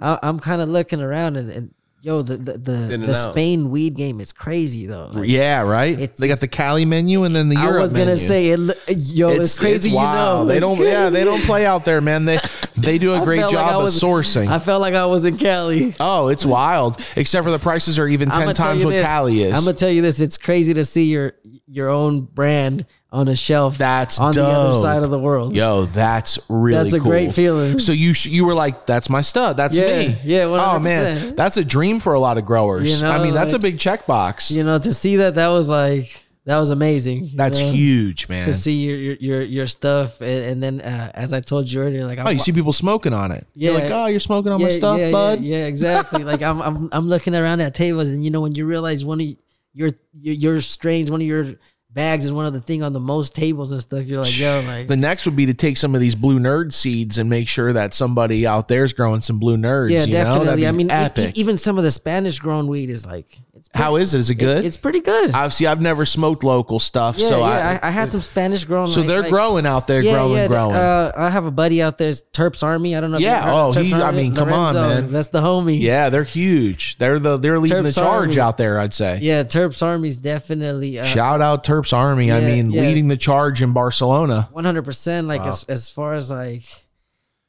C: I, I'm kinda looking around and, and Yo, the the the,
A: In and
C: the
A: out.
C: Spain weed game is crazy though. Like,
B: yeah, right.
C: It's-
B: they got the Cali menu and then the
C: I
B: Europe.
C: was gonna
B: menu.
C: say it. lo- Yo, it's, crazy.
B: wild.
C: You know,
B: they
C: it's
B: don't. Yeah,
C: crazy.
B: they don't play out there, man. They they do a
C: I
B: great
C: felt
B: job
C: like I
B: of
C: was-
B: sourcing.
C: I felt like I was in Cali.
B: oh, it's wild. Except for the prices are even
C: I'ma
B: ten
C: tell
B: times
C: you
B: what
C: this.
B: Cali is.
C: I'm gonna tell you this. It's crazy to see your your own brand on a shelf.
B: That's
C: on the other
B: dope.
C: side of the world.
B: Yo, that's really
C: That's a
B: cool.
C: great feeling.
B: So you sh- you were like, that's my stuff. That's
C: Yeah,
B: me.
C: yeah, 100%.
B: Oh man, that's a dream for a lot of growers.
C: You know,
B: I mean, that's
C: like-
B: a big checkbox.
C: You know, to see that that was like that was amazing. you
B: that's
C: know?
B: huge, man.
C: to see your your your, your stuff, and, and then uh, as I told you earlier, like I'm,
B: Oh, you see people smoking on it. You're
C: Yeah.
B: like, oh, you're smoking on my
C: yeah,
B: stuff,
C: yeah,
B: bud.
C: Yeah, yeah, exactly. like I'm, I'm I'm looking around at tables, and you know when you realize one of your your, your strains, one of your bags is one of the thing on the most tables and stuff. You're like, yo, like
B: The next would be to take some of these blue nerd seeds and make sure that somebody out there's growing some blue nerds.
C: yeah,
B: you Know? That'd
C: definitely.
B: be
C: I mean, e- e-
B: epic.
C: even some of the Spanish grown weed is like it's pretty,
B: How is it? Is it good?
C: it's pretty good.
B: I've see. I've never smoked local stuff,
C: yeah,
B: so
C: yeah,
B: I,
C: I, I had some Spanish grown.
B: so
C: like-
B: they're
C: like-
B: growing out there,
C: Yeah,
B: growing,
C: yeah. the-
B: growing.
C: Uh, I have a buddy out there, it's Terps Army. I don't know. if
B: Yeah,
C: you've heard of
B: oh,
C: Terps
B: he- I
C: Army.
B: mean, come on, man.
C: That's the homie.
B: yeah, they're huge. They're the they're leading
C: Terps
B: the charge
C: Army.
B: out there. I'd say.
C: yeah. Terps Army's definitely uh,
B: Shout out Terps Army. I
C: Yeah,
B: mean,
C: yeah.
B: leading the charge in Barcelona.
C: one hundred percent. Like as as far as like,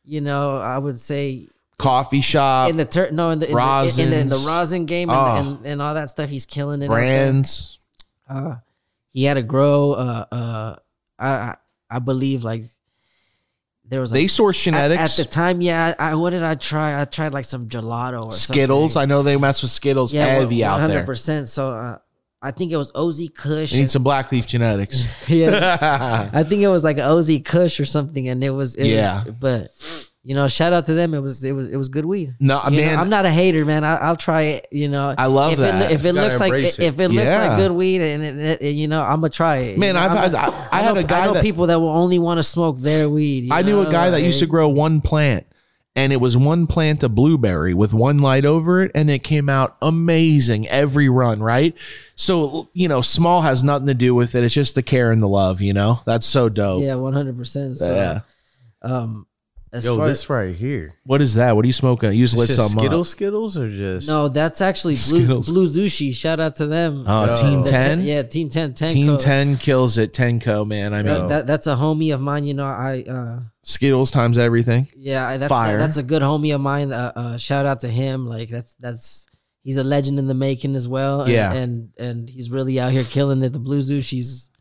C: you know, I would say
B: Coffee shop,
C: in the tur- no in the in the, in the, in the
B: Uh, Rosins.
C: rosin game and,
B: Ah.
C: and, and all that stuff, he's killing it. out there.
B: brands.
C: Uh, he had a grow. Uh, uh, I I- I believe like there was a
B: They source
C: at,
B: genetics.
C: at the time. Yeah, I, I what did I try? I tried like some gelato or
B: Skittles.
C: something.
B: I know they mess with Skittles heavy out there.
C: percent. So uh, I think it was Ozy Kush.
B: You need some black leaf genetics.
C: yeah, I think it was like Ozy Kush or something, and it was it
B: Yeah.
C: Was, but you know, shout out to them. It was it was it was good weed.
B: no,
C: You know,
B: man.
C: I'm not a hater, man. I, I'll try it. You know,
B: I love
C: if
B: that.
C: It, if it
A: Gotta
C: looks like
A: embrace it.
C: if it looks
B: Yeah.
C: like good weed, and it, it- it- you know, I'm gonna try it.
B: Man,
C: You know,
B: I've
C: I'm
B: had,
C: not-
B: I, I had
C: know-
B: a guy
C: I know
B: that
C: people that will only want to smoke their weed. you
B: I knew a
C: know,
B: guy that used to
C: like-
B: grow one plant, and it was one plant of blueberry with one light over it, and it came out amazing every run. Right, so you know, small has nothing to do with it. It's just the care and the love. You know, that's so dope.
C: Yeah, 100. percent So,
B: Yeah.
C: um, as
A: Yo,
C: far
A: this right here.
B: What is that? What are you smoking? You just lit
A: It's just
B: something
A: Skittles, Skittles, or just
C: no, that's actually Blue,
B: Skittles.
C: Blue Zushi. Shout out to them.
B: up. Uh,
A: Yo.
B: Team
A: The
B: Ten.
C: yeah, Team 10. 10
B: Team
C: code.
B: Ten kills it. Tenko man. I mean,
C: That, that- that's a homie of mine. You know, I uh,
B: Skittles times everything.
C: yeah, I- that's
B: Fire.
C: that's a good homie of mine. Uh, uh, shout out to him. Like that's that's he's a legend in the making as well. And,
B: Yeah.
C: and and he's really out here killing it. The Blue Zoo, she's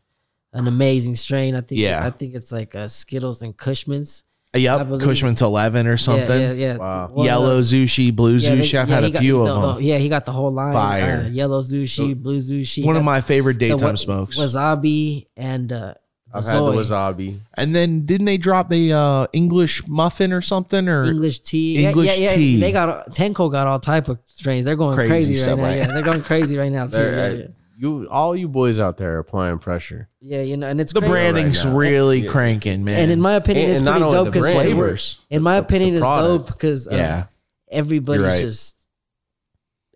C: an amazing strain. I think.
B: Yeah.
C: I think it's like uh, Skittles and Cushman's. I
B: Yep,
C: believe-
B: Cushman's eleven or something.
C: Yeah, yeah, yeah.
A: Wow.
C: Well,
B: Yellow
C: uh,
B: Zushi, Blue
C: yeah, they-
B: Zushi. I've
C: yeah,
B: had
C: he
B: a
C: got-
B: few
C: the-
B: of them.
C: the- yeah, he got the whole line.
B: Fire.
C: Uh, yellow Zushi, blue Zushi.
B: One of
C: got
B: my favorite
C: the
B: daytime
C: wa-
B: smokes.
C: Wasabi and uh,
A: I've had the
C: Zoe.
A: wasabi.
B: And then didn't they drop a uh, English muffin or something or
C: English tea. Yeah,
B: English
C: yeah, yeah,
B: tea.
C: They got Tenko got all type of strains. They're going
B: Crazy
C: crazy, right
B: stuff,
C: now.
B: right?
C: Yeah, they're going crazy right now too. Yeah,
A: There,
C: yeah.
A: I- you all you boys out there are applying pressure.
C: Yeah, you know, and it's
B: the
C: crazy.
B: branding's
A: Right now.
B: really cranking, man.
C: And in my opinion,
A: And-
C: it's
A: and not
C: pretty
A: only
C: dope
A: the
C: because
A: brand,
B: flavors,
C: In my opinion, it's
A: product.
C: dope because uh,
B: yeah,
C: everybody's
B: You're right.
C: just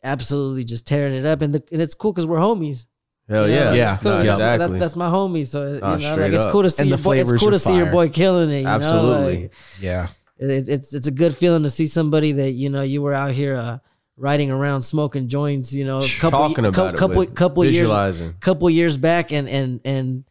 C: absolutely just tearing it up, and the, and it's cool because we're homies.
A: Hell
C: you know?
A: Oh, yeah,
B: Yeah.
C: it's cool.
A: No,
B: Yeah.
C: that's, that's,
A: exactly.
C: that's my homie. So you
A: Ah,
C: know, like
A: straight
C: it's
A: up.
C: cool to see
B: And
C: your
B: the
C: boy. It's
B: flavors
C: cool
B: are
C: to see your
B: fire.
C: boy killing it. You Know?
A: Absolutely.
C: Like,
B: yeah,
C: it's it's it's a good feeling to see somebody that you know you were out here uh, riding around smoking joints, you know, a couple
A: Talking
C: cou-
A: about
C: couple
A: it, with
C: couple years
A: visualizing.
C: couple years back, and and and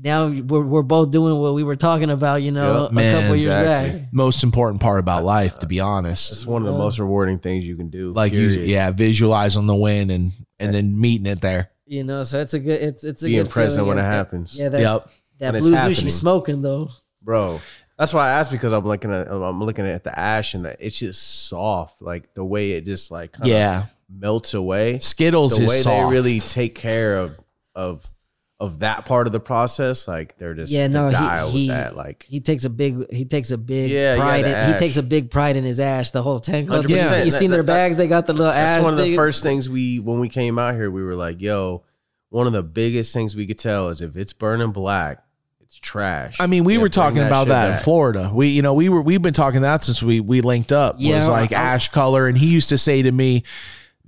C: now we're we're both doing what we were talking about, you know,
A: Yep.
C: a
B: Man,
C: couple years
A: exactly.
C: back.
B: most important part about life, to be
A: It's
B: honest.
A: one of the most rewarding things you can do.
B: Like you,
A: period.
B: yeah, visualize on the win and and then meeting it there.
C: You know, so it's a good it's it's a
A: Being
C: good
A: present
C: feeling.
A: when it
C: And-
A: happens.
C: Yeah, that
B: yep,
C: that
A: And it's
C: blue
A: happening.
C: sushi smoking though.
A: bro. That's why I asked because I'm looking at I'm looking at the ash and it's just soft, like the way it just like kinda
B: yeah.
A: melts away.
B: Skittles
A: Uh-huh. the
B: is
A: way
B: soft.
A: they really take care of of of that part of the process, like they're just
C: Yeah, no,
A: they
C: he-
A: dial with
C: he-
A: that. Like
C: He takes a big he takes a big
A: Yeah, yeah,
C: pride
A: the
C: in, he
A: ash.
C: takes a big pride in his ash the whole tank. Look,
A: 100%.
C: You seen their
A: That- that-
C: bags? They got the little ash.
A: that's one of the
C: thing.
A: first things we when we came out here, we were like, yo, one of the biggest things we could tell is if it's burning black, it's trash.
B: I mean, we
A: Yeah,
B: were
A: bring
B: talking about
A: shit
B: that in
A: back.
B: Florida. We, you know, we were we've been talking that since we we linked up.
C: Yeah,
B: was like
C: I-
B: ash color, and he used to say to me,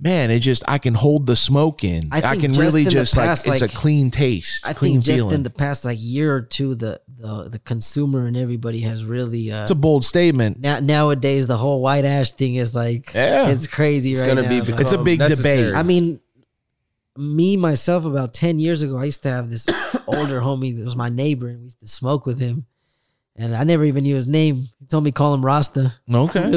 B: "Man, it just I can hold the smoke in.
C: I
B: I,
C: think
B: can
C: just
B: really
C: in the
B: just
C: past,
B: like it's
C: like,
B: a clean taste,
C: I
B: clean
C: think just
B: feeling."
C: in the past like year or two, the the the consumer and everybody has really uh,
B: It's a bold statement.
C: now nowadays the whole white ash thing is like
B: Yeah.
C: it's crazy
A: It's
C: right
A: gonna
C: now.
A: be.
C: man.
A: become
B: It's a big
A: necessary.
B: debate.
C: I mean, me myself, about ten years ago, I used to have this older homie that was my neighbor, and we used to smoke with him. And I never even knew his name. He told me call him Rasta. I
B: Okay.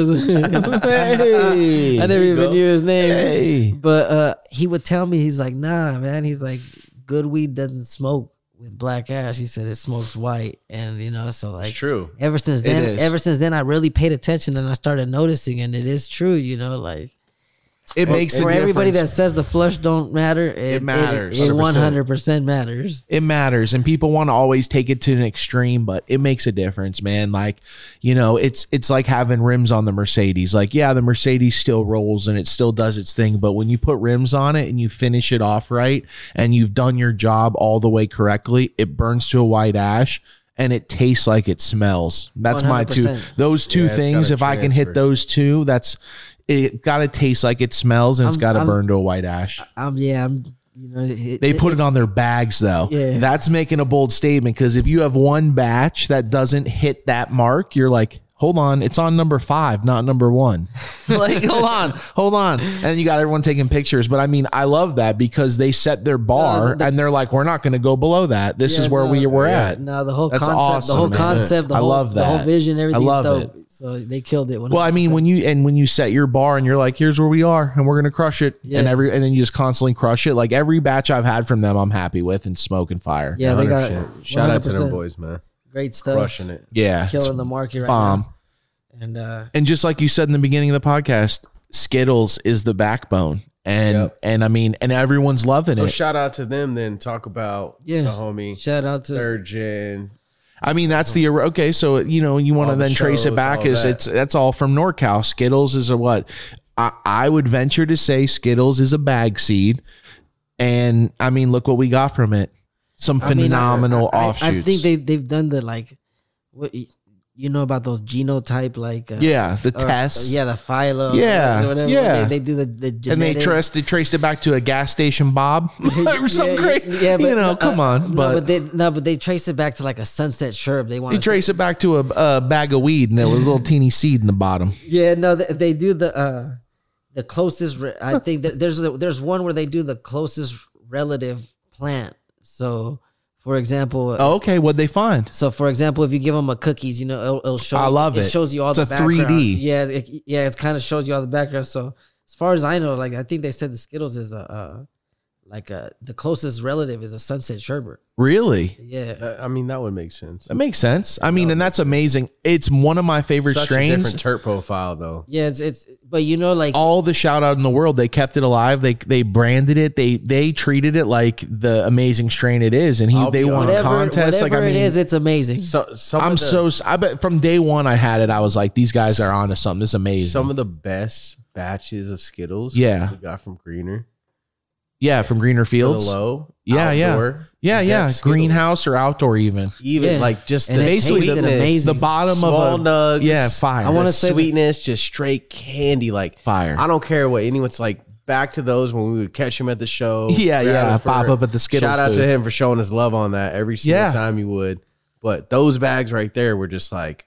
C: never
B: hey.
A: you
C: even
A: go.
C: knew his name.
B: Hey.
C: But uh, he would tell me, he's like, nah, man. He's like, good weed doesn't smoke with black ash. He said it smokes white, and you know, so
A: it's
C: like,
A: true.
C: ever since
B: It
C: then,
B: is.
C: ever since then, I really paid attention and I started noticing, and it is true, you know, like
B: It makes
C: for
B: a
C: everybody that
B: difference.
C: says the flush don't matter, it,
B: matters,
C: It
B: 100%.
C: one hundred percent matters.
B: it matters and people want to always take it to an extreme but it makes a difference man like you know it's it's like having rims on the mercedes like yeah the mercedes still rolls and it still does its thing but when you put rims on it and you finish it off right and you've done your job all the way correctly it burns to a white ash and it tastes like it smells that's my two
C: 100%.
B: those two
A: Yeah, it's
B: things
A: gotta
B: if i can hit
A: transfer.
B: those two that's it got to taste like it smells and it's
C: I'm-
B: got to
C: I'm-
B: burn to a white ash
C: Um, yeah, I'm, you know, it,
B: they put it on their bags though.
C: Yeah.
B: That's making a bold statement because if you have one batch that doesn't hit that mark, you're like, hold on, it's on number five, not number one. like, hold on, hold on. And you got everyone taking pictures. But I mean, I love that because they set their bar
C: the- the-
B: and they're like, we're not going to go below that. This
C: Yeah,
B: is where
C: no,
B: we were
A: yeah.
B: at.
C: No, the whole
B: That's
C: concept,
B: awesome,
C: the whole
B: man.
C: concept, the
B: I
C: whole,
B: love
C: the
B: that.
C: whole vision, everything's
B: love
C: dope. So they killed it.
B: Well, I mean, when you and when you set your bar and you're like, here's where we are, and we're gonna crush it,
C: Yeah.
B: and every and then you just constantly crush it. Like every batch I've had from them, I'm happy with and smoke and fire.
C: yeah, they got
A: 100%. Shout out to them
C: 100%
A: boys, man.
C: Great stuff,
A: Crushing it.
B: yeah, it's
C: killing the market right
B: bomb.
C: now. And uh,
B: and just like you said in the beginning of the podcast, Skittles is the backbone, and
A: Yep.
B: and I mean, and everyone's loving
A: So
B: it.
A: shout out to them. Then talk about
C: Yeah.
A: the homie
C: shout out to
A: surgeon.
B: I mean, that's the er, okay. So you know, you want
A: All
B: to
A: the
B: then trace it
A: shows,
B: back
A: all
B: as
A: that.
B: it's that's all from NorCal. Skittles is a what? I, I would venture to say Skittles is a bag seed, and I mean, look what we got from it. Some
C: I mean, I-
B: phenomenal
C: I- I-
B: offshoots.
C: I think they they've done the like, what you know about those genotype like uh,
B: yeah, the
C: or-
B: tests.
C: yeah, the philo,
B: Yeah,
C: whatever,
B: yeah.
C: They, they do the the
B: And they
C: genetics.
B: traced, they traced it back to a gas station Bob or something great. you know,
C: no,
B: come
C: uh,
B: on.
C: no, they no, but they trace it back to like a sunset sherb. They want
B: You
C: to
B: trace it back to a, a bag of weed, and there was a little teeny seed in the bottom.
C: yeah, no, they, they do the uh the closest. Re- I think that there's the, there's one where they do the closest relative plant. So, for example. uh,
B: Oh, okay, what'd they find?
C: So, for example, if you give them a cookies, you know it'll, it'll show.
B: I love it.
C: shows you all
B: It's
C: the
B: a
C: background.
B: 3D.
C: Yeah, it, yeah, it kind of shows you all the background. So, as far as I know, like I think they said the Skittles is a uh, like a the closest relative is a sunset sherbet.
B: Really?
C: Yeah,
A: Uh, I mean, that would make sense.
B: That makes sense. I mean, and that's amazing. It's one of my favorite
A: Such a
B: strains.
A: different turp profile though.
C: Yeah, it's it's but you know like
B: All the shout out in the world. They kept it alive. They they branded it. They they treated it like the amazing strain it is, and he,
A: I'll
B: they
A: be
B: won
A: honest.
C: whatever,
B: contests. Like I
C: whatever
B: mean,
C: it is, it's amazing.
A: So, some
B: I'm
A: of the-
B: so s- I bet from day one I had it. I was like, these guys are onto something. This is amazing.
A: some of the best batches of Skittles.
B: Yeah.
A: we got from Greener.
B: yeah, from Greener
A: For the
B: Fields.
A: low.
B: Yeah, yeah.
A: outdoor,
B: Yeah,
A: in-depth
B: yeah,
A: Skittles.
B: greenhouse or outdoor even.
A: Even
C: Yeah.
A: like just
C: And
A: the
C: it
B: Basically,
C: tasted
B: the,
C: amazing.
B: the bottom
A: small
B: of a
A: nugs.
B: yeah, fire.
A: I want
C: wanna
A: to
C: say that-
A: sweetness, just straight candy. Like
B: fire.
A: I don't care what anyone's like. Back to those when we would catch him at the show.
B: Yeah,
A: grab
B: yeah,
A: it for-
B: pop up at the Skittles
A: Shout out to
B: booth.
A: him for showing his love on that every single
B: Yeah.
A: time he would. But those bags right there were just like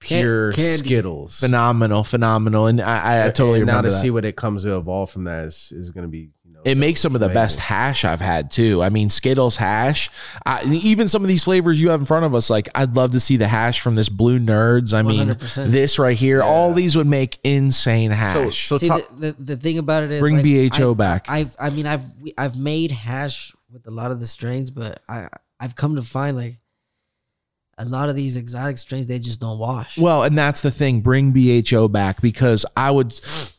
C: Can-
A: pure
C: candy.
A: Skittles.
B: phenomenal, phenomenal, and I, I, I totally
A: And now
B: remember
A: to
B: that.
A: see what it comes to evolve from that is, is going to be. You know,
B: it makes some of the
A: amazing.
B: best hash I've had too. I mean, Skittles hash, I, even some of these flavors you have in front of us. Like, I'd love to see the hash from this Blue Nerds. I mean,
C: 100%.
B: this right here, all these would make insane
A: So,
B: hash.
A: so
C: See,
A: talk,
C: the, the, the thing about it is
B: Bring
C: like,
B: BHO
C: I,
B: back.
C: I've I mean I've we- I've made hash with a lot of the strains, but I I've come to find like a lot of these exotic strains they just don't wash.
B: Well, and that's the thing. Bring BHO back because I would,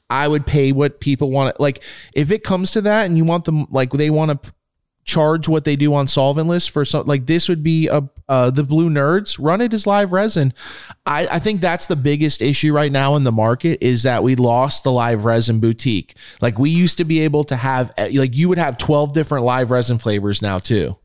B: I would pay what people want. Like, if it comes to that, and you want them, like they want to charge what they do on solventless for some, like this would be a uh, the blue nerds run it as live resin. I, I think that's the biggest issue right now in the market is that we lost the live resin boutique. Like we used to be able to have, uh, like you would have twelve different live resin flavors now too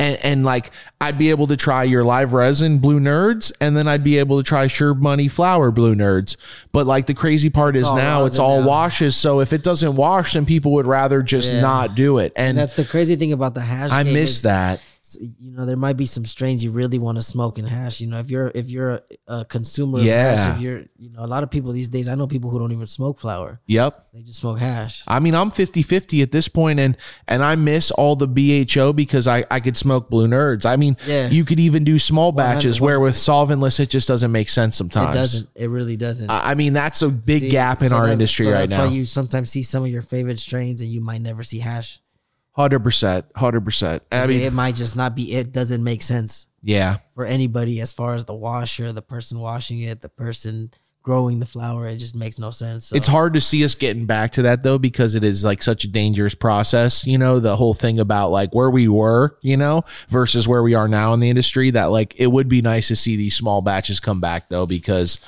B: and and like I'd be able to try your live resin blue nerds, and then I'd be able to try sure money flower blue nerds. But like the crazy part is
C: all
B: now it's
C: resin
B: all
C: now.
B: washes. So if it doesn't wash, then people would rather just not do it. And,
C: That's the crazy thing about the hash.
B: I
C: game
B: miss
C: is-
B: that.
C: s- you know there might be some strains you really want to smoke and hash you know if you're if you're a, a consumer of
B: Yeah.
C: hash, if you're you know a lot of people these days i know people who don't even smoke flower
B: Yep.
C: they just smoke hash
B: I mean, I'm 50 50 at this point, and and I miss all the BHO because I, I could smoke blue nerds. I mean,
C: Yeah.
B: you could even do small batches where with solventless, it just doesn't make sense
C: it
B: sometimes.
C: doesn't it really doesn't
B: I I mean, that's a Oh big
C: See,
B: gap in
C: so
B: our
C: that-
B: industry
C: so
B: right
C: that's why
B: now.
C: you sometimes see some of your favorite strains and you might never see hash
B: 100%. 100%. I mean,
C: it might just not be it doesn't make sense
B: yeah.
C: for anybody as far as the washer the person washing it the person growing the flower it just makes no sense so.
B: It's hard to see us getting back to that though, because it is like such a dangerous process. You know, the whole thing about like where we were, you know, versus where we are now in the industry. That like it would be nice to see these small batches come back though, because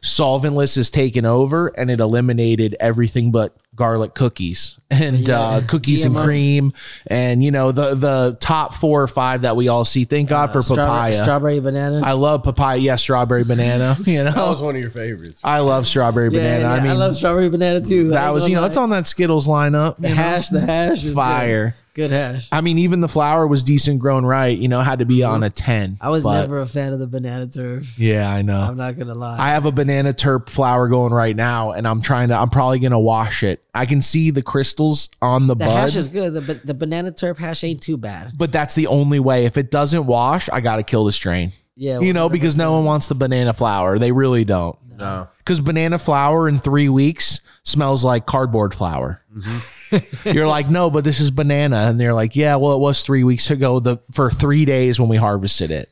B: solventless is taken over and it eliminated everything but garlic cookies and uh, cookies and
C: GMO.
B: cream and you know the the top four or five that we all see. Thank God for papaya.
C: Uh, strawberry, strawberry banana
B: I love papaya. Yeah, strawberry banana. You
A: That was
B: know,
A: one of your favorites.
B: I love strawberry
C: Yeah,
B: banana.
C: yeah,
B: I mean,
C: love strawberry banana too. I
B: that was,
C: love
B: you know,
C: that.
B: it's on that Skittles lineup.
C: the
B: you know?
C: hash. The hash is
B: Fire.
C: Good. good hash.
B: I mean, even the flour was decent grown right. You know, had to be on a 10.
C: I was
B: but-
C: never a fan of the banana turf.
B: Yeah, I know.
C: I'm not gonna lie.
B: I have a banana terp flour going right now, and I'm trying to, I'm probably going to wash it. I can see the crystals on the,
C: the
B: bud.
C: hash is good. The, ba- the banana turf hash ain't too bad.
B: but that's the only way. If it doesn't wash, I got to kill the strain.
C: Yeah,
B: You know, because no one wants the banana flour. They really don't.
A: No.
B: Because banana flour in three weeks smells like cardboard flour.
C: Mm-hmm.
B: You're like, no, but this is banana. And they're like, yeah, well, it was three weeks ago the, for three days when we harvested it.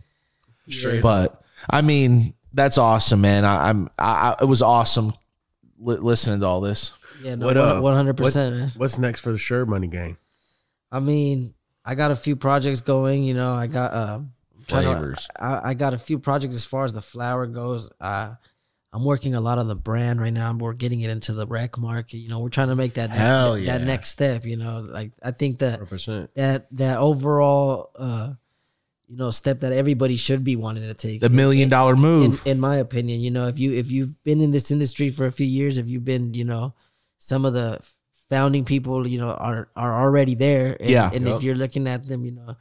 B: But I mean, that's awesome, man. I, I'm, I, I, it was awesome li- listening to all this.
C: yeah,
A: What, uh,
C: no, one hundred percent, man.
A: What's next for the Sure Money Gang?
C: I mean, I got a few projects going. You know, I got uh, trying to-
B: Flavors.
C: I, I got a few projects as far as the flower goes. Uh, I'm working a lot on the brand right now. We're getting it into the rec market. You know, we're trying to make that
B: Hell
C: that,
B: yeah.
C: that next step. You know, like I think that
A: 100%.
C: that that overall uh you know step that everybody should be wanting to take
B: The million dollar
C: in,
B: move.
C: in my opinion you know if you if you've been in this industry for a few years if you've been you know some of the founding people you know are are already there and,
B: Yeah.
C: and
A: Yup.
C: if you're looking at them you know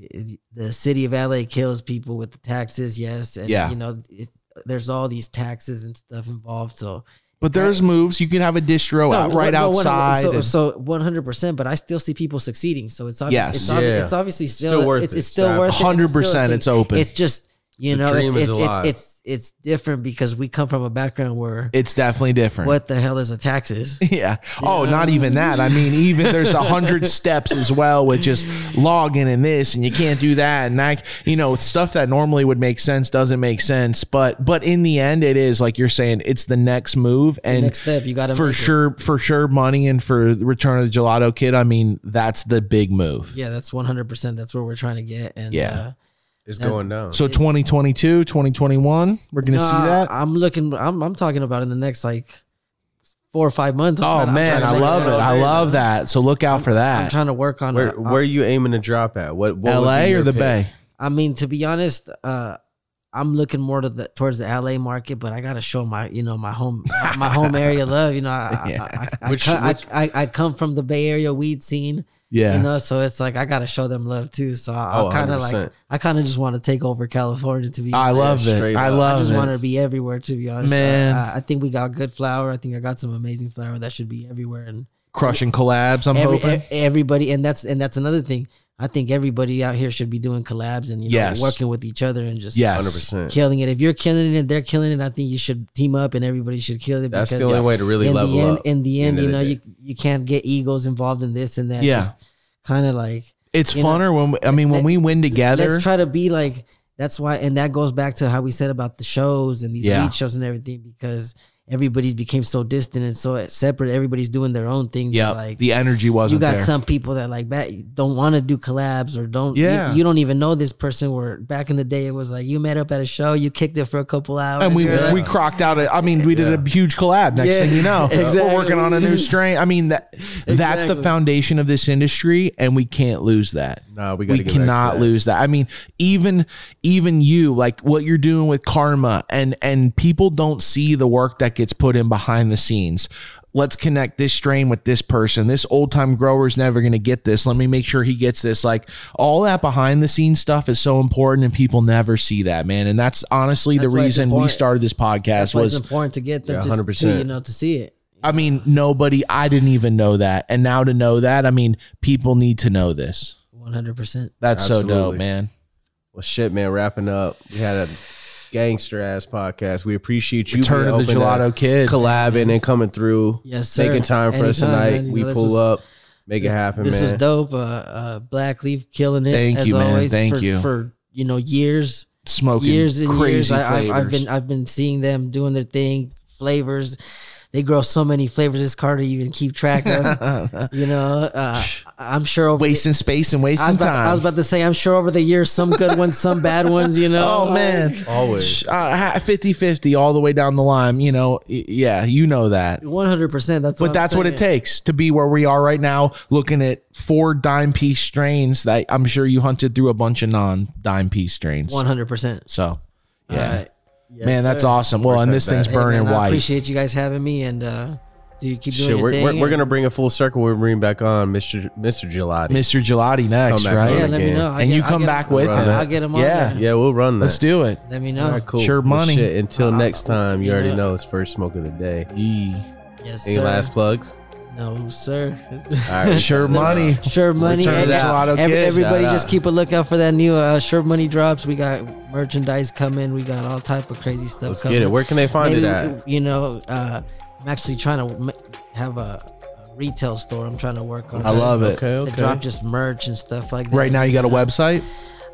C: it- the city of LA kills people with the taxes yes and
B: Yeah.
C: you know it, there's all these taxes and stuff involved so
B: but there's moves. You can have a distro out,
C: no,
B: right
C: no, one-
B: outside.
C: So,
B: and-
C: so 100%, but I still see people succeeding. So it's obvious,
B: Yes.
C: it's, obvi-
A: Yeah.
C: it's obviously still,
A: still worth
C: it's,
A: it.
C: it's still
A: It's
C: worth it. and it's still a
B: 100%
C: thing.
B: it's open.
C: It's just, you
A: The
C: know,
A: dream
C: it's
A: is
C: it's,
A: alive.
C: it's it's it's different because we come from a background where
B: it's definitely different.
C: what the hell is a taxes?
B: Yeah. Oh, not even that. I mean, even there's a hundred steps as well with just logging and this, and you can't do that, and that. You know, stuff that normally would make sense doesn't make sense. But but in the end, it is like you're saying, it's the next move, and
C: Next step, you got to
B: for sure, for sure, money and for the Return of the Gelato Kid. I mean, that's the big move.
C: Yeah, that's 100%. That's where we're trying to get. And
B: Yeah.
C: uh,
A: It's going down.
B: So 2022, 2021, we're gonna
C: no,
B: see that.
C: I'm looking, I'm, I'm talking about in the next like four or five months. I'm
B: Oh
C: trying- I'm
B: man,
C: trying
B: I
C: to make
B: love it.
C: go.
B: I love that. So look out for
C: I'm
B: that.
C: trying to work on
A: where
C: uh,
A: where are you aiming to drop at? What, what would be
B: L.A.
A: your
B: or the
A: pick?
B: Bay?
C: I mean, to be honest, uh, I'm looking more to the towards the LA market, but I gotta show my you know my home my home area love. You know, I
B: Yeah.
C: I, I, I,
A: Which-
C: co- I,
A: which-
C: I, I come from the Bay Area weed scene,
B: Yeah.
C: you know, so it's like I gotta show them love too. So I,
A: Oh,
C: I kind of
A: 100%.
C: like I kind of just want to take over California. To be,
B: I
C: honest.
B: love it.
A: straight
B: I
A: up. I
B: love
C: I just
B: it.
C: want to be everywhere. To be honest,
B: Man.
C: Uh, I, I think we got good flower. I think I got some amazing flower that should be everywhere and
B: crushing collabs. I'm
C: every,
B: hoping.
C: e- everybody and that's and that's another thing. I think everybody out here should be doing collabs and you know
B: Yes.
C: working with each other and just
B: yes,
A: 100%.
C: killing it. If you're killing it and they're killing it, I think you should team up and everybody should kill it.
A: That's the
C: because
A: only way to really
C: in
A: level
C: the end,
A: up.
C: in the
A: end
C: end,
A: of
C: you
A: the
C: know,
A: day.
C: you you can't get egos involved in this and that.
B: Yeah.
C: kind of like
B: It's
C: You know,
B: funner when we- I mean when
C: let-
B: we win together.
C: let's try to be like. That's why, and that goes back to how we said about the shows and these
B: Yeah.
C: weed shows and everything because everybody's became so distant and so separate. Everybody's doing their own thing. that,
B: yeah,
C: like
B: the energy wasn't
C: you got
B: there.
C: some people that like back, don't want to do collabs or don't you-
B: Yeah.
C: you, don't even know this person where back in the day it was like you met up at a show you kicked it for a couple hours
B: and we
C: you're like,
B: we crocked out. A, I mean, we did a huge collab. Next
C: Yeah,
B: thing you know, we're
C: exactly.
B: working on a new strain. I mean that that's the
C: Exactly.
B: foundation of this industry, and we can't lose that.
A: Nah, we gotta
B: we
A: get back to
B: cannot
A: that.
B: lose that. I mean, even even you, like what you're doing with karma, and and people don't see the work that gets put in behind the scenes. Let's connect this strain with this person. This old time grower's never going to get this. Let me make sure he gets this. Like all that behind the scenes stuff is so important, and people never see that, man. And that's honestly
C: That's
B: the
C: why it's
B: reason we
C: important.
B: started this podcast
C: That's why it's
B: was
C: important to get them
A: Yeah,
C: to, to
A: 100%.
C: you know to see it.
B: I mean, nobody, I didn't even know that. And now to know that, I mean, people need to know this.
C: One hundred percent.
B: That's so dope,
A: Absolutely.
B: man.
A: Well, shit, man. Wrapping up, we had a gangster ass podcast. We appreciate you.
B: Return of
A: being
B: the
A: open to
B: Gelato Kid.
A: collabing and coming through.
C: Yes, sir.
A: Making time for us
C: Anytime,
A: tonight.
C: man. You
A: we
C: know, this
A: pull
C: was-
A: up, make
C: This-
A: it happen,
C: this
A: man.
C: was dope. Uh, uh, Black Leaf killing it.
B: Thank
C: as
B: you, man.
C: always,
B: Thank
C: for,
B: you.
C: for you know years,
B: Smoking
C: years and
B: crazy
C: years. I, I, I've
B: flavors.
C: been I've been seeing them doing their thing. Flavors, they grow so many flavors. It's hard to even keep track of. you know, uh, I'm sure over
B: wasting space and
C: I was,
B: wasting
C: about,
B: time.
C: I was about to say, I'm sure over the years, some good ones, some bad ones. You know.
B: oh man,
A: Always.
B: uh, 50-50 all the way down the line. You know, y- yeah, you know that.
C: One hundred percent. That's.
B: But that's what it takes
C: takes.
B: to be where we are right now, looking at four dime piece strains that I'm sure you hunted through a bunch of non dime piece strains.
C: One hundred percent. Uh,
B: So, yeah,
C: Yes,
B: man, that's
C: sir.
B: awesome. Well, and this
A: Appreciate
B: thing's
A: that.
C: Hey,
B: burning
C: man, I
B: white.
C: appreciate you guys having me, and uh, dude, keep doing
A: Shit,
C: your
A: we're,
C: thing.
A: we're, we're
C: and-
A: gonna bring a full circle. We're gonna bring back on Mr. Mr. Gelati.
B: Mr. Gelati next,
A: back
B: right?
A: on
C: Yeah, let me
A: again.
C: know. I'll
B: And you
C: I'll
B: come
C: get
B: back
C: him-
B: with
C: I'll,
B: it.
C: get him on.
B: Yeah.
C: there.
A: Yeah, we'll run that.
B: Let's do it.
C: Let me
A: All
C: know.
A: right, cool.
B: Sure
A: Well,
B: money.
A: shit, until
C: Uh,
A: next time, you already
C: yeah.
A: know it's first smoke of the day.
C: Yes,
A: Any
C: sir.
A: last plugs?
C: No, sir.
A: All right.
B: Sure money.
C: sure money.
B: Return
C: and,
B: to
C: uh,
B: Gelato
C: every-
B: Kid.
C: everybody,
A: Shout
C: just
A: out.
C: keep a lookout for that new uh, sure money drops. We got merchandise coming. We got all type of crazy stuff.
A: Let's
C: coming.
A: get it. Where can they find
C: Maybe,
A: it at?
C: You know, uh, I'm actually trying to m- have a a retail store. I'm trying to work on.
B: I
C: that.
B: love it.
A: Okay,
C: to
A: okay.
C: drop just merch and stuff like that.
B: Right now, you got a website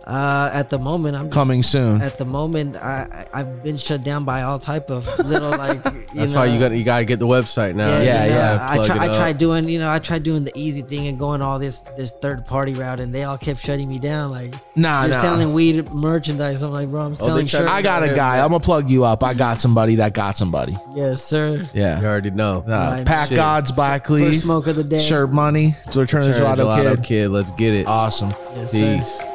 C: uh, at the moment, I'm just-
B: coming soon.
C: At the moment, I I- I've been shut down by all type of little like. You
A: That's
C: know,
A: why you got you gotta get the website now.
C: Yeah,
A: You
B: yeah,
C: yeah,
A: gotta
B: yeah.
C: I
A: plug
C: try,
A: it
C: I
A: up.
C: tried doing, you know, I tried doing the easy thing and going all this this third party route, and they all kept shutting me down. Like
B: Nah,
C: you're
B: nah.
C: selling weed merchandise. I'm like,
A: Oh,
C: bro, I'm selling
A: tried-
C: shirts.
B: I got a guy. I'm gonna plug you up. I got somebody that got somebody.
C: yes, sir.
A: You
B: Yeah.
A: already know.
B: Uh,
C: Right.
B: Pack
A: Shit.
B: Gods, Black Leaf,
C: First smoke of the day.
B: Shirt Money, Return of the
A: Turn
B: Gelato Kid.
A: Let's get it.
B: Awesome.
C: Yes, sir.
A: Peace.